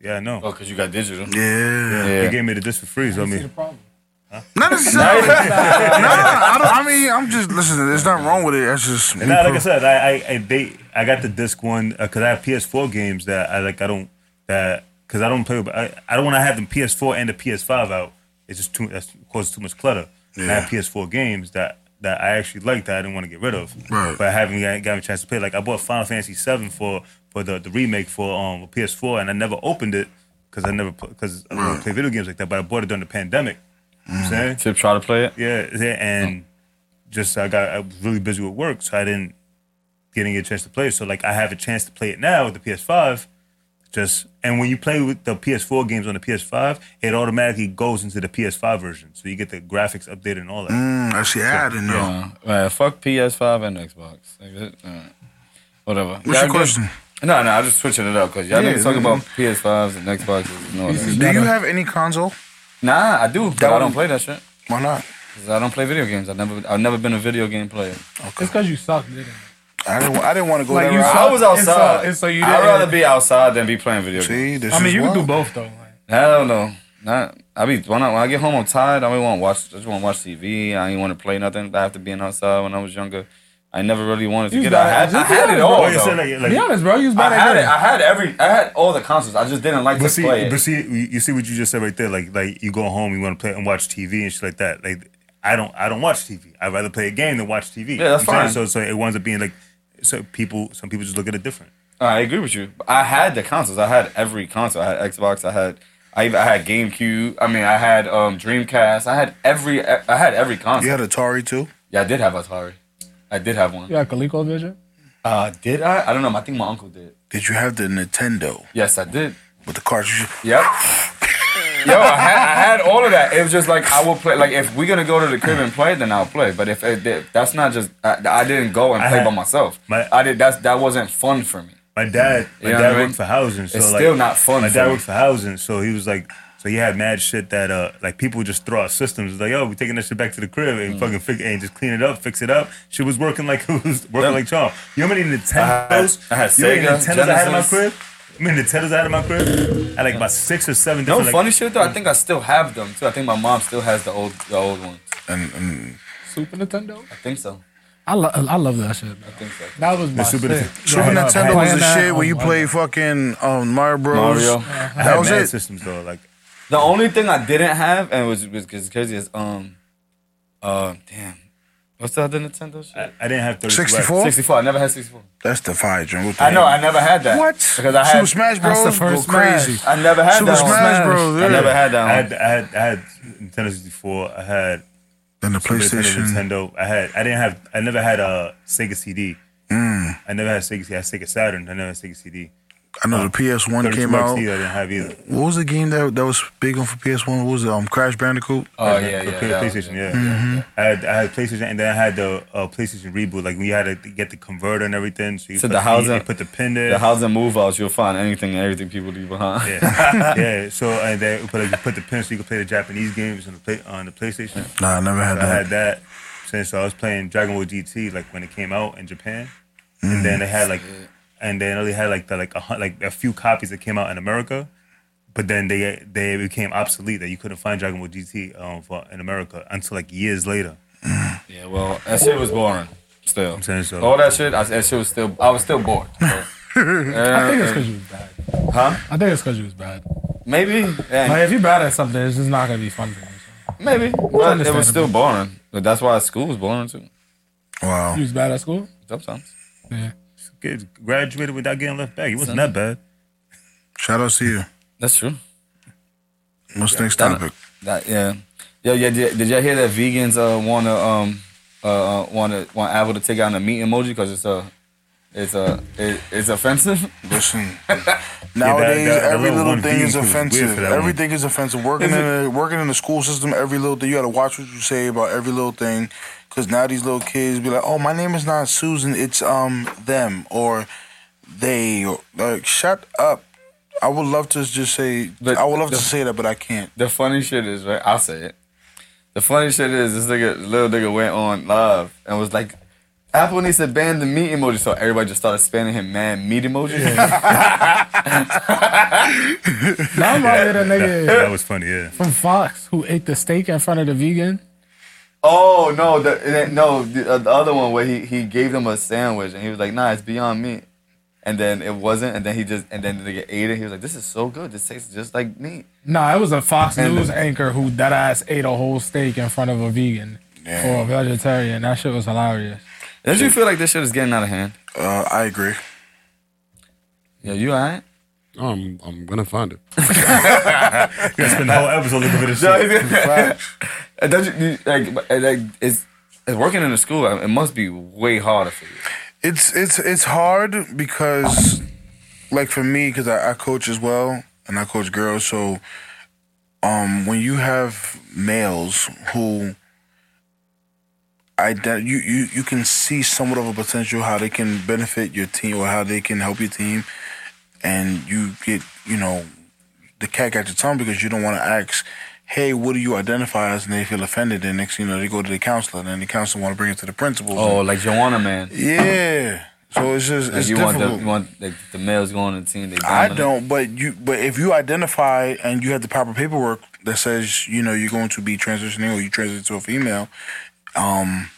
S2: Yeah, I know.
S12: Oh, cause you got digital.
S13: Yeah.
S2: They gave me the disc for free. So I mean,
S13: Not necessarily. no, I, don't, I mean, I'm just listen. There's nothing wrong with it. That's just
S2: And now, like I said, I, I, I they I got the disc one because I have PS4 games that I like. I don't that because I don't play. I, I don't want to have the PS4 and the PS5 out. It's just too that's causes too much clutter. And I have PS4 games that that I actually like that I didn't want to get rid of.
S13: Right.
S2: But I haven't got, got a chance to play. Like I bought Final Fantasy VII for for the, the remake for um PS4 and I never opened it because I never because I don't play video games like that. But I bought it during the pandemic. You know what I'm saying?
S12: Tip try to play it.
S2: Yeah, yeah, and just uh, I got I was really busy with work, so I didn't getting a chance to play. it. So like I have a chance to play it now with the PS5. Just and when you play with the PS4 games on the PS5, it automatically goes into the PS5 version, so you get the graphics updated and all that.
S13: Mm, I see. I
S2: So-
S13: didn't know.
S12: Yeah, fuck PS5 and Xbox. Like, that- uh, whatever.
S13: What's your question?
S12: No, no, I'm just switching it up because y'all
S13: Yeah,
S12: niggas talking
S13: yeah.
S12: about PS5s and Xboxes.
S2: Oh,
S12: No,
S13: Do you have any console?
S12: Nah, I do, but I don't play that shit.
S13: Why not?
S12: 'Cause I don't play video games. I never, I've never been a video game player.
S11: It's because you suck, didn't it?
S13: I didn't. I didn't want to go
S11: Like,
S13: that
S11: you
S13: route.
S11: saw-
S12: I was outside.
S11: and so- and so you
S12: I'd
S11: didn't-
S12: rather be outside than be playing video games.
S13: this
S11: I mean, you can do both though.
S12: Hell no. Not, I be when I, when I get home, I'm tired. I only want to watch. I just want to watch TV. I ain't want to play nothing. I have to be in outside when I was younger. I never really wanted to
S11: You
S12: get out.
S11: gotta-
S12: I had, I
S11: just be
S12: had it
S11: honest,
S12: all.
S11: bro. You
S12: though.
S11: said like- like- Be honest, bro. You was bad
S12: I
S11: at
S12: had it.
S11: games.
S12: I had every. I had all the consoles. I just didn't like
S2: But
S12: to
S2: see,
S12: play it.
S2: but see, you you see what you just said right there. Like, like you go home, you want to play and watch TV and shit like that. Like, I don't, I don't watch TV. I'd rather play a game than watch TV.
S12: Yeah, that's
S2: You know what I'm
S12: fine.
S2: saying? So, so it winds up being like, so people, some people just look at it different.
S12: I agree with you. I had the consoles. I had every console. I had Xbox. I had I, even- I had GameCube. I mean, I had um, Dreamcast. I had every. I had every console. You had Atari too. Yeah, I did have Atari. I did have one.
S11: You got Coleco Vision?
S12: Uh, did I? I don't know. I think my uncle did.
S13: Did you have the Nintendo?
S12: Yes, I did.
S13: With the cartridge.
S12: Yep. Yo, I had, I had all of that. It was just like I will play. Like if we're gonna go to the crib and play, then I'll play. But if, it, if that's not just, I, I didn't go and
S2: I
S12: play
S2: had-
S12: by myself. I did. That's that wasn't fun for me.
S2: My dad, my
S12: You know what
S2: dad
S12: I mean?
S2: worked for housing, so
S12: it's
S2: like,
S12: still not fun.
S2: My
S12: for
S2: dad
S12: me.
S2: worked for housing, so he was like, so he had mad shit that uh, like people would just throw out systems. It's like, yo, we taking that shit back to the crib
S12: Mm.
S2: and fucking fix, and just clean it up, fix it up. Shit was working like it was working like charm. You know how many Nintendos?
S12: I had- I had
S2: you know how many
S12: Sega,
S2: Nintendos I had in my
S12: Genesis.
S2: crib. I mean, Nintendos I had in my crib. I had like about six or seven.
S12: No
S2: different, like,
S12: funny shit though. I think I still have them too. I think my mom still has the old the old ones.
S13: And,
S11: Super Nintendo.
S12: I think so.
S11: I, lo- I love that shit. I
S12: think so.
S11: That was my
S13: Super
S11: shit.
S13: Nintendo, Super Nintendo was the shit where you play fucking um, Mario Bros.
S12: Mario. I
S13: That
S12: had
S13: was
S12: mad
S13: it.
S2: systems though. Like
S12: The only thing I didn't have and was was, was crazy is um, uh, damn, what's the other Nintendo shit?
S2: I didn't have
S13: 32 64?
S12: 64. I never had 64.
S13: That's the fire dream. What the
S12: I
S13: hell?
S12: know. I never had that.
S13: What?
S12: Because I
S13: Super
S12: had
S13: Smash Bros. go crazy.
S12: I never had
S13: Super
S12: that. one.
S13: Smash Bros.
S12: I
S13: yeah.
S12: never had that
S2: I
S12: one.
S2: had, I had, I had Nintendo 64. I had
S13: then the PlayStation.
S2: Nintendo. I had. I didn't have. I never had a Sega CD.
S13: Mm.
S2: I never had Sega. CD. I had Sega Saturn. I never had Sega CD.
S13: I know the
S12: Uh,
S13: PS1 came out.
S2: I didn't have either.
S13: What was the game that that was big on for PS1? What was it? Um, Crash Bandicoot.
S12: Oh,
S2: Uh, for Play- PlayStation, yeah.
S13: Mhm.
S2: I had I had PlayStation, and then I had the uh, PlayStation reboot. Like we had to get the converter and everything. So you
S12: So
S2: put
S12: the housing,
S2: you put the pin there.
S12: The housing move outs, you'll find anything and everything people leave behind.
S2: yeah, yeah. So and then put like, put the pin so you could play the Japanese games on the play, on the PlayStation.
S13: Nah, I never had
S2: So I
S13: that.
S2: had that since I was playing Dragon Ball GT like when it came out in Japan,
S13: Mm.
S2: and then they had like, and then they had like the like a, hun- like a few copies that came out in America, but then they they became obsolete that you couldn't find Dragon Ball GT um, for, in America until like years later.
S12: Yeah, well, that shit was boring. Still,
S2: I'm saying so.
S12: All that shit, I, that shit was still. I was still bored. So.
S11: I think it's because you was bad.
S12: Huh?
S11: I think it's because you was bad.
S12: Maybe.
S11: Like, if you're bad at something, it's just not going to be fun for you.
S12: Maybe. But it was still boring. But that's why school was boring too.
S13: Wow.
S11: You was bad at school?
S12: Sometimes.
S11: Yeah.
S2: Kids graduated without getting left back. It wasn't that bad.
S13: Shout out to you.
S12: That's true.
S13: What's next
S12: That-
S13: topic?
S12: That yeah. Yo, yeah. Did, did y'all hear that vegans uh wanna um uh uh, wanna want Apple to take out the meat emoji because it's uh it's uh it, it's offensive.
S13: Listen. Nowadays, every little thing is offensive. Everything is offensive. Working
S12: Is
S13: in
S12: it-
S13: a, working in the school system, every little thing you got to watch what you say about every little thing, because now these little kids be like, "Oh, my name is not Susan, it's um them or they." Or, like, shut up. I would love to just say, I would love to say that, but I can't.
S12: The funny shit is, right? I'll say it. The funny shit is, this nigga, little nigga went on live and was like, Apple needs to ban the meat emoji. So everybody just started spamming him, man, meat emoji.
S11: Now I'm out here, that nigga.
S2: That, that was funny. Yeah.
S11: From Fox, who ate the steak in front of the vegan.
S12: Oh no, the, no, the, uh, the other one where he, he gave them a sandwich and he was like, nah, it's beyond meat. And then it wasn't, and then he just and then the nigga ate it. He was like, this is so good. This tastes just like meat.
S11: Nah, it was a Fox
S12: And-
S11: News anchor who dead ass ate a whole steak in front of a vegan or a vegetarian. That shit was hilarious.
S12: Don't you feel like this shit is getting out of hand?
S13: Uh, I agree.
S12: Yeah, you alright?
S2: Oh,
S17: I'm I'm gonna find it.
S2: You spend the whole episode looking for this
S12: No,
S2: shit.
S12: And don't you- you- like, but- and, like, it's, it's working in a school. It must be way harder for you.
S13: It's it's it's hard because, like for me, because I, I coach as well and I coach girls. So, um, when you have males who ident- you, you you can see somewhat of a potential how they can benefit your team or how they can help your team, and you get you know the cat got your tongue because you don't want to ask. Hey, what do you identify as? And they feel offended. And next, thing you know, they go to the counselor, and then the counselor want to bring it to the principal.
S12: Oh, like Joanna, man.
S13: Yeah. So it's just
S12: Like,
S13: it's
S12: you want
S13: difficult.
S12: the you want like, the males going on the team. They
S13: I
S12: dominate.
S13: don't, but you but if you identify and you have the proper paperwork that says, you know, you're going to be transitioning or you transition to a female, um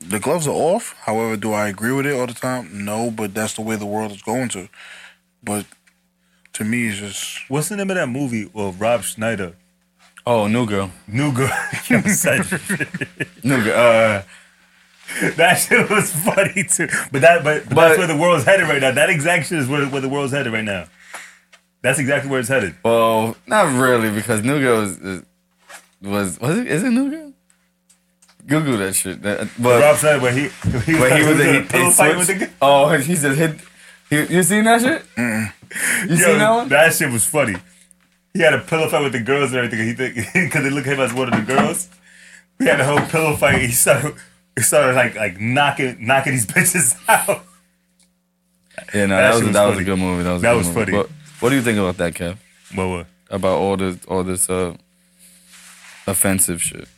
S13: the gloves are off. However, do I agree with it all the time? No, but that's the way the world is going to. But to me it's just
S2: What's the name of that movie with Rob Schneider?
S12: Oh, New Girl.
S2: New Girl.
S12: New Girl. Uh,
S2: that shit was funny too. But that, but, but that's where the world's headed right now. That exact shit is where, where the world's headed right now. That's exactly where it's headed.
S12: Well, not really, because New Girl is, is, was was it? Is it New Girl? Google that shit. That, but
S2: Rob said when he he was,
S12: when he was
S2: in
S12: in
S2: a pillow fight with the
S12: Oh, he just hit. He, you seen that shit? Mm.
S2: Yo,
S12: You seen that one?
S2: That shit was funny. He had a pillow fight with the girls and everything. He because they look at him as one of the girls. We had a whole pillow fight. He started he started like like knocking knocking these bitches out.
S12: Yeah, no,
S2: That shit
S12: that, was
S2: was
S12: that was a
S2: funny.
S12: good movie. That was a
S2: That
S12: good
S2: was
S12: movie.
S2: funny.
S12: What, what do you think about that, Kev?
S2: What what?
S12: About all this all this uh offensive shit.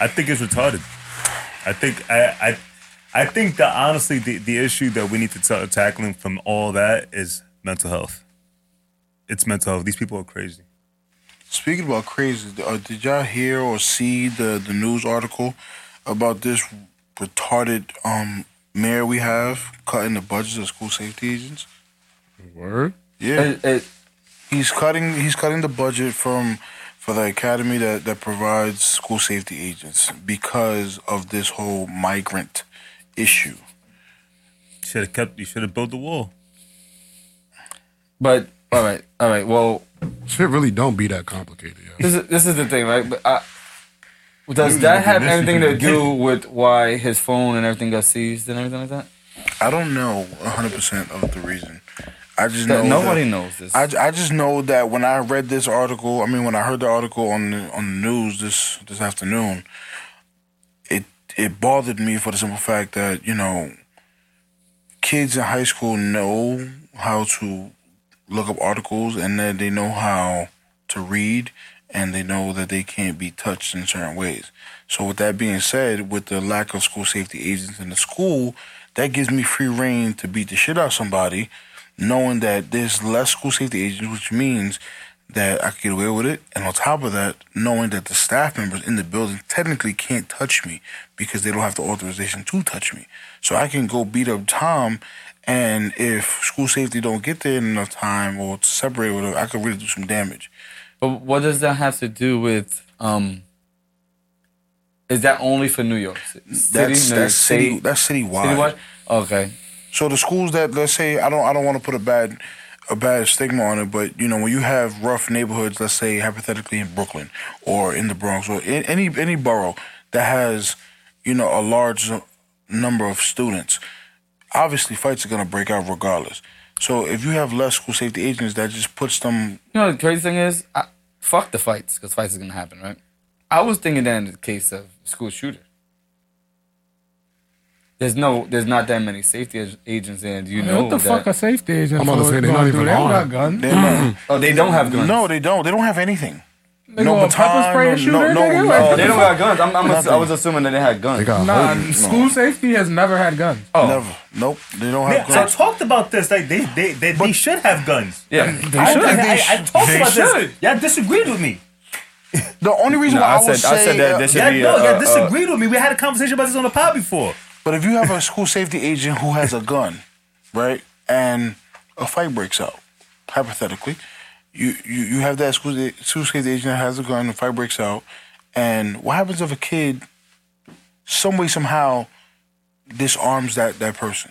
S2: I think it's retarded. I think I I I think that honestly the, the issue that we need to ta- tackling from all that is mental health. It's mental health. These people are crazy.
S13: Speaking about crazy, uh, did y'all hear or see the, the news article about this retarded um mayor we have cutting the budgets of school safety agents?
S7: Word.
S13: Yeah, he's cutting he's cutting the budget from for the academy that that provides school safety agents because of this whole migrant issue.
S2: Should have kept. You should have built the wall.
S12: But all right, all right. Well,
S7: shit really don't be that complicated. Yo.
S12: This is this is the thing, right? But I, does
S7: You
S12: that
S7: look
S12: have
S7: at this,
S12: anything
S7: you
S12: to
S7: look
S12: do with why his phone and everything got seized and everything like that?
S13: I don't know 100% of the reason. I just
S12: That-
S13: know
S12: nobody
S13: that-
S12: knows this.
S13: I, I just know that when I read this article, I mean when I heard the article on the, on the news this this afternoon, it it bothered me for the simple fact that you know kids in high school know how to look up articles and that they know how to read and they know that they can't be touched in certain ways. So with that being said, with the lack of school safety agents in the school, that gives me free reign to beat the shit out of somebody, knowing that there's less school safety agents, which means that I could get away with it. And on top of that, knowing that the staff members in the building technically can't touch me because they don't have the authorization to touch me. So I can go beat up Tom and if school safety don't get there in enough time or to separate or whatever, I could really do some damage.
S12: But what does that have to do with? um Is that only for New York Ci- City?
S13: That's
S12: New York
S13: that's city,
S12: State?
S13: that's citywide.
S12: Citywide? Okay.
S13: So the schools that let's say I don't I don't want to put a bad a bad stigma on it, but you know when you have rough neighborhoods, let's say hypothetically in Brooklyn or in the Bronx or in any any borough that has you know a large number of students, obviously fights are gonna break out regardless. So if you have less school safety agents, that just puts them
S12: You know, the crazy thing is, I, fuck the fights, because fights is going to happen, right? I was thinking that in the case of school shooter. There's no, there's not that many safety ag- agents, and you know
S11: what the
S12: that-
S11: fuck are safety agents? for? Gonna do- they don't got guns.
S13: They're not-
S12: oh, they don't have guns.
S13: No, they don't. They don't have anything.
S11: They gonna pepper spray a shooter, nigga? Like,
S12: no,
S11: what
S12: Oh, they
S11: the
S12: don't
S11: fuck?
S12: have guns. I'm, I'm assu- I was assuming that they had guns.
S11: Nah, school safety has never had guns.
S12: Oh.
S13: Never. Nope. They don't
S2: Yeah, I talked about this. Like they they they, they should have guns.
S12: Yeah,
S13: they
S2: I,
S13: should.
S2: I,
S13: They
S2: I, I
S13: should.
S2: talked
S13: They
S2: about
S13: should.
S2: this. Y'all disagreed with me.
S13: The only reason
S12: No,
S13: why
S12: I
S13: I, would
S12: said- I
S13: say
S12: said that there should
S13: uh,
S12: be a-
S2: No,
S12: Uh,
S2: y'all
S12: uh,
S2: disagreed with me. We had a conversation about this on the pod before.
S13: But if you have a school safety agent who has a gun, right, and a fight breaks out, hypothetically, you you, you have that school, school safety agent that has a gun, a fight breaks out, and what happens if a kid, some way somehow, disarms that that person?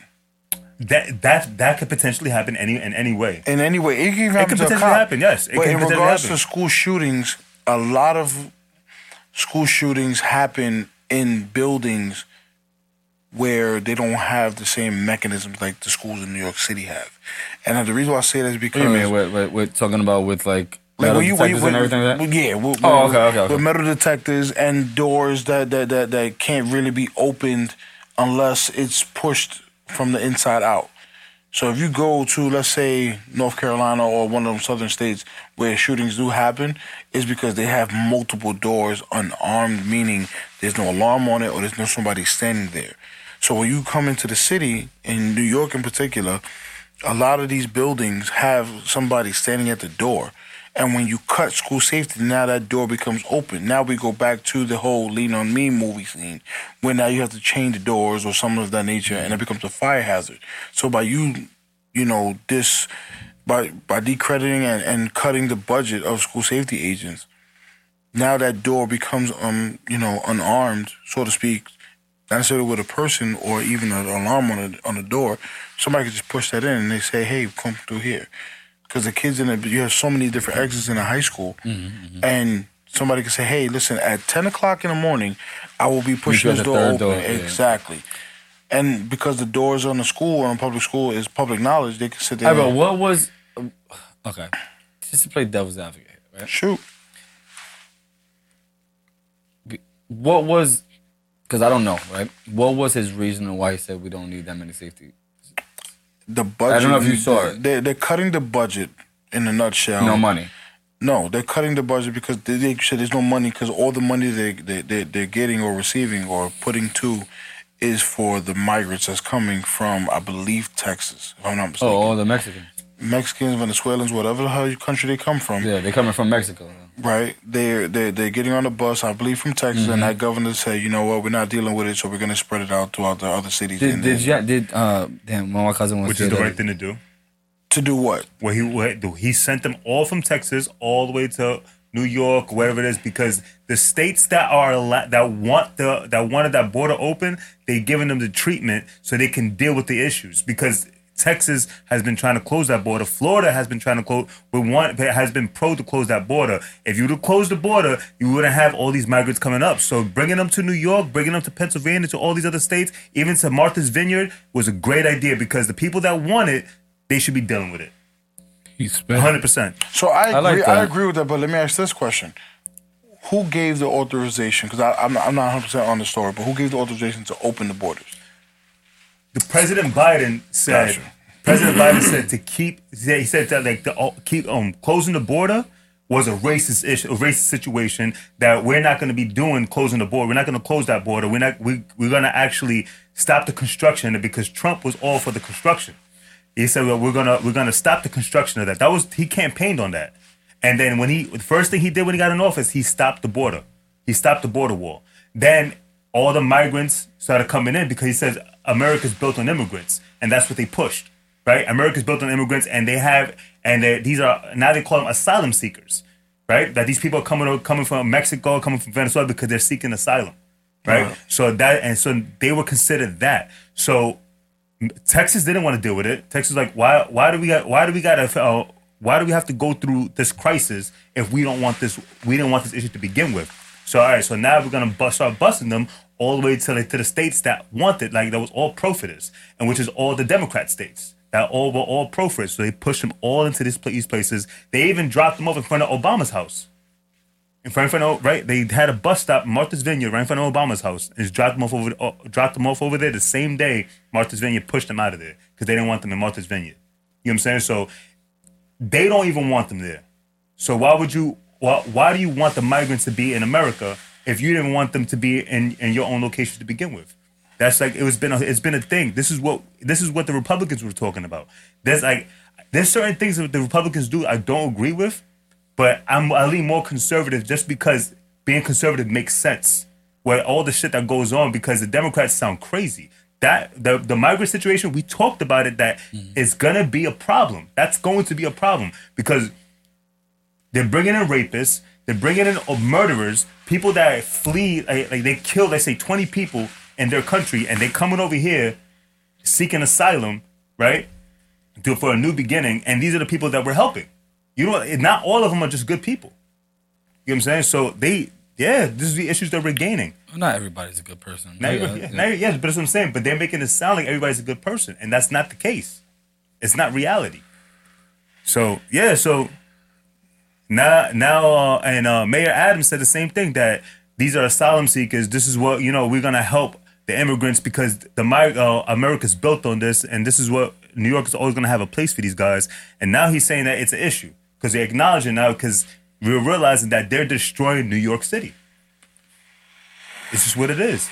S2: That that that could potentially happen any in any way.
S13: In any way, it can even
S2: It could
S13: happen to a
S2: potentially
S13: cop.
S2: happen, yes. It
S13: but
S2: can
S13: in
S2: potentially
S13: regards
S2: happen.
S13: to school shootings, a lot of school shootings happen in buildings where they don't have the same mechanisms like the schools in New York City have. And the reason why I say that is
S12: What do
S13: because
S12: you mean? What, what, what talking about with like,
S13: like
S12: metal
S13: when you, when you
S12: detectors and
S13: when-
S12: everything like that?
S13: well, yeah, with,
S12: oh,
S13: with-
S12: okay, okay, okay.
S13: with metal detectors and doors that, that that that can't really be opened unless it's pushed from the inside out. So if you go to let's say North Carolina or one of them southern states where shootings do happen, it's because they have multiple doors unarmed, meaning there's no alarm on it or there's no somebody standing there. So when you come into the city, in New York in particular, a lot of these buildings have somebody standing at the door. And when you cut school safety, now that door becomes open. Now we go back to the whole Lean On Me movie scene, where now you have to change the doors or something of that nature, and it becomes a fire hazard. So by you, you know, this, by by decrediting and, and cutting the budget of school safety agents, now that door becomes um you know unarmed, so to speak, not necessarily with a person or even an alarm on a, on the door. Somebody could just push that in and they say, "Hey, come through here." because the kids in it, you have so many different exits in a high school,
S12: Mm-hmm,
S13: and somebody can say, "Hey, listen, at ten o'clock in the morning, I will be pushing
S12: got
S13: this
S12: the
S13: door
S12: third
S13: open."
S12: door, yeah.
S13: Exactly. And because the doors on the school on public school is public knowledge, they can sit there.
S12: Hey, bro, what was? Okay, just to play devil's advocate. Right?
S13: Shoot.
S12: What was? Because I don't know, right? What was his reason why he said we don't need that many safety?
S13: the budget?
S12: I don't know if you saw it.
S13: They're, they're cutting the budget in a nutshell.
S12: No money.
S13: No, they're cutting the budget because they, they said there's no money because all the money they, they, they, they're getting or receiving or putting to is for the migrants that's coming from, I believe, Texas, if I'm not mistaken.
S12: Oh, all the Mexicans.
S13: Mexicans, Venezuelans, whatever the hell country they come from.
S12: Yeah, they're coming from Mexico.
S13: Right, they're they they're getting on the bus, I believe, from Texas, and
S12: Mhm.
S13: that governor said, you know what, we're not dealing with it, so we're gonna spread it out throughout the other cities.
S12: Did
S13: and-
S12: did, you, did uh damn my cousin was
S2: Which is the right thing to do.
S13: To do what?
S2: Where he what, he sent them all from Texas all the way to New York, wherever it is, because the states that are alla- that want the that wanted that border open, they giving them the treatment so they can deal with the issues because. Texas has been trying to close that border. Florida has been trying to close. We want has been pro to close that border. If you would have closed the border, you wouldn't have all these migrants coming up. So bringing them to New York, bringing them to Pennsylvania, to all these other states, even to Martha's Vineyard was a great idea because the people that want it, they should be dealing with it. Hundred percent.
S13: So I agree.
S2: I
S13: I,
S2: like that.
S13: agree with that. But let me ask this question: Who gave the authorization? Because I'm not, I'm not 100 percent on the story, but who gave the authorization to open the borders?
S2: The President Biden said. President Biden said to keep. He said that like the oh, keep um closing the border was a racist issue, a racist situation that we're not going to be doing closing the border. We're not going to close that border. We're not. We we're going to actually stop the construction because Trump was all for the construction. He said well, we're gonna we're gonna stop the construction of that. That was he campaigned on that. And then when he the first thing he did when he got in office, he stopped the border. He stopped the border wall. Then all the migrants started coming in because he says America's built on immigrants, and that's what they pushed, right? America's built on immigrants, and they have and they, these are now they call them asylum seekers, right? That these people are coming coming from Mexico, coming from Venezuela because they're seeking asylum, right?
S12: Wow.
S2: So that and so they were considered that. So Texas didn't want to deal with it. Texas was like, why? Why do we got? Why do we got to? Uh, why do we have to go through this crisis if we don't want this? We didn't want this issue to begin with. So all right. So now we're gonna bust, start busting them all the way to the, to the states that want it, like that was all profiters, and which is all the Democrat states that all were all profiters. So they pushed them all into this, pla- these places. They even dropped them off in front of Obama's house in front, in front of right. They had a bus stop, Martha's Vineyard, right in front of Obama's house, and just dropped them off over uh, dropped them off over there. The same day, Martha's Vineyard pushed them out of there because they didn't want them in Martha's Vineyard. You know what I'm saying? So they don't even want them there. So why would you? Why, why do you want the migrants to be in America if you didn't want them to be in, in your own location to begin with? That's like it was been a, it's been a thing. This is what this is what the Republicans were talking about. There's like there's certain things that the Republicans do I don't agree with, but I'm I lean more conservative just because being conservative makes sense. Where all the shit that goes on because the Democrats sound crazy. That the the migrant situation we talked about it that it's gonna be a problem. That's going to be a problem because they're bringing in rapists. They're bringing in uh, murderers, people that flee, like, like they kill, let's say, 20 people in their country, and they're coming over here seeking asylum, right? To, for a new beginning. And these are the people that we're helping. You know, and not all of them are just good people. You know what I'm saying? So they, yeah, this is the issues that we're gaining.
S12: Well, not everybody's a good person.
S2: Now,
S12: Yeah,
S2: you're,
S12: yeah.
S2: now you're- yes, but that's what I'm saying. But they're making it sound like everybody's a good person, and that's not the case. It's not reality. So yeah, so now now uh, and uh, Mayor Adams said the same thing that these are asylum seekers. This is what you know. We're gonna help the immigrants because the mi- uh, America's built on this, and this is what New York is always gonna have a place for these guys. And now he's saying that it's an issue because they're acknowledging now because we're realizing that they're destroying New York City. It's just what it is.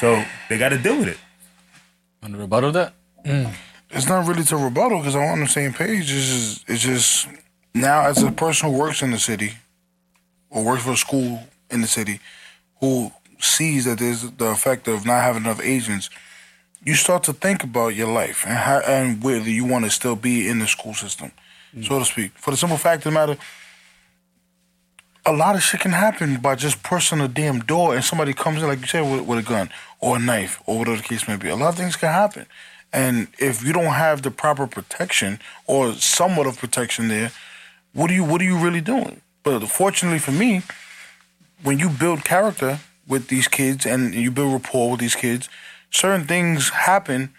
S2: So they got to deal with it.
S12: On the rebuttal that?
S13: It's not really to rebuttal because I'm on the same page. It's just, it's just now as a person who works in the city or works for a school in the city who sees that there's the effect of not having enough agents, you start to think about your life and how and whether you want to still be in the school system, so to speak. For the simple fact of the matter, a lot of shit can happen by just pressing a damn door and somebody comes in, like you said, with, with a gun or a knife or whatever the case may be. A lot of things can happen. And if you don't have the proper protection or somewhat of protection there, what are you what are you really doing? But fortunately for me, when you build character with these kids and you build rapport with these kids, certain things happen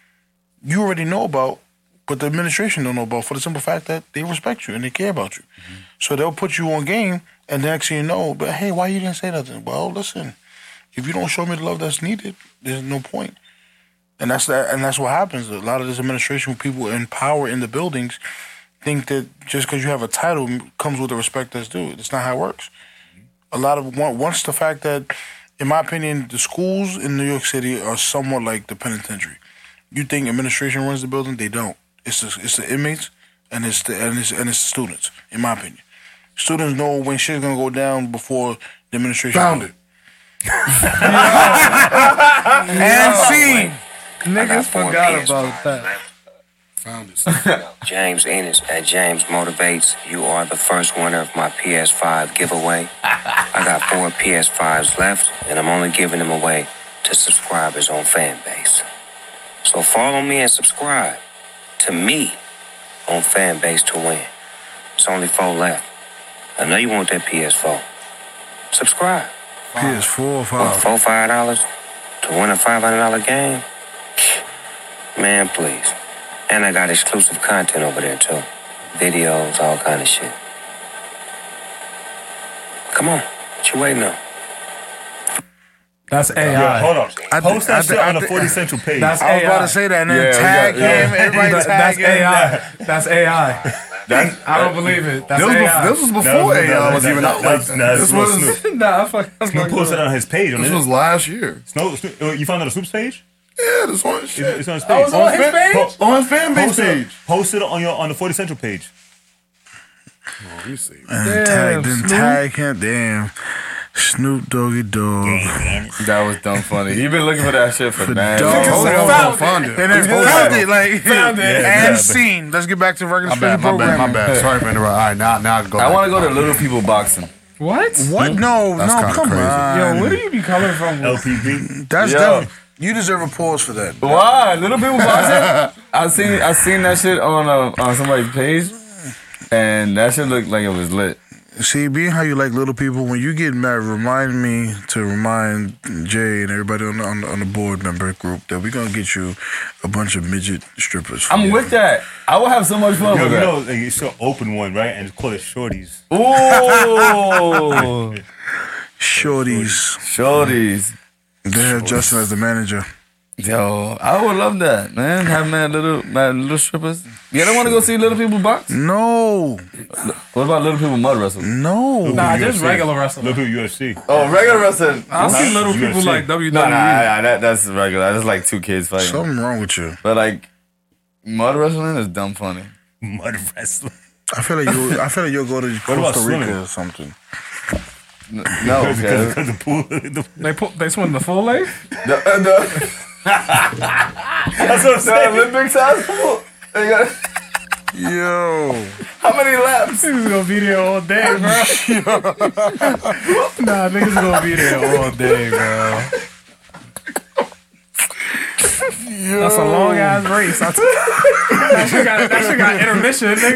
S13: you already know about, but the administration don't know about for the simple fact that they respect you and they care about you. So they'll put you on game, and the next thing you know, but hey, why you didn't say nothing? Well, listen, if you don't show me the love that's needed, there's no point. And that's that, and that's what happens. A lot of this administration, people in power in the buildings, think that just because you have a title comes with the respect that's due. It's not how it works. A lot of one- once the fact that, in my opinion, the schools in New York City are somewhat like the penitentiary. You think administration runs the building? They don't. It's the, it's the inmates and it's the and it's and it's the students. In my opinion, students know when shit's gonna go down before the administration. Found it.
S11: and
S13: see.
S11: Niggas forgot about that.
S18: James Ennis at James Motivates. You are the first winner of my PS5 giveaway. I got four PS5s left, and I'm only giving them away to subscribers on Fanbase. So follow me and subscribe to me on Fanbase to win. It's only four left. I know you want that PS4. Subscribe.
S13: PS4 or
S18: What, four five dollars to win a five hundred dollar game? Man, please. And I got exclusive content over there too. Videos, all kind of shit. Come on, what you waiting on?
S11: That's AI.
S2: Yeah, hold on.
S11: I
S2: Post
S11: think-
S2: that
S11: I
S2: shit
S11: think- I
S2: on the
S11: think-
S2: 40 Central page.
S11: That's AI.
S2: Yeah, we got- yeah.
S11: That- That's AI. That's AI.
S2: That's-
S11: I don't believe it. That's
S2: This was-
S11: AI.
S2: this was before No, no, no, AI no, was no, even no, out like that's- that. that's This Snoop was- Snoop.
S11: nah, I fuck. I
S2: Snoop posted on his page.
S11: This was
S2: last year. Snoop, Snoop, oh, you found it on Snoop's page? Yeah, this one. It's, it's on his page.
S11: Oh, it's on his page?
S2: on his fan
S11: base
S2: page. Posted it on your on the 40 Central page.
S15: Oh, you see.
S13: And tag, then tag him. Damn. Snoop Doggy Dog.
S12: That was dumb funny. You've been looking for that shit for nine.
S13: Dog.
S12: Found
S13: And then found it. Like,
S12: Found it. Yeah,
S13: and
S12: yeah.
S13: scene. Let's get back to regular
S12: My bad,
S13: schedule
S12: my bad,
S13: programming.
S12: my bad. Sorry for interrupting. All right, now, now I go. I want to go to Little People Boxing.
S11: What?
S13: What? No,
S12: That's
S13: no,
S12: kinda
S13: come
S12: crazy.
S13: on.
S12: Yo, where do
S11: you be coming from?
S2: LPB.
S13: That's
S12: Yo.
S13: definitely. You deserve a pause for that.
S12: Why? Little People Boxing? I seen I seen that shit on uh, on somebody's page, and that shit looked like it was lit.
S13: See, being how you like little people, when you get mad, remind me to remind Jay and everybody on the, on the, on the board member group that we're going to get you a bunch of midget strippers.
S12: I'm with that. I will have so much fun
S2: Yo,
S12: with
S2: you
S12: that.
S2: know, like, it's an open one, right? And call it Shorties.
S12: Ooh.
S13: Shorties.
S12: Shorties.
S13: They have Justin as the manager.
S12: Yo, I would love that, man. Have man little man little strippers. You don't want to go see little people box?
S13: No.
S12: What about little people mud wrestle?
S13: No.
S11: Nah, just regular wrestling.
S2: Little people UFC.
S12: Oh, regular wrestling.
S11: I see little people like E.
S12: Nah,
S11: WWE.
S12: nah, nah, that, that's regular. That's like two kids fighting.
S13: Something wrong with you.
S12: But like, mud wrestling is dumb funny.
S2: Mud wrestling.
S13: I feel like you. I feel like you'll go to
S12: What about
S13: Costa Rica
S12: swimming?
S13: or something.
S12: No,
S13: Because-
S12: okay.
S13: because-
S2: The pool.
S11: They put they swim the full leg.
S12: The, uh, the,
S11: That's what I'm saying.
S12: The Olympic size pool. They got-
S13: Yo.
S12: How many laps?
S11: Niggas gonna be there all day, bro. nah, niggas gonna be there all day, bro. That's a long ass race. I t- that shit got that shit got intermission, nigga.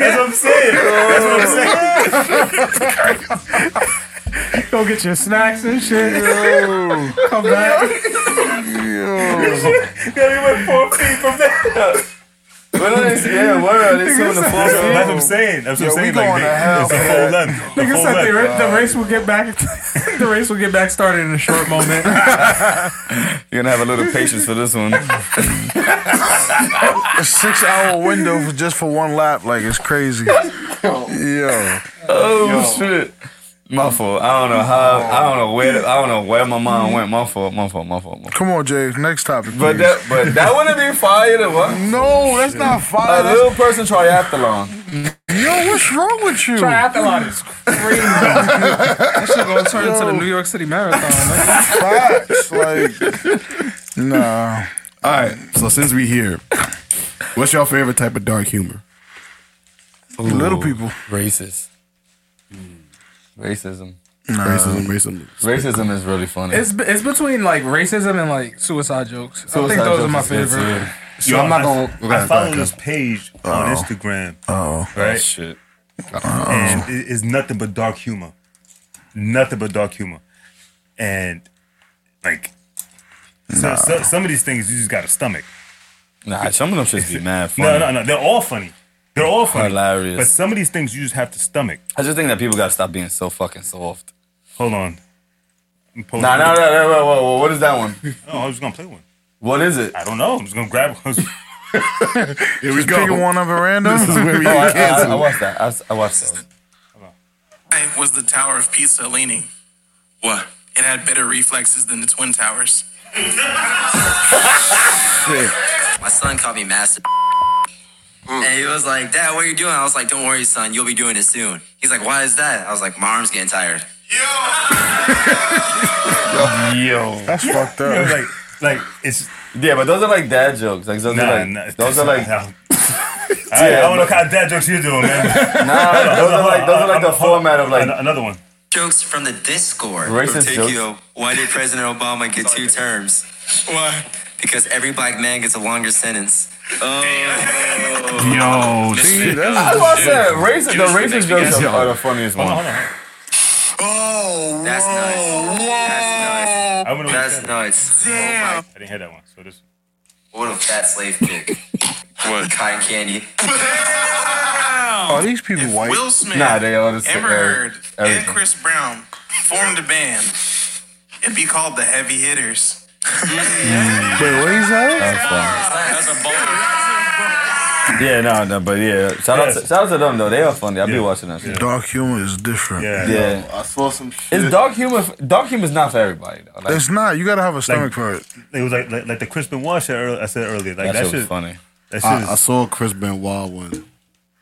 S11: That's what I'm saying. That's what I'm saying. Go get your snacks and shit. Come back.
S12: Yeah, we went four feet from that. What are they? Yeah, word. They swim the full
S2: That's what I'm saying. That's what I'm saying. Like, they, it's a full length. the
S11: Nigga
S2: full
S11: said the,
S2: length.
S11: ra- the race will get back. the race will get back started in a short moment.
S12: You're gonna have a little patience for this one.
S13: a six hour window for just for one lap. Like it's crazy. Yo.
S12: Oh shit. My fault. I don't know how. I don't know where. I don't know where my mind went. My fault. My fault. My fault. My fault.
S13: Come on, Jay. Next topic.
S12: But
S13: please.
S12: that. But that wouldn't be fire. To what?
S13: No, that's not fire.
S12: A little person triathlon.
S13: Yo, what's wrong with you?
S11: Triathlon is crazy. that shit gonna turn into the New York City Marathon.
S13: Facts, like
S15: Nah. All right. So since we here, what's your favorite type of dark humor?
S13: Little people.
S12: Racist. Racism.
S15: Racism. Racism.
S12: Racism is really funny.
S11: It's it's between like racism and like suicide jokes. I think those are my favorite.
S7: Yo, I'm not
S2: I-
S7: gonna- go
S2: I
S7: ahead,
S2: follow
S7: go ahead,
S2: this
S7: Kev.
S2: page
S7: Uh-oh.
S2: on Instagram.
S7: Uh-oh.
S2: right?
S7: Oh, shit.
S2: And it- it's nothing but dark humor. Nothing but dark humor. And like, so,
S12: Nah.
S2: so- some of these things you just got to stomach.
S12: Nah, some of them should be mad funny.
S2: No, no, no. They're all funny. They're all funny.
S12: Hilarious.
S2: But some of these things you just have to stomach.
S12: I just think that people gotta stop being so fucking soft.
S2: Hold on.
S12: Nah, nah, nah, nah, nah, whoa, whoa, what is that one?
S2: Oh, I was gonna play one.
S12: What is it?
S2: I don't know. I'm just gonna grab one.
S19: Here we go. Picking one up at random.
S12: oh, I, I, I watched that. I, I watched that.
S11: Why was the Tower of Pisa leaning? What? It had better reflexes than the Twin Towers.
S5: My son called me master.
S12: Mm.
S5: And he was like, Dad, what are you doing? I was like, Don't worry, son, you'll be doing it soon. He's like, Why is that? I was like, My arm's getting tired.
S12: Yo,
S2: that's fucked up. like, like it's
S12: yeah, but those are like dad jokes. Like those
S2: Nah,
S12: are like
S2: nah,
S12: those are like.
S2: I, I don't know
S12: but-
S2: what kind of dad jokes you're doing, man.
S12: Nah, those are like those are like the format of like
S2: another one.
S5: Jokes from the Discord.
S12: Racist
S5: from Tokyo. Why did President Obama get two terms? Why? Because every black man gets a longer sentence. Oh.
S12: Yo, see, that's- I was about to say, racist- the racist
S5: Makes me
S12: jokes
S5: gasp.
S12: are- are the funniest Hold on, one. hold
S5: Oh, that's nice. That's
S2: I wouldn't
S5: nice.
S2: have
S5: That's nice. Damn.
S2: I didn't hear that one. So this.
S5: What a fat slave dick. what? Cotton candy.
S7: Are these people white?
S11: Will Smith,
S7: nah, they all the same.
S11: Amber Heard, and
S7: everything.
S11: Chris Brown formed a band. It'd be called the Heavy Hitters.
S7: Wait, what is that?
S12: yeah, no, no, but yeah, shout out, to, shout out to them though. They are funny. I'll be watching that. Shit.
S13: Dark humor is different.
S12: Yeah. Yeah.
S13: I saw some shit.
S12: It's dark humor. Dark humor is not for everybody. Though. Like,
S13: it's not. You gotta have a stomach for it.
S2: It was like like, like the Crispin Wash I said earlier. Like
S13: That
S2: that,
S13: shit was
S2: shit
S12: funny.
S2: That shit
S7: I,
S2: is-
S7: I saw a Chris Benoit one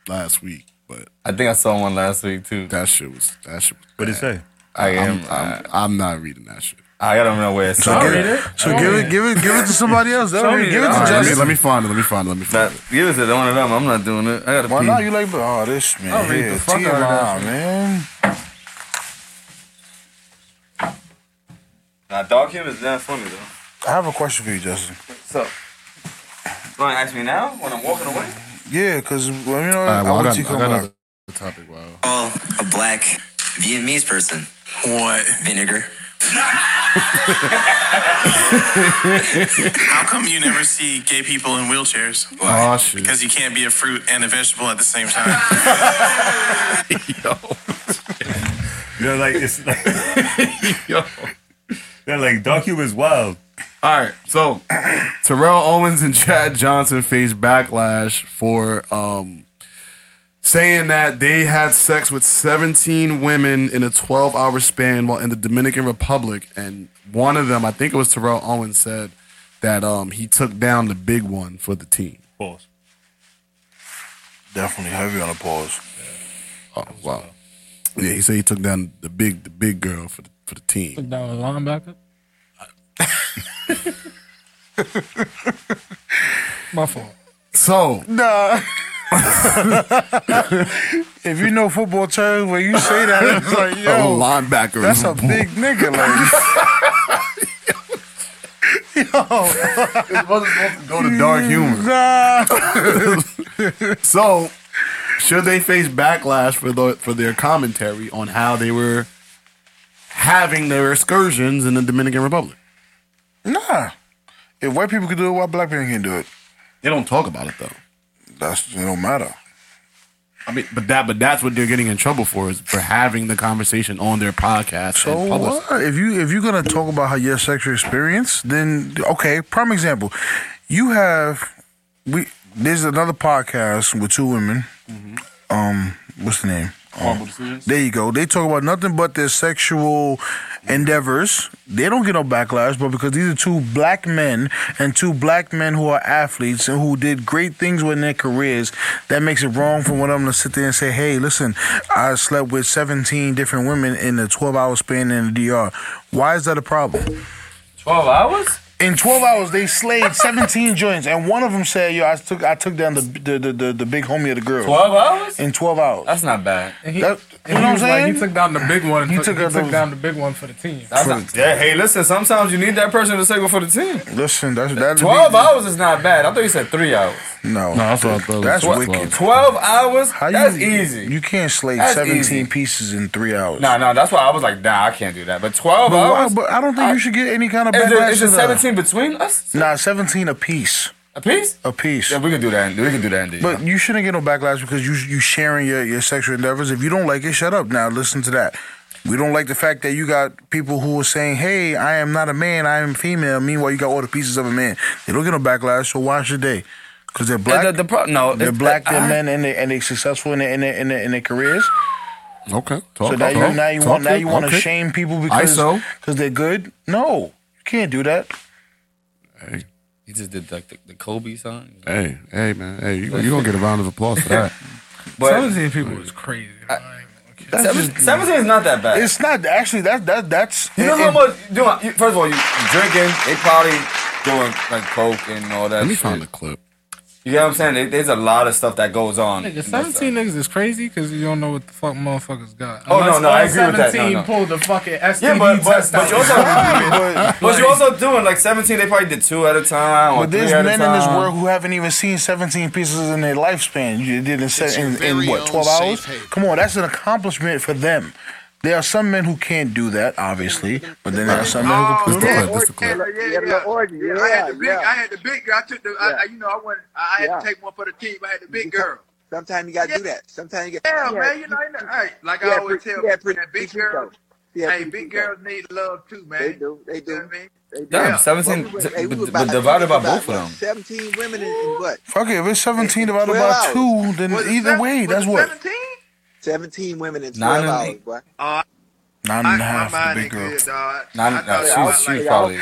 S7: last week, but
S12: I think I saw one last week too.
S7: That shit was that shit. Was
S2: What'd it
S7: bad.
S2: say?
S12: I am.
S7: I'm, I'm, I'm not reading that shit.
S12: I don't know where it's.
S7: So give it- so give it- give it- give it to somebody else. They'll read it. Give it to
S12: All
S7: Justin.
S12: let me-
S7: Let me find it. Let me find it. Let me find
S12: it. Give it to one of them. I'm not doing it. I gotta.
S7: Why
S12: pee.
S7: not? You like, oh, this man.
S12: I'll read the
S7: here,
S12: fuck
S7: TMI,
S12: out of that.
S7: man.
S12: Nah, dark humor is not funny
S7: I
S12: though.
S7: have a question for you, Justin.
S12: So, you want to ask me now when I'm walking away?
S7: Yeah, because well, you know,
S5: right, well,
S7: I
S5: I
S7: want
S5: got-
S7: you
S5: I
S7: come
S5: got
S7: back.
S5: another Call a black Vietnamese person. What? Vinegar.
S11: How come you never see gay people in wheelchairs?
S7: Why? Oh, shit.
S11: Because you can't be a fruit and a vegetable at the same time.
S2: Yo. you know, like it's like
S12: yo.
S2: They're like dark humor is wild.
S7: All right, so Terrell Owens and Chad Johnson faced backlash for um, saying that they had sex with 17 women in a 12 hour span while in the Dominican Republic. And one of them, I think it was Terrell Owens, said that um, he took down the big one for the team.
S2: Pause.
S7: Definitely heavy on a pause. Oh, wow. Yeah, he said he took down the big the big girl for the, for the team.
S20: That was linebacker. My fault.
S7: So
S13: Nah. if you know football terms, when you say that, it's like,
S7: a
S13: yo,
S7: linebacker.
S13: that's a big nigga. Like, Oh, yo,
S7: it wasn't supposed to go to dark humor. so, should they face backlash for the, for their commentary on how they were having their excursions in the Dominican Republic?
S13: Nah. If white people can do it, why black people can't do it?
S7: They don't talk about it though.
S13: That's it don't matter.
S7: I mean, but that but that's what they're getting in trouble for is for having the conversation on their podcast.
S13: So
S7: and public.
S13: what? If you if you're gonna talk about how your sexual experience, then okay. Prime example, you have we. There's another podcast with two women. Um, what's the name?
S7: Mm-hmm.
S13: Um,
S7: Horrible Decisions?
S13: There you go. They talk about nothing but their sexual endeavors. They don't get no backlash, but because these are two black men and two black men who are athletes and who did great things within their careers, that makes it wrong for one of them to sit there and say, hey, listen, I slept with 17 different women in a 12 hour span in the DR. Why is that a problem?
S12: 12 hours?
S13: In 12 hours, they slayed 17 joints, and one of them said, "Yo, I took I took down the the the, the, the big homie of the girl."
S12: 12 hours?
S13: In 12 hours.
S12: That's not bad.
S13: That-
S11: You know what I'm saying? He took down the big one.
S12: He
S11: He took,
S12: took
S11: he
S12: out
S11: took
S12: those-
S11: down the big one for the team.
S12: That's not- yeah, hey, listen. Sometimes you need that person to take one for the team.
S13: Listen, that's that.
S12: Twelve hours is not bad. I thought you said three hours.
S13: No, no,
S12: that's what I thought.
S13: That's
S12: Twelve-
S13: wicked.
S12: Twelve hours. that's easy.
S13: You can't slay
S12: That's
S13: seventeen
S12: easy.
S13: pieces in three hours.
S12: No, no, that's why I was like, nah, I can't do that. But
S13: But,
S12: twelve
S13: why-
S12: hours.
S13: but I don't think you should get any kind of
S12: Is it-
S13: backlash.
S12: is it
S13: to that.
S12: 17 between us?
S13: Nah, seventeen a piece.
S12: A piece?
S13: A piece. Yeah,
S12: we can do that. We can do that.
S13: But you shouldn't get no backlash because you you sharing your, your sexual endeavors. If you don't like it, shut up. Now listen to that. We don't like the fact that you got people who are saying, "Hey, I am not a man. I am female." Meanwhile, you got all the pieces of a man. They don't get no backlash. So why should they? Because they're black.
S12: The- the pro- no,
S13: they're
S12: it's-
S13: black. They're
S12: I-
S13: men, and they and they successful in their, in their, in their, in their careers.
S7: Okay.
S13: so now you now you want now you want to shame people because
S7: ISO.
S13: because they're good. No, you can't do that.
S12: He just did like the, the Kobe song.
S7: Hey, hey, man. Hey, you you gonna get a round of applause for that?
S12: But-
S11: Seventeen people is crazy.
S12: Seven- 17 is not that bad.
S13: It's not actually that that that's
S12: You know how much? You know, you- first of all, you drinking. They probably doing like coke and all that.
S7: Let me
S12: shit.
S7: find the clip.
S12: You get what I'm saying? There- There's a lot of stuff that goes on.
S11: Nigga, seventeen niggas is crazy because you don't know what the fuck motherfuckers got.
S12: Oh, no,
S11: Unless
S12: no, I
S11: all
S12: agree with that. No,
S11: 17
S12: no.
S11: pulled the fucking STD
S12: Yeah, but but,
S11: test
S12: but
S11: out.
S12: you also but you
S11: Like-
S12: also doing like 17. They probably did two at a time. Or
S13: But there's
S12: three at a
S13: men in this
S12: time.
S13: world who haven't even seen 17 pieces in their lifespan. You did in, se- in, in
S12: uh,
S13: what 12 hours? Come on, that's an accomplishment for them. There are some men who can't do that, obviously, but then there are some men
S12: Oh,
S13: who can
S5: yeah,
S13: pull it.
S5: yeah, yeah, yeah. Yeah, I had the big, I had the big girl. I took the, I, I, you know, I went, I had
S9: Yeah.
S5: to take one for the team. I had the big girl.
S9: Sometimes you gotta do that. Sometimes you
S5: Yeah,
S9: gotta.
S5: man, you know, you know hey, like
S9: Yeah,
S5: I always
S9: pre-
S5: tell
S9: yeah,
S5: people, man, big girls,
S9: Yeah,
S5: hey,
S9: pre-
S5: big girls need love too, man.
S9: They do, they do.
S5: You know what I mean?
S12: Damn,
S5: Yeah.
S12: 17.
S5: Well, we went- hey, we
S12: but-
S5: was
S12: but
S5: about-
S12: divided by
S5: we was
S12: both of
S5: about-
S12: them.
S9: 17 women in, in what?
S13: Fuck it, if it's 17 divided by
S9: 12
S13: 2, then either way, that's what?
S9: 17 women in 12
S13: Nine and
S9: hours,
S13: eight.
S9: boy.
S13: Nine and a half, the big girl.
S12: Nine- I thought uh, she was- she was probably-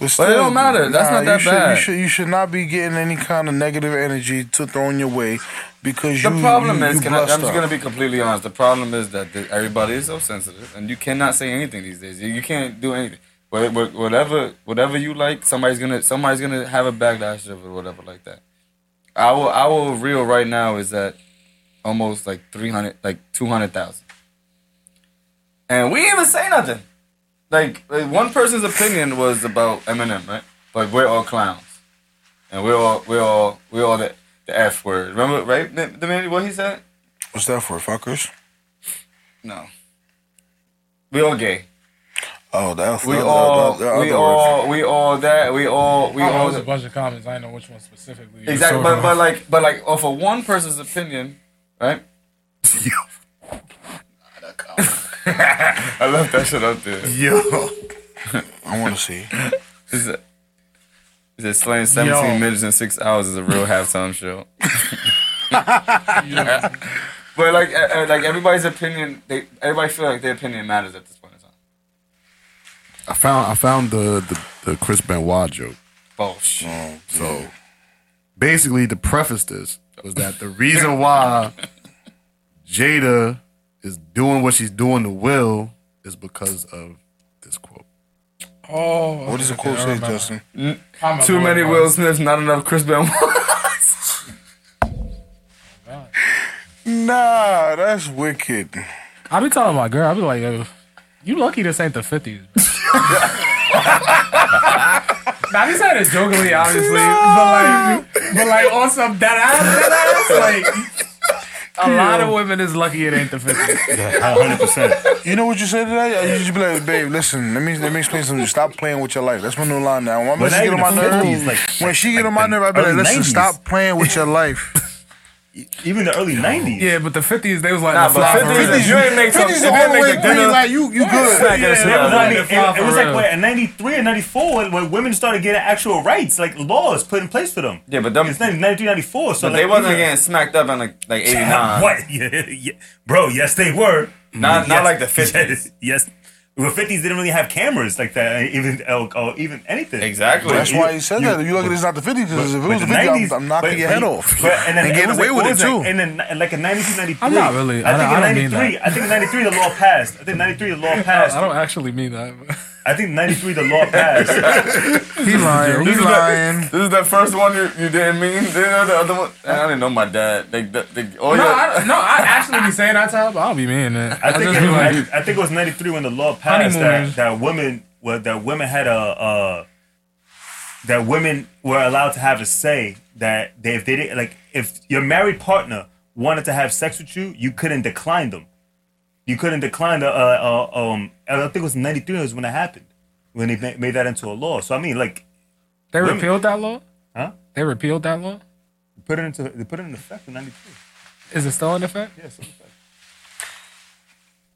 S13: But,
S12: But it don't matter. That's not
S13: you
S12: that
S13: should,
S12: bad.
S13: You should, you should not be getting any kind of negative energy to throw in your way because
S12: The
S13: you.
S12: problem
S13: you,
S12: is,
S13: you
S12: can I, I'm
S13: blessed
S12: just
S13: up.
S12: gonna be completely honest. The problem is that the, everybody is so sensitive, and you cannot say anything these days. You, you can't do anything. Wha- wha- Whatever, whatever you like, somebody's gonna somebody's gonna have a backlash of it or whatever like that. Our our reel right now is at almost like three hundred, like two hundred thousand, and we didn't even say nothing. Like, like one person's opinion was about Eminem, right? But we're all clowns, and we're all we're all we're all the the F word. Remember, right? The, the man, what he said.
S13: What's that for, fuckers?
S12: No. We all gay.
S13: Oh, that's
S12: We
S13: that- that-
S12: all,
S13: that- that
S12: we
S13: other
S12: all,
S13: words.
S12: we all that, we all, we
S11: Oh,
S12: all.
S11: it was a bunch of comments. I didn't know which one specifically.
S12: Exactly, but, but like, but like, off of one person's opinion, right? I left that shit up there.
S13: Yo. I want to see.
S12: Is it? Is it slaying seventeen
S13: Yo.
S12: minutes in six hours is a real halftime show? But like, uh, uh, like everybody's opinion, they everybody feel like their opinion matters at this point.
S7: I found I found the the, the Chris Benoit joke.
S13: Oh,
S12: Bullshit.
S7: so basically, to preface this was that the reason why Jada is doing what she's doing to Will is because of
S11: oh,
S7: What does the
S11: okay, I
S7: quote say,
S11: remember.
S7: Justin?
S12: Mm,
S11: I'm a
S12: Too
S11: boy,
S12: many
S11: boy.
S12: Will Smiths, not enough Chris Benoit.
S13: Nah, that's wicked.
S11: I be telling my girl, I be like, yo, you lucky this ain't the fifties.
S12: Oh,
S11: now he said it jokingly, obviously, but like, but like on some dead ass, dead ass, like a lot of women is lucky it ain't the fifties.
S13: Oh, hundred percent. You know what you said today? You just be like, babe, listen, let me let me explain something. Stop playing with your life. That's my new line now. When my
S2: But
S13: missus get
S2: not
S13: on my
S2: even the 50s,
S13: nerve,
S2: like-
S13: when she get on my
S2: like the
S13: nerve, I be like,
S2: early
S13: listen,
S2: 90s.
S13: stop playing with your life.
S2: Even the early nineties.
S11: Yeah, but the fifties they was like,
S2: Nah,
S11: the
S2: but
S11: fly
S2: 50s,
S11: forever.
S2: you ain't make some-
S13: 50s is all the way green, like you you good.
S2: Yeah, no, I mean,
S11: Like, fly
S2: it, it was
S11: for
S2: like
S11: real.
S2: what, in '93 and '94 when, when women started getting actual rights, like laws put in place for them.
S12: Yeah, but them,
S2: it's '93, '94, so
S12: but
S2: like,
S12: they wasn't
S2: yeah.
S12: getting smacked up in like like eighty nine.
S2: What? Yeah, yeah. Bro, yes, they were.
S12: Not- not
S2: Yes.
S12: like the 50s.
S2: Yes. Well, 50s didn't really have cameras like that, even or, or even anything.
S12: Exactly.
S13: That's why he said that. You look at it's not the 50s. Because if it
S2: but
S13: was
S2: the
S13: the 50s, I'm-
S2: 90s,
S13: I'm knocking
S2: but-
S13: your
S2: but-
S13: head off
S2: But, and then
S13: and
S2: it
S13: getting
S2: was
S13: away
S2: like-
S13: with
S2: what
S13: it
S2: was
S13: too.
S2: And then like in 92, 93.
S11: I'm not really- I
S2: I think
S11: don't- I
S2: in
S11: don't mean
S2: 93,
S11: that.
S2: I think in 93 the law passed. I think in 93 the law passed.
S11: I don't actually mean that.
S2: I think '93 the law passed.
S12: He lying. He lying. This is the first one you, you didn't mean. Then the other one. I didn't know my dad. Like, the, the, oh
S11: no,
S12: yeah.
S11: I, no, I actually be saying that type. I'll be mean that.
S2: I think
S11: just
S2: it,
S11: be like,
S2: I, I think it was '93 when the law passed
S11: Honeymoon.
S2: that, that women well, that women had a uh, that women were allowed to have a say that they, if they didn't like if your married partner wanted to have sex with you, you couldn't decline them. You couldn't decline the uh, uh, um. I think it was '93 was when it happened when they ma- made that into a law. So I mean, like
S11: they
S2: women-
S11: repealed that law.
S2: Huh?
S11: They repealed that law.
S2: Put it into they put it in effect in '93.
S11: Is it still in effect?
S2: Yes.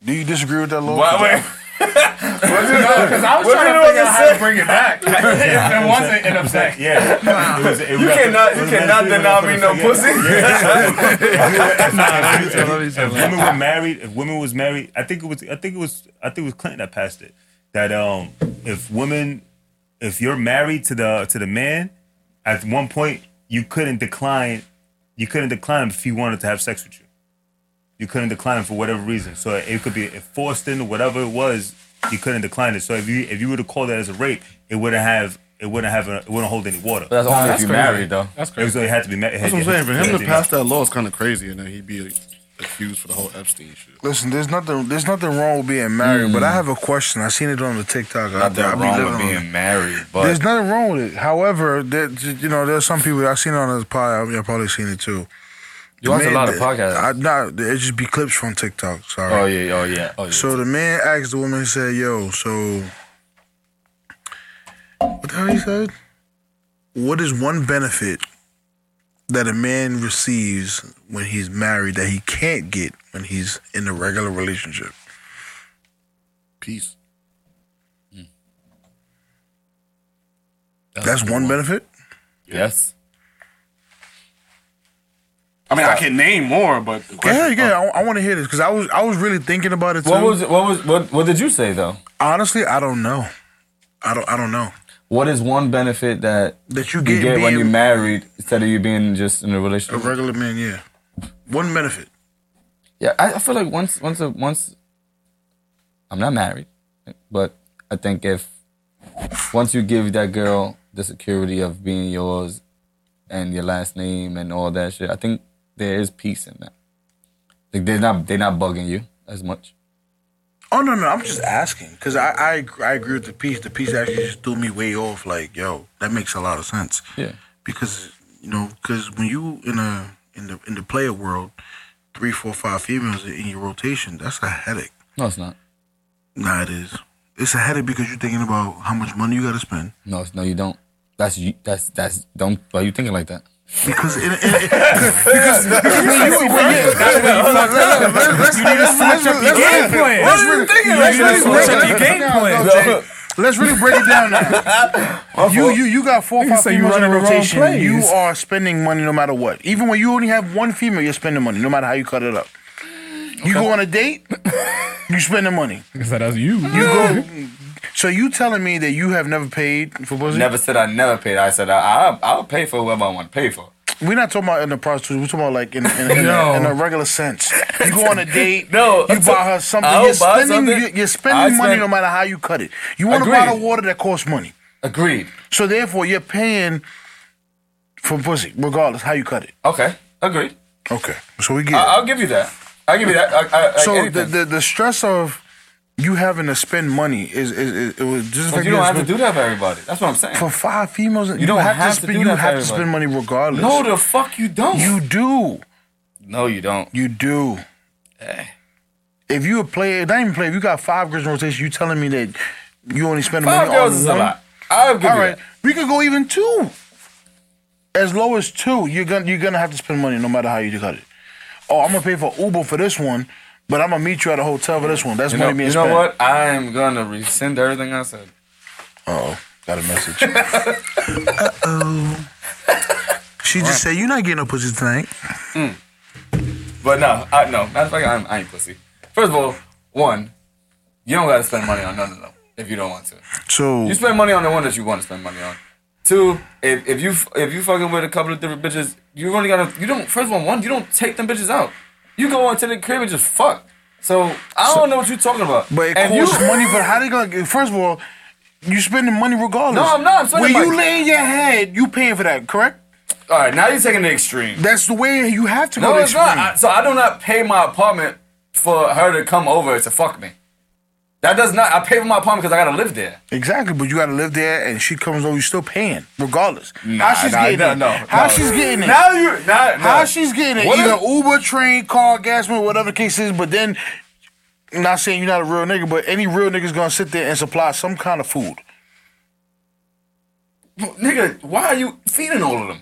S13: Do you disagree with that law?
S11: Why- wait. No, 'cause I was
S13: What
S11: trying
S13: did
S11: to
S13: it
S11: figure out how to
S13: say?
S11: bring it back. it wasn't in effect.
S2: Yeah. It was,
S12: You cannot- you cannot deny me no pussy.
S2: if, women were married, if women was married, I think it was, I think it was, I think it was Clinton that passed it. That um, if women, if you're married to the to the man, at one point you couldn't decline, you couldn't decline him if he wanted to have sex with you. You couldn't decline him for whatever reason. So it could be it forced in or whatever it was. You couldn't decline it. So if you if you were to call that as a rape, it wouldn't have. It wouldn't have. A, it wouldn't hold any water.
S12: But that's only Nah, if that's you're crazy. married, though.
S11: That's
S2: crazy. So it had to be. ma- it had-
S7: That's what I'm saying. For
S2: it had
S7: him
S2: be
S7: to
S2: ma-
S7: pass that law is kind of crazy, and then he'd be accused for the whole Epstein shit.
S13: Listen, there's nothing. There's nothing wrong with being married, but
S2: Mm.
S13: I have a question. I seen it on the TikTok. out
S12: Nothing
S13: there. I be
S12: wrong
S13: living
S12: with
S13: on
S12: being married, but
S13: There's nothing wrong with it. However, there, you know, there's some people I've seen it on this pod. I've probably seen it too.
S12: You watch a lot of podcasts.
S13: I, nah, it just be clips from TikTok. Sorry.
S12: Oh, yeah, oh, yeah, oh, yeah.
S13: So the man asked the woman. He said, "Yo, so what the hell he said? What is one benefit that a man receives when he's married that he can't get when he's in a regular relationship?"
S7: Peace.
S13: That's one benefit.
S12: yes.
S7: I mean, I can name more, but the
S13: Yeah, yeah. I, want to hear this because I was I was really thinking about it. Too.
S12: What was what was what what did you say though?
S13: Honestly, I don't know. I don't I don't know.
S12: What is one benefit that
S13: that you get
S12: when
S13: being-
S12: you're married instead of you being just in a
S13: A
S12: relationship?
S13: regular man, yeah. One benefit.
S12: Yeah, I, I feel like once once a, once I'm not married, but I think if once you give that girl the security of being yours and your last name and all that shit, I think there is peace in that. Like they're not they're not bugging you as much.
S13: Oh no no, I'm just asking because I, I ag- I agree with the piece. The piece actually just threw me way off. Like yo, that makes a lot of sense.
S12: Yeah.
S13: Because you know, because when you in a in the in the player world, three, four, five females in your rotation, that's a headache.
S12: No, it's not.
S13: Nah, it is. It's a headache because you're thinking about Oh, how much money you got to spend.
S12: No, it's, no, you don't. That's you. That's that's don't. Why you thinking like that?
S13: Because it, it, because, because when you, when you, let's, Let's really break it down now. you, you, you got four or
S11: Nigga
S13: five
S11: say you
S13: females in a
S11: running the wrong
S13: rotation.
S11: plays.
S13: You are spending money no matter what. Even when you only have one female, you're spending money no matter how you cut it up. You go on a date, you spending money.
S11: that's you.
S13: You go. So you telling me that you have never paid for pussy?
S12: Never said I never paid. I said I, I I'll pay for whoever I want to pay for.
S13: We're not talking about in the prostitute. We're talking about like in, in, in,
S12: No.
S13: a, in a regular sense. You go on a date.
S12: No,
S13: you
S12: I'm
S13: buy
S12: ta-
S13: her something.
S12: I'll
S13: You're
S12: buy
S13: spending,
S12: something.
S13: You're, you're
S12: I
S13: spending money
S12: spend-
S13: no matter how you cut it. You want
S12: Agreed.
S13: to buy the water that costs money.
S12: Agreed.
S13: So therefore, you're paying for pussy regardless how you cut it.
S12: Okay, agreed.
S13: Okay, so we get.
S12: I, I'll give you that. I'll give you that. I, I, I,
S13: so
S12: anything.
S13: the, the the stress of you having to spend money is is, is it was just
S12: But
S13: like
S12: you don't have to do that for everybody. That's what I'm saying.
S13: For five females, you,
S12: You don't have to
S13: spend.
S12: do
S13: you
S12: that for
S13: have to spend money
S12: everybody.
S13: regardless.
S12: No, the fuck you don't.
S13: You do.
S12: No, you don't. Eh.
S13: You do. If you a player, not even play. If you got five girls in rotation, you telling me that you only spend
S12: Five
S13: money
S12: girls
S13: on
S12: is a
S13: one?
S12: lot. I'll give you
S13: All right, we could go even two. As low as two, you're gonna you're gonna have to spend money no matter how you cut it. Oh, I'm gonna pay for Uber for this one, but I'm gonna meet you at a hotel for this one. That's
S12: you know,
S13: money being
S12: you know
S13: spent.
S12: what? I am gonna rescind everything I said.
S13: Oh, got a message. Oh, she just said you're not getting no pussy tonight.
S12: Mm. But no, I no. Matter of fact, I'm, I ain't pussy. First of all, one, you don't gotta spend money on none of them if you don't want to.
S13: So
S12: You spend money on the one that you want to spend money on. Two, if, if you f- if you fucking with a couple of different bitches, you only gotta you don't first of all one you don't take them bitches out. You go into the crib and just fuck. So I don't know what you're talking about.
S13: But it
S12: And
S13: costs
S12: you-
S13: money. But how they gonna? First of all, You spending money regardless.
S12: No, I'm not. I'm spending
S13: when you
S12: money.
S13: lay in your head, you paying for that, correct?
S12: All right, now you're taking the extreme.
S13: That's the way you have to go.
S12: No,
S13: to
S12: it's not.
S13: extreme.
S12: I, so I do not pay my apartment for her to come over to fuck me. That does not. I pay for my apartment because I gotta live there.
S13: Exactly, but you gotta live there, and she comes over, you still paying regardless.
S12: Nah,
S13: how she's
S12: nah,
S13: getting
S12: no,
S13: it?
S12: no,
S13: how
S12: no.
S13: she's getting it?
S12: Now you- now-
S13: how
S12: no.
S13: she's getting it?
S12: What
S13: Either
S12: if-
S13: Uber, train, car, gas money, whatever the case is. But then, I'm not saying you're not a real nigga, but any real nigga's gonna sit there and supply some kind of food.
S12: Nigga, why are you feeding all of them?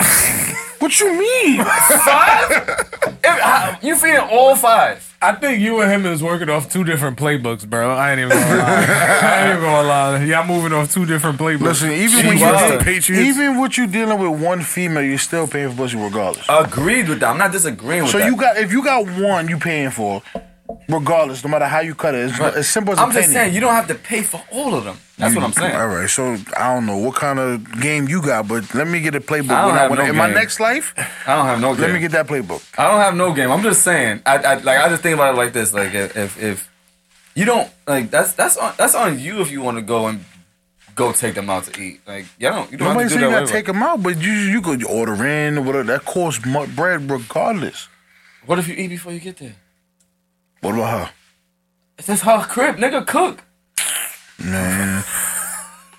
S13: what you mean?
S12: five? If, how, you feeding all five?
S11: I think you and him is working off two different playbooks, bro. I ain't even gonna lie. I ain't even gonna lie. Y'all moving off two different playbooks.
S13: Listen, even when you e- even what you dealing with one female, you're still paying for pussy regardless.
S12: Agreed with that. I'm not disagreeing with
S13: So
S12: that.
S13: you got if you got one, you paying for, regardless, no matter how you cut it. It's as simple as a
S12: I'm just
S13: penny.
S12: saying you don't have to pay for all of them. That's
S13: You-
S12: what I'm saying.
S13: All right, so I don't know what kind of game you got, but let me get a playbook.
S12: I don't
S13: when I,
S12: have
S13: when
S12: no
S13: I- in my
S12: game.
S13: next life,
S12: I don't have no game.
S13: let me get that playbook.
S12: I don't have no game. I'm just saying. I, I like. I just think about it like this. Like if if, if you don't like that's that's on that's on you if you want to go and go take them out to eat. Like you don't you don't
S13: Nobody
S12: have to
S13: said
S12: do
S13: you
S12: that.
S13: gotta
S12: with
S13: take them out, but you you could order in or whatever. That costs mu- bread regardless.
S12: everyone. What if you eat before you get there?
S13: What about her?
S12: It's just her crib, nigga. Cook.
S13: Man.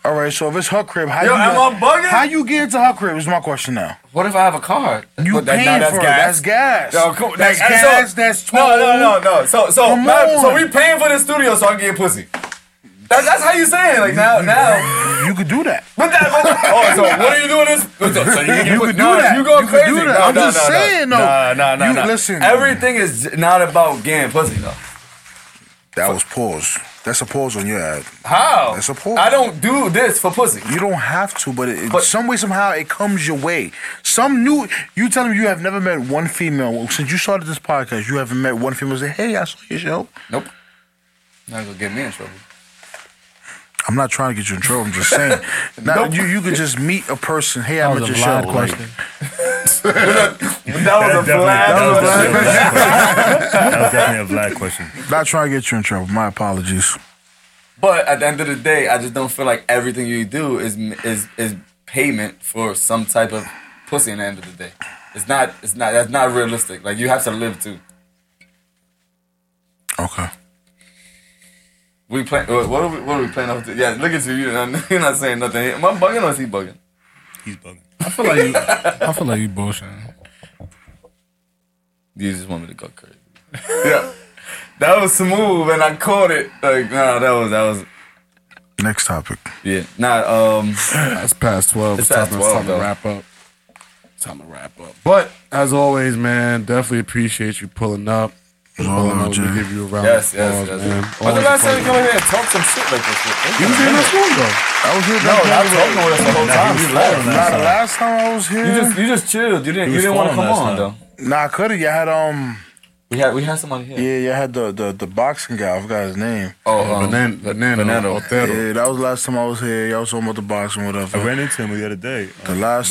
S13: All right, so if it's her crib, how
S12: Yo,
S13: you
S12: am I bugging?
S13: how you get into her crib is my question now.
S12: What if I have a card?
S13: You
S12: But that-
S13: paying
S12: now that's
S13: for it.
S12: gas.
S13: That's gas.
S12: No, cool.
S13: That's
S12: Like, and so-
S13: gas. that's
S12: No,
S13: toll.
S12: no, no, no. So, so,
S13: Come
S12: my- so
S13: on.
S12: we paying for the studio so I can get pussy. That, that's how you saying. Like now, now.
S13: You could do that.
S12: But that, but, oh, so what are you doing this? So you, can get
S13: You
S12: pussy.
S13: could do
S12: No,
S13: that.
S12: You go
S13: You could
S12: crazy.
S13: do that.
S12: No,
S13: I'm
S12: no,
S13: just
S12: no, no.
S13: saying, though.
S12: Nah, nah, nah,
S13: You-
S12: nah.
S13: listen.
S12: Everything is not about getting pussy though.
S13: That was pause. That's a pause on your ad.
S12: How?
S13: That's a pause.
S12: I don't do this for pussy.
S13: You don't have to, but, it, some way somehow it comes your way. Some new. You tell me you have never met one female since you started this podcast. You haven't met one female. Say, hey, I saw your show.
S12: Nope. Not gonna get me in trouble.
S13: I'm not trying to get you in trouble. I'm just saying. Now,
S12: Nope.
S13: you you could just meet a person. Hey, I
S12: That
S13: met
S12: was
S13: your
S12: a
S13: show.
S12: loud
S13: Like,
S12: question. That was a flag.
S5: That was a black
S13: question.
S5: That was definitely a black question.
S13: not trying to get you in trouble. My apologies.
S12: But at the end of the day, I just don't feel like everything you do is is is payment for some type of pussy. At the end of the day, it's not. It's not. That's not realistic. Like you have to live too.
S13: Okay.
S12: We play. What what are we? What are we playing off? To? Yeah, look at you. You're not, you're not saying nothing. Am I bugging or is he bugging? He's bugging.
S11: I feel like you. I feel like you bullshitting.
S12: You just want me to go crazy. yeah, that was smooth, and I caught it. Like, nah, that was that was.
S13: Next topic.
S12: Yeah, nah. Um,
S7: That's past twelve.
S12: It's
S7: It's,
S12: past
S7: time,
S12: 12,
S7: it's time
S12: though.
S7: to wrap up. It's time to wrap up. But as always, man, definitely appreciate you pulling up. Pulling up. We give you a round
S12: yes,
S7: of
S12: yes,
S7: applause,
S12: yes.
S7: man.
S12: When's the
S7: Always
S12: last
S7: a
S12: time you
S7: pleasure.
S12: come in here and talk some shit like this?
S7: You was in this room though.
S13: I was here.
S12: No, I was talking with us the whole
S13: Nah,
S12: time.
S13: he was
S12: You left.
S13: following us. Nah, the last time I was here.
S12: You just you just chilled. You didn't
S13: He
S12: you
S13: was
S12: didn't want to come
S13: following us
S12: on though.
S13: now. Nah, I could have. You had um.
S12: We had we had somebody here.
S13: Yeah, you had the the, the boxing guy. I forgot his name.
S12: Oh, um, Banan-
S7: Banana. Banana. Otero.
S13: Yeah, that was the last time I was here. Y'all was talking about the boxing, whatever.
S5: I ran into him the other day.
S13: The last,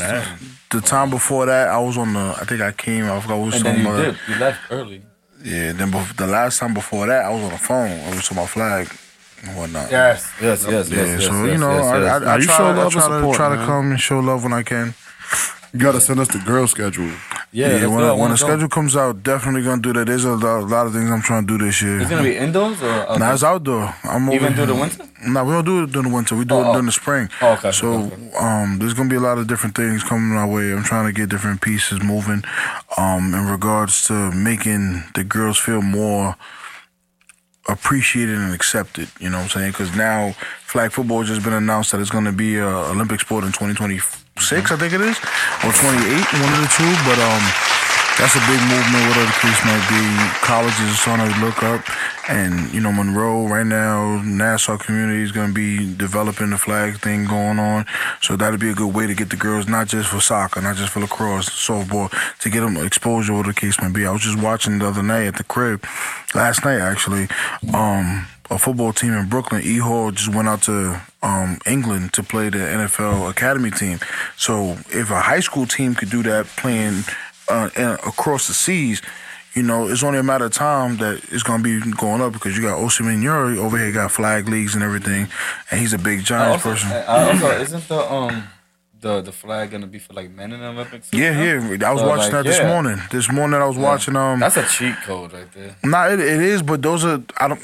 S13: the time before that, I was on the. I think I came. I forgot what was
S12: And
S13: talking
S12: then you
S13: about.
S12: did. You left early.
S13: Yeah. Then bef- the last time before that, I was on the phone. I was to my flag and whatnot.
S12: Yes. Yes, yes,
S13: Yeah.
S12: yes,
S13: so
S12: yes,
S13: you know,
S12: yes,
S13: I, I,
S12: yes, yes.
S13: I,
S12: Now, you
S13: try,
S12: show
S13: I
S12: love and
S13: try to
S12: support,
S13: try to
S12: man.
S13: come and show love when I can.
S7: You gotta send us the girl schedule.
S12: Yeah, that's
S13: when,
S12: what I
S13: when
S12: wanna
S13: the
S12: go.
S13: schedule comes out, definitely gonna do that. There's a lot, lot of things I'm trying to do this year.
S12: It's gonna be indoors or outdoors?
S13: Nah, it's outdoor. I'm
S12: Even
S13: over
S12: through the
S13: here.
S12: winter?
S13: No, we don't do it during the winter. We do
S12: Oh,
S13: it
S12: oh.
S13: during the spring.
S12: Oh, okay,
S13: So
S12: okay,
S13: um, there's gonna be a lot of different things coming our way. I'm trying to get different pieces moving, um, in regards to making the girls feel more appreciated and accepted. You know what I'm saying? Because now flag football has just been announced that it's going to be a Olympic sport in 2026, I think it is, or 28, one of the two. But um, that's a big movement, whatever the case might be. Colleges are starting to look up, and you know Monroe right now, Nassau community is going to be developing the flag thing going on. So that'll be a good way to get the girls, not just for soccer, not just for lacrosse, softball, to get them exposure, whatever the case may be. I was just watching the other night at the crib, last night actually. Um, a football team in Brooklyn, E Hall just went out to um, England to play the NFL academy team. So if a high school team could do that, playing uh, and across the seas, you know, it's only a matter of time that it's going to be going up because you got Osimhen Yuri over here, got flag leagues and everything, and he's a big Giants
S12: also,
S13: person.
S12: I- I also, uh, isn't the um the the flag gonna be for like men in the Olympics?
S13: yeah, yeah. I was
S12: So,
S13: watching
S12: like,
S13: that this
S12: yeah.
S13: morning. This morning I was
S12: Yeah.
S13: watching. Um,
S12: That's a cheat code right there.
S13: Nah, it, it is, but those are I don't.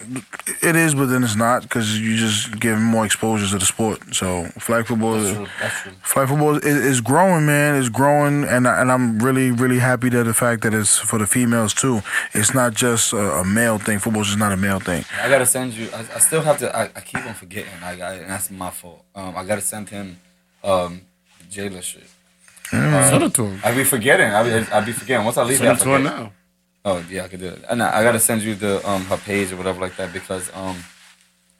S13: It is, but then it's not because you just give more exposure to the sport. So flag football, is flag football is, is growing, man. It's growing, and I, and I'm really really happy that the fact that it's for the females too. It's not just a, a male thing. Football's just not a male thing.
S12: I gotta send you. I, I still have to. I, I keep on forgetting. I, I and that's my fault. Um, I gotta send him, um, jailer shit.
S5: Mm. Send it to him.
S12: I be forgetting. I be, I be forgetting. Once I leave,
S5: Send
S12: I
S5: it to her
S12: forget.
S5: now.
S12: Oh yeah, I could do it. And I, I gotta send you the um her page or whatever like that because um,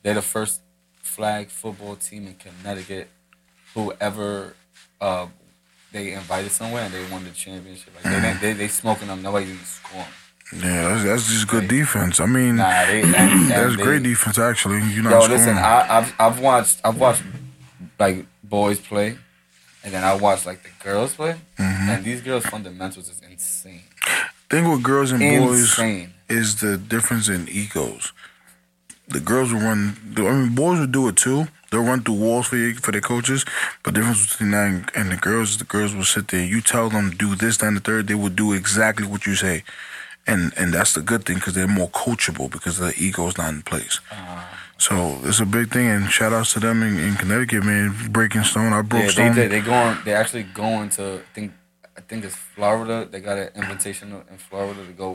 S12: they're the first flag football team in Connecticut. Whoever, uh, they invited somewhere and they won the championship. Like
S5: Mm.
S12: they didn't- they they smoking them. Nobody even scoring.
S13: Yeah, that's, that's just good defense. I mean,
S12: Nah, they- and-
S13: that's
S12: and
S13: great
S12: they-
S13: defense actually. You're not
S12: Yo,
S13: scoring.
S12: listen, I, I've I've watched I've watched like boys play, and then I watched like the girls play,
S5: Mm-hmm.
S12: and these girls' fundamentals is insane.
S13: thing with girls and
S12: Insane.
S13: boys is the difference in egos. The girls will run. I mean, boys will do it too. They'll run through walls for you, for their coaches. But the difference between that and, and the girls is the girls will sit there. You tell them do this, that, and the third. They will do exactly what you say, and and that's the good thing because they're more coachable because their ego is not in place.
S12: Ah.
S13: So it's a big thing, and shout outs to them in, in Connecticut, man. Breaking Stone, I broke
S12: Yeah, they
S13: Stone.
S12: did. They going. They actually going to I think I think it's Florida. They got an invitation in Florida to go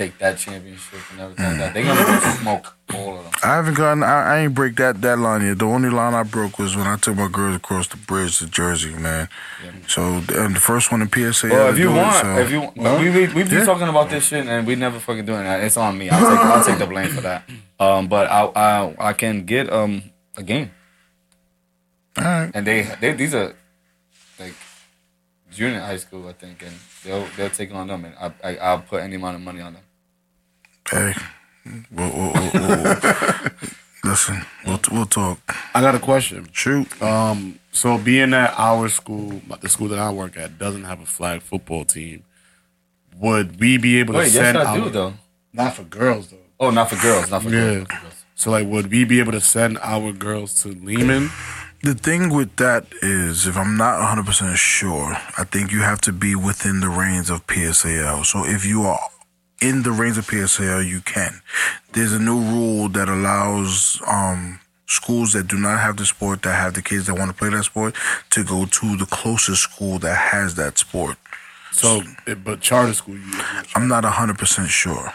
S12: take that championship and everything. like that. They gonna
S13: Mm.
S12: go smoke all of them.
S13: I haven't gotten. I, I ain't break that that line yet. The only line I broke was when I took my girls across the bridge to Jersey, man. So and the first one in PSA.
S12: Well,
S13: had
S12: if
S13: to
S12: you
S13: do it,
S12: want,
S13: so-
S12: if you but we we we be talking about this shit and we never fucking doing that. It's on me. I'll take I'll take the blame for that. Um, but I I I can get um a game.
S13: All right.
S12: And they they these are like junior high school I think, and they'll they'll take on them, and I, I I'll put any amount of money on them.
S13: Hey, we'll, we'll, we'll, we'll, listen, we'll, we'll talk.
S7: I got a question.
S13: Shoot.
S7: Um, so being that our school, the school that I work at, doesn't have a flag football team, would we be able to
S12: Wait, yes,
S7: send?
S12: I
S7: our,
S12: do, though.
S7: Not for girls though.
S12: Oh, not for girls, not for girls.
S7: Yeah. So like, would we be able to send our girls to Lehman?
S13: The thing with that is, if I'm not 100% sure, I think you have to be within the reins of PSAL. So if you are in the reins of PSAL, you can. There's a new rule that allows um, schools that do not have the sport, that have the kids that want to play that sport, to go to the closest school that has that sport.
S7: So, eh, but charter school, you.
S13: I'm not 100% sure.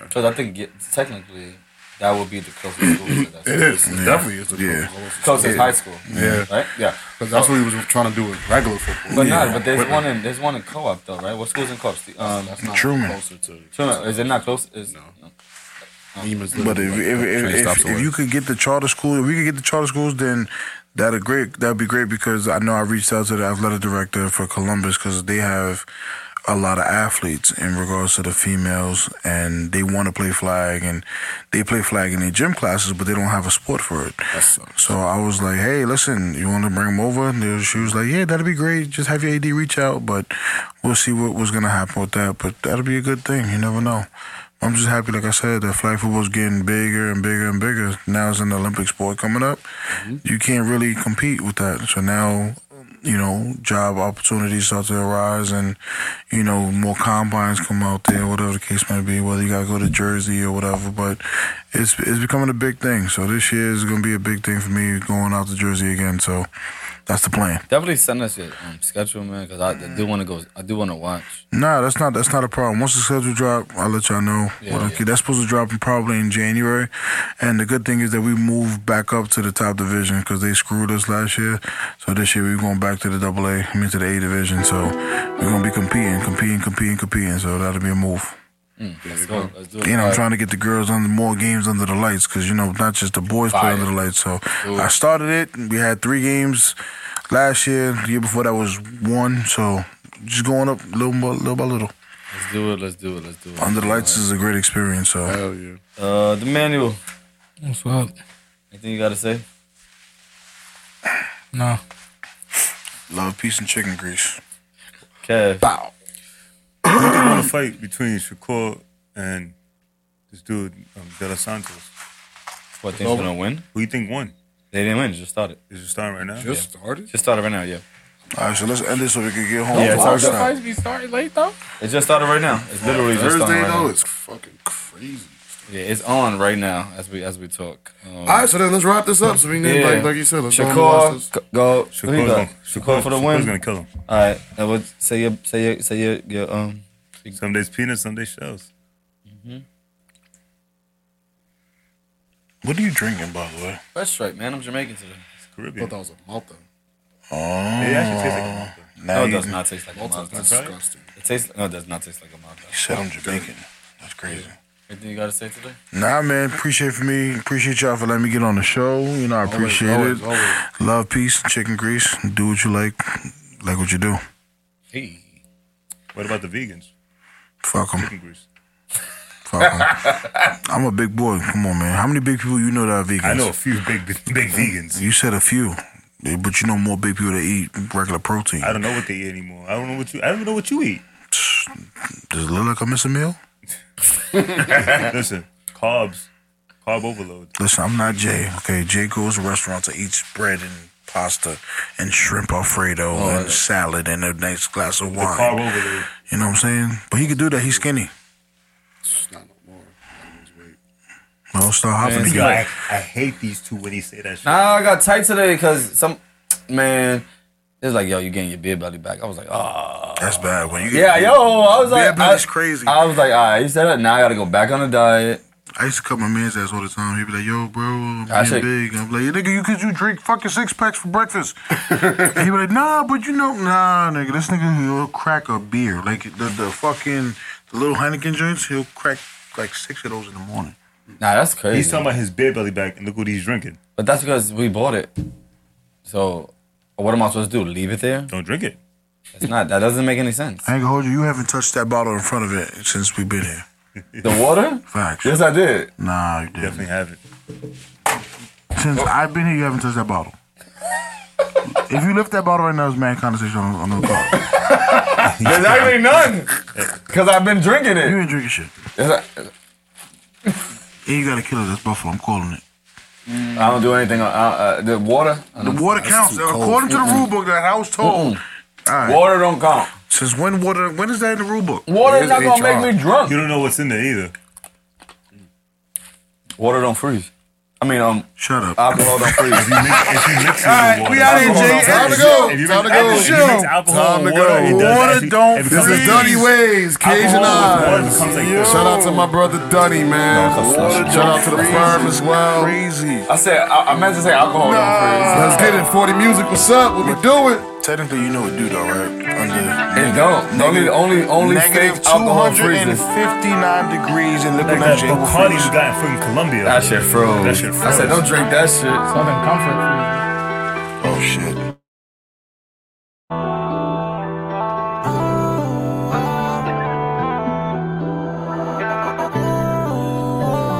S12: Because I think yeah, technically that would be the closest school. to that
S7: It
S12: school.
S7: is. It definitely is the Yeah. closest.
S12: Closest
S7: Yeah.
S12: high school.
S7: Yeah.
S12: Right. Yeah.
S7: 'Cause that's what he was trying to do with regular football.
S12: But
S7: Yeah.
S12: not. But there's
S7: With-
S12: one in there's one in co-op though, right? What school's in co-op? Steve? Um,
S7: That's not Truman. closer to-
S12: Truman. Is it not close? Is, no. Um,
S7: Lehman's
S13: But if if, if, if, if you could get the charter school, if we could get the charter schools, then that'd great. That'd be great because I know I reached out to the athletic director for Columbus because they have a lot of athletes in regards to the females, and they want to play flag, and they play flag in their gym classes, but they don't have a sport for it. So I was like, hey, listen, you want to bring them over? And they was- she was like, yeah, that'd be great. Just have your AD reach out, but we'll see what was gonna happen with that. But that'll be a good thing. You never know. I'm just happy, like I said, that flag football's getting bigger and bigger and bigger. Now it's an Olympic sport coming up. You can't really compete with that. So now, you know, job opportunities start to arise and, you know, more combines come out there, whatever the case may be, whether you got to go to Jersey or whatever. But it's, it's becoming a big thing. So this year is going to be a big thing for me going out to Jersey again. So that's the plan.
S12: Definitely send us your um, schedule, man, because I, I do want to go. I do want to watch.
S13: Nah, that's not that's not a problem. Once the schedule drop, I'll let y'all know.
S12: Yeah,
S13: Well, okay, that's supposed to drop in- probably in January, and the good thing is that we moved back up to the top division because they screwed us last year. So this year we're going back to the double A, I mean to the A division. So we're gonna be competing, competing, competing, competing. So that'll be a move.
S12: Mm, let's go. Let's do it.
S13: You know, I'm trying to get the girls under more games under the lights because you know not just the boys play
S12: Fire.
S13: under the lights. So I started it. We had three games last year. The year before that was one. So just going up little by little by little.
S12: Let's do it. Let's do it. Let's do it.
S13: Under the lights is a great experience. So
S7: hell yeah.
S12: Uh, the manual.
S11: What's up?
S12: Anything you gotta say?
S11: No.
S13: Love, peace, and chicken grease.
S12: Okay.
S2: Bow. I want a fight between Shakur and this dude um, De Los Santos.
S12: What, things gonna win?
S2: Who you think won?
S12: They didn't win. It just started.
S2: It's just starting right now.
S12: Just Yeah. started? Just started right now. Yeah.
S13: All right, so let's end this so we can get home.
S12: Yeah, it's
S13: for
S12: our
S13: lunchtime.
S12: show.
S11: Supposed to be starting late though.
S12: It just started right now. It's literally just
S7: Thursday,
S12: starting right
S7: though,
S12: now.
S7: it's
S12: fucking crazy. Yeah, it's on right now as we as we talk. Um, All
S7: right, so then let's wrap this up, so we can get, like- like you said, let's go
S12: Shakur,
S7: and watch this.
S12: c- go.
S7: Shakur's
S12: who you got?
S7: gonna-
S12: Shakur,
S7: Shakur-
S12: for the
S7: Shakur's
S12: win.
S2: gonna kill him.
S12: All right, and what? Say your say your say your, your um.
S2: Some days peanuts, some days shells.
S12: Mm-hmm.
S13: What are you drinking, by the way?
S12: That's right, man. I'm Jamaican today. It's
S2: Caribbean.
S12: I thought that was a malta.
S13: Oh,
S12: It actually tastes like a malta.
S13: Mm, Now
S12: no, it
S13: you-
S12: does not taste like a
S13: Malta,
S12: malta.
S13: that's Right? disgusting.
S12: It tastes no, it does not taste like a malta.
S13: You said I'm Jamaican. That's crazy.
S12: Anything you gotta say today?
S13: Nah, man. Appreciate for me. Appreciate y'all for letting me get on the show. You know, I
S12: Always,
S13: appreciate
S12: always,
S13: it.
S12: always.
S13: Love, peace, chicken grease. Do what you like. Like what you do.
S12: Hey.
S2: What about the vegans?
S13: Fuck 'em.
S2: Chicken grease.
S13: Fuck 'em. I'm a big boy. Come on, man. How many big people you know that are vegans?
S2: I know a few big big vegans.
S13: You said a few, but you know more big people that eat regular protein.
S2: I don't know what they eat anymore. I don't know what you. I don't even know what you eat.
S13: Does it look like I miss a meal?
S2: Listen, carbs, carb overload.
S13: Listen, I'm not Jay. Okay, Jay goes to restaurants and eats bread and pasta and shrimp alfredo
S2: Oh,
S13: and
S2: yeah.
S13: salad and a nice glass of
S2: The
S13: wine.
S2: carb overload.
S13: You know what I'm saying? But he could do that. He's skinny. No, start hopping.
S12: Man,
S13: the
S12: you
S13: guy.
S12: like-
S2: I hate these two when he say that shit.
S12: Nah, I got tight today because some man. It was like, yo, you getting your beer belly back. I was like, oh.
S13: That's bad when you get
S12: Yeah,
S13: beer-
S12: yo, I was
S13: beer
S12: like,
S13: belly's
S12: I-
S13: crazy.
S12: I was like, all right, you said that. Now I gotta go back on the diet.
S13: I used to cut my man's ass all the time. He'd be like, yo, bro, I'm
S12: I
S13: being
S12: should-
S13: big. I'm like, nigga, you cause you drink fucking six packs for breakfast. and he'd be like, nah, but you know, nah, nigga, this nigga, he'll crack a beer. Like the, the fucking the little Heineken joints, he'll crack like six of those in the morning.
S12: Nah, that's crazy.
S2: He's talking about his beer belly back, and look what he's drinking.
S12: But that's because we bought it. So what am I supposed to do? Leave it there?
S2: Don't drink it.
S12: It's not. That doesn't make any sense.
S13: I ain't gonna hold you. You haven't touched that bottle in front of it since we've been here.
S12: The water?
S13: Facts.
S12: Yes, I did.
S13: Nah, you didn't. Definitely
S2: haven't.
S13: Since I've been here, you haven't touched that bottle. if you lift that bottle right now, it's mad conversation on, on the call.
S12: There's actually none. Because I've been drinking it. You
S13: been drinking shit. And you gotta kill it. That's Buffalo. I'm calling it.
S12: I don't do anything. Uh, uh, the water.
S13: The water counts. According to the rule book that I was told. All right.
S12: Water don't count.
S13: Since when water when is that in the rule book?
S12: Water's not gonna make me drunk.
S2: You don't know what's in there either.
S12: Water don't freeze. I mean, um,
S13: shut up.
S12: Alcohol don't freeze. if you mix,
S2: if you mix
S12: All right, we out here, Jay. Time to go.
S2: If you
S12: Time
S2: mix,
S12: to go.
S2: If you mix alcohol
S7: Time
S2: and
S7: to
S2: water,
S7: go.
S2: it does
S7: Water
S2: actually,
S7: don't
S2: it becomes
S7: freeze.
S2: like-
S7: Dunny Waves, Cajun
S2: Alcohol with water
S7: Eyes.
S2: becomes like this.
S7: Shout out to my brother Dunny, man. Shout out to the firm as well.
S12: I said, I, I meant to say alcohol
S7: Let's get it. 40 Music, what's up? What we doing?
S13: Technically, you know it do, though, right? Under,
S12: it don't. Only, only, only
S13: Negative
S12: fake alcohol
S13: 259
S12: freezes.
S13: degrees in
S2: Like
S13: liquid
S2: that
S13: nitrogen.
S2: Bacardi you got from Colombia.
S12: That shit froze.
S2: That shit froze.
S12: I said, don't drink that shit.
S11: Southern Comfort.
S13: Oh, shit.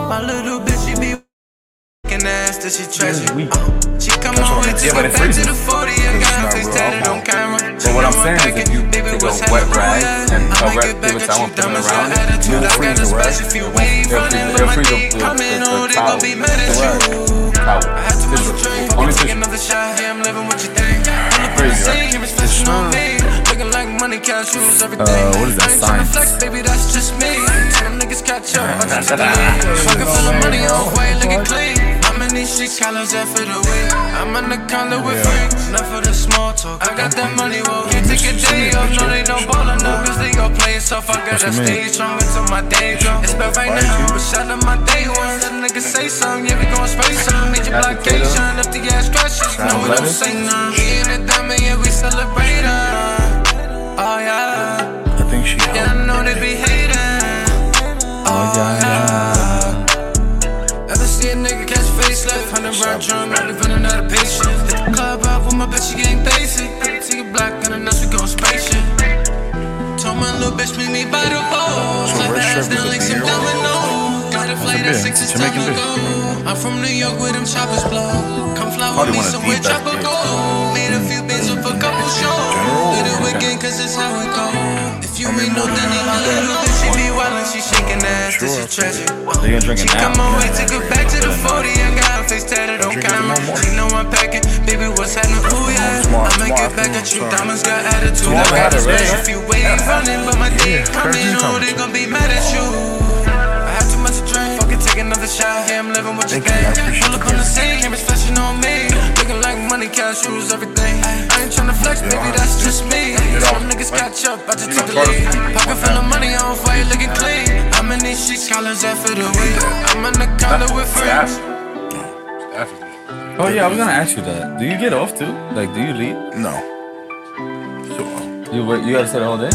S5: My little bitch, she be fucking ass that she tragic. Uh, she come
S12: That's
S5: on
S12: what I'm
S5: and
S12: saying.
S5: take
S12: Yeah, but
S5: me
S12: it
S5: back to the
S12: freezes.
S5: 40 and got her face tatted on camera.
S12: But what I'm saying is, if you take a wet rag and a rag, give it someone put it around it, you will freeze the rag. It won't- It'll freeze, it'll freeze the, the, the, the towel, the rag, towel, tissue, only tissue.
S5: Another shot, yeah, I'm living what you think. I'm the
S12: Crazy,
S5: person,
S12: right?
S5: here is flashing on me. Looking like money, cash, shoes, everything.
S12: Uh, what is that
S5: I ain't tryna
S12: science?
S5: flex, baby, that's just me. Tell them niggas catch up, I just
S12: Shut up.
S5: Fucking full of money, all way, looking clean. I'm in these streets, college out for the week. I'm in the collar with freaks, not for the small talk. I got that money, well, can't take a day off. No, they don't ball enough, cause they gon' play it soft. I
S12: What
S5: gotta
S12: you mean?
S5: stay strong until my day drop. It's bad right now, but shout out my day one. Let a nigga say something, yeah, we gon' spray some. Major
S12: Got the
S5: blockation, up the ass crushes.
S12: Got
S5: No, we don't
S12: lettuce?
S5: say none. He in the diamond, yeah, we celebrate her. Oh, yeah.
S13: I think she.
S5: Yeah, I know they be hating.
S12: Oh, yeah, yeah.
S5: Ever see a nigga catch a facelift? Hundred round drum, not even another patient. Hit the club out with my bitch, she ain't basic. Take your block and the nuts, we gon' space it. Told my little bitch, meet me by the pole. Slap her ass down like some domino. Got a flight at six, it's time to go. I'm from New York where them choppers blow. Come fly with
S12: Probably
S5: me
S12: one of the
S5: somewhere
S12: best
S5: tropical. Made a few bands up a couple shows. Did it with again, cause it's how it goes. If you ain't no then ain't nothing new, then she be wildin', she shaking ass, this is treasure.
S12: They gonna drink
S5: She
S12: it
S5: come
S12: now.
S5: on way, took her back to the 40. I got her face tatted on camera. She know I'm packing, baby, what's happening? Ooh, yeah. I make it back at you. Diamonds got attitude. I
S12: Tomorrow
S5: got a
S12: got it, right?
S5: special few ways running, but my dick coming on. They gon' be mad at you. I had too much to drink. Fuck it, take another shot. Yeah, I'm living what you think. Pull up on the scene, cameras flashing on me. Looking like money, cash, shoes, everything. I ain't tryna flex, baby, that's just me. Some niggas catch up, I just took the lead. Pocket full of money, on fire, looking clean. I'm in these sheets, collars after the week. I'm in the collar with friends.
S12: Oh yeah, I was gonna ask you that. Do you get off too? Like, do you leave?
S13: No. uh,
S12: You work, you gotta sit all day.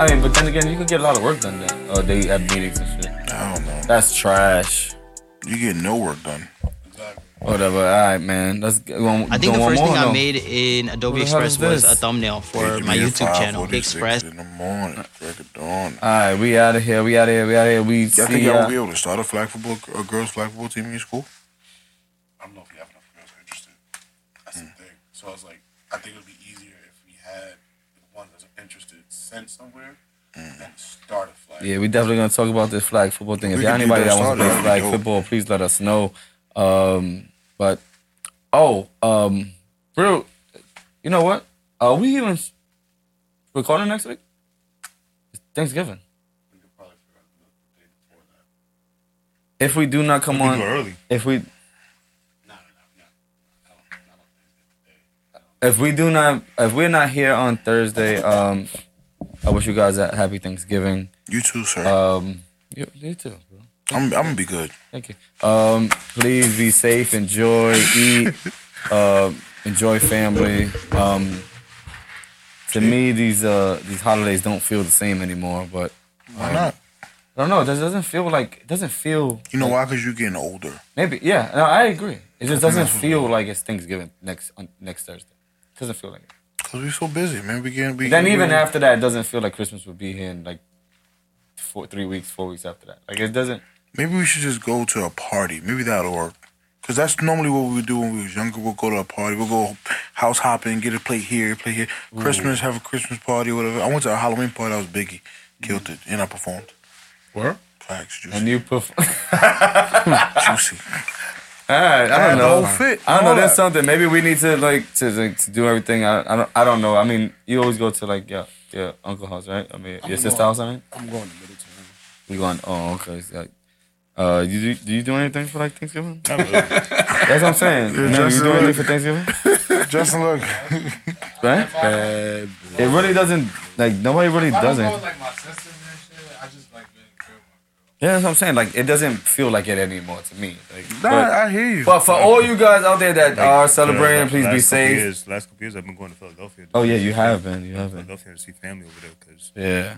S12: I mean, but then again, you could get a lot of work done then. Oh, they have meetings and shit.
S13: I don't know.
S12: That's trash.
S13: You get no work done.
S12: Whatever. All right, man. Let's get one.
S1: I think
S12: doing
S1: the
S12: one
S1: first
S12: more,
S1: thing
S12: no?
S1: I made in Adobe
S12: What the hell
S1: Express was
S12: is this?
S1: a thumbnail for
S12: Page
S1: my
S12: being
S1: YouTube channel,
S12: 546
S1: Express.
S13: In the morning, break of dawn.
S12: All right, we out of here. We out of here. We out of here. We
S13: Y'all
S12: see uh,
S13: think y'all
S12: ya.
S13: will be able to start a flag football, a girls flag football team in your school?
S11: I don't know if we have enough girls who are interested. That's the thing. So I was like, I think it would be easier if we had one that's interested sent somewhere and start a flag.
S12: Yeah, we definitely gonna talk about this flag football thing. If
S11: We
S12: y'all
S11: could do
S12: anybody
S11: that
S12: that wants to
S11: Saturday,
S12: play flag
S11: yo.
S12: football, please let us know. Um, but oh, um, bro, you know what? Are we even recording next week? It's Thanksgiving. If we do not come
S21: We could
S12: on
S21: do it early.
S12: if we if we do not if we're not here on Thursday, um, I wish you guys a happy Thanksgiving.
S13: You too, sir.
S12: Um, you, you too, bro.
S13: I'm, I'm gonna be good.
S12: Thank you. Um, please be safe. Enjoy. Eat. um, enjoy family. Um, to me, these uh these holidays don't feel the same anymore. But
S13: Why
S12: um,
S13: not?
S12: I don't know. It just doesn't feel like it doesn't feel.
S13: You know
S12: like-
S13: why? Because you're getting older.
S12: Maybe yeah. No, I agree. It just
S13: I think
S12: doesn't
S13: that's
S12: feel like it's Thanksgiving next on, next Thursday. doesn't feel like it.
S13: Because we're so busy, man. We can't be.
S12: But then even after that, it doesn't feel like Christmas would be here in like four, three weeks, four weeks after that. Like it doesn't.
S13: Maybe we should just go to a party. Maybe that'll work. Because that's normally what we would do when we was younger. We'll go to a party. We'll go house hopping, get a plate here, play here. Christmas, have a Christmas party, whatever. I went to a Halloween party. I was Biggie. Killed it. And I performed.
S12: Where?
S13: Facts, juicy.
S12: And you perform.
S13: juicy.
S12: All right, I
S13: Had
S12: don't
S13: the
S12: know.
S13: whole fit,
S12: I don't know.
S13: all
S12: There's
S13: that.
S12: something. Maybe we need to like to, like, to do everything. I, I don't. I don't know. I mean, you always go to like your your uncle house, right? I mean, your sister house. I mean,
S11: I'm going to Middleton.
S12: we going. Oh, okay. It's like, uh, you do, do you do anything for like Thanksgiving?
S11: Not really.
S12: That's what I'm saying.
S11: Yeah,
S12: You, know, you
S11: Justin,
S12: do anything
S11: look.
S12: for Thanksgiving?
S13: Justin, look.
S12: Right? Uh, It really doesn't. Like nobody really
S11: If I don't go
S12: doesn't.
S11: with, like my sisters and shit, I just like being good.
S12: Yeah, that's what I'm saying. Like, it doesn't feel like it anymore to me. Like,
S11: Nah,
S12: but-
S11: I hear you.
S12: But for all you guys out there that
S2: Like,
S12: are celebrating,
S2: the last
S12: please be
S2: couple
S12: safe.
S2: Years, last couple years, I've been going to Philadelphia.
S12: Oh, yeah, you have been, you have been.
S2: Philadelphia to see family over there because
S12: Yeah.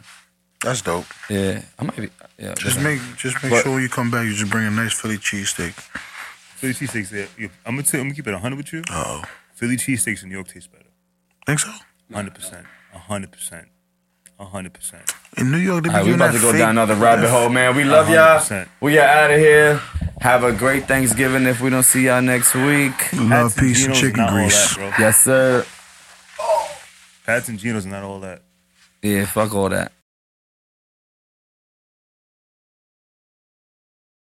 S13: That's dope.
S12: Yeah, I might be. Yeah,
S13: Just
S12: listen.
S13: make just make
S12: But-
S13: sure when you come back, you just bring a nice Philly cheesesteak.
S2: Philly cheesesteaks. Yeah, you- I'm gonna tell, I'm gonna keep it 100 with you.
S13: Oh,
S2: Philly cheesesteaks in New York taste better.
S13: Think so?
S2: 100 percent. 100 percent. 100 percent.
S13: In New York, they be
S12: All right, we
S13: doing
S12: about
S13: that
S12: to go
S13: fake-
S12: down another rabbit hole, man. We love y'all.
S2: 100%.
S12: We are out of here. Have a great Thanksgiving if we don't see y'all next week.
S13: Love, Hats and peace, and Geno's chicken not all grease. that, bro.
S12: yes, sir.
S2: Pats and Geno's not all that.
S12: Yeah, fuck all that.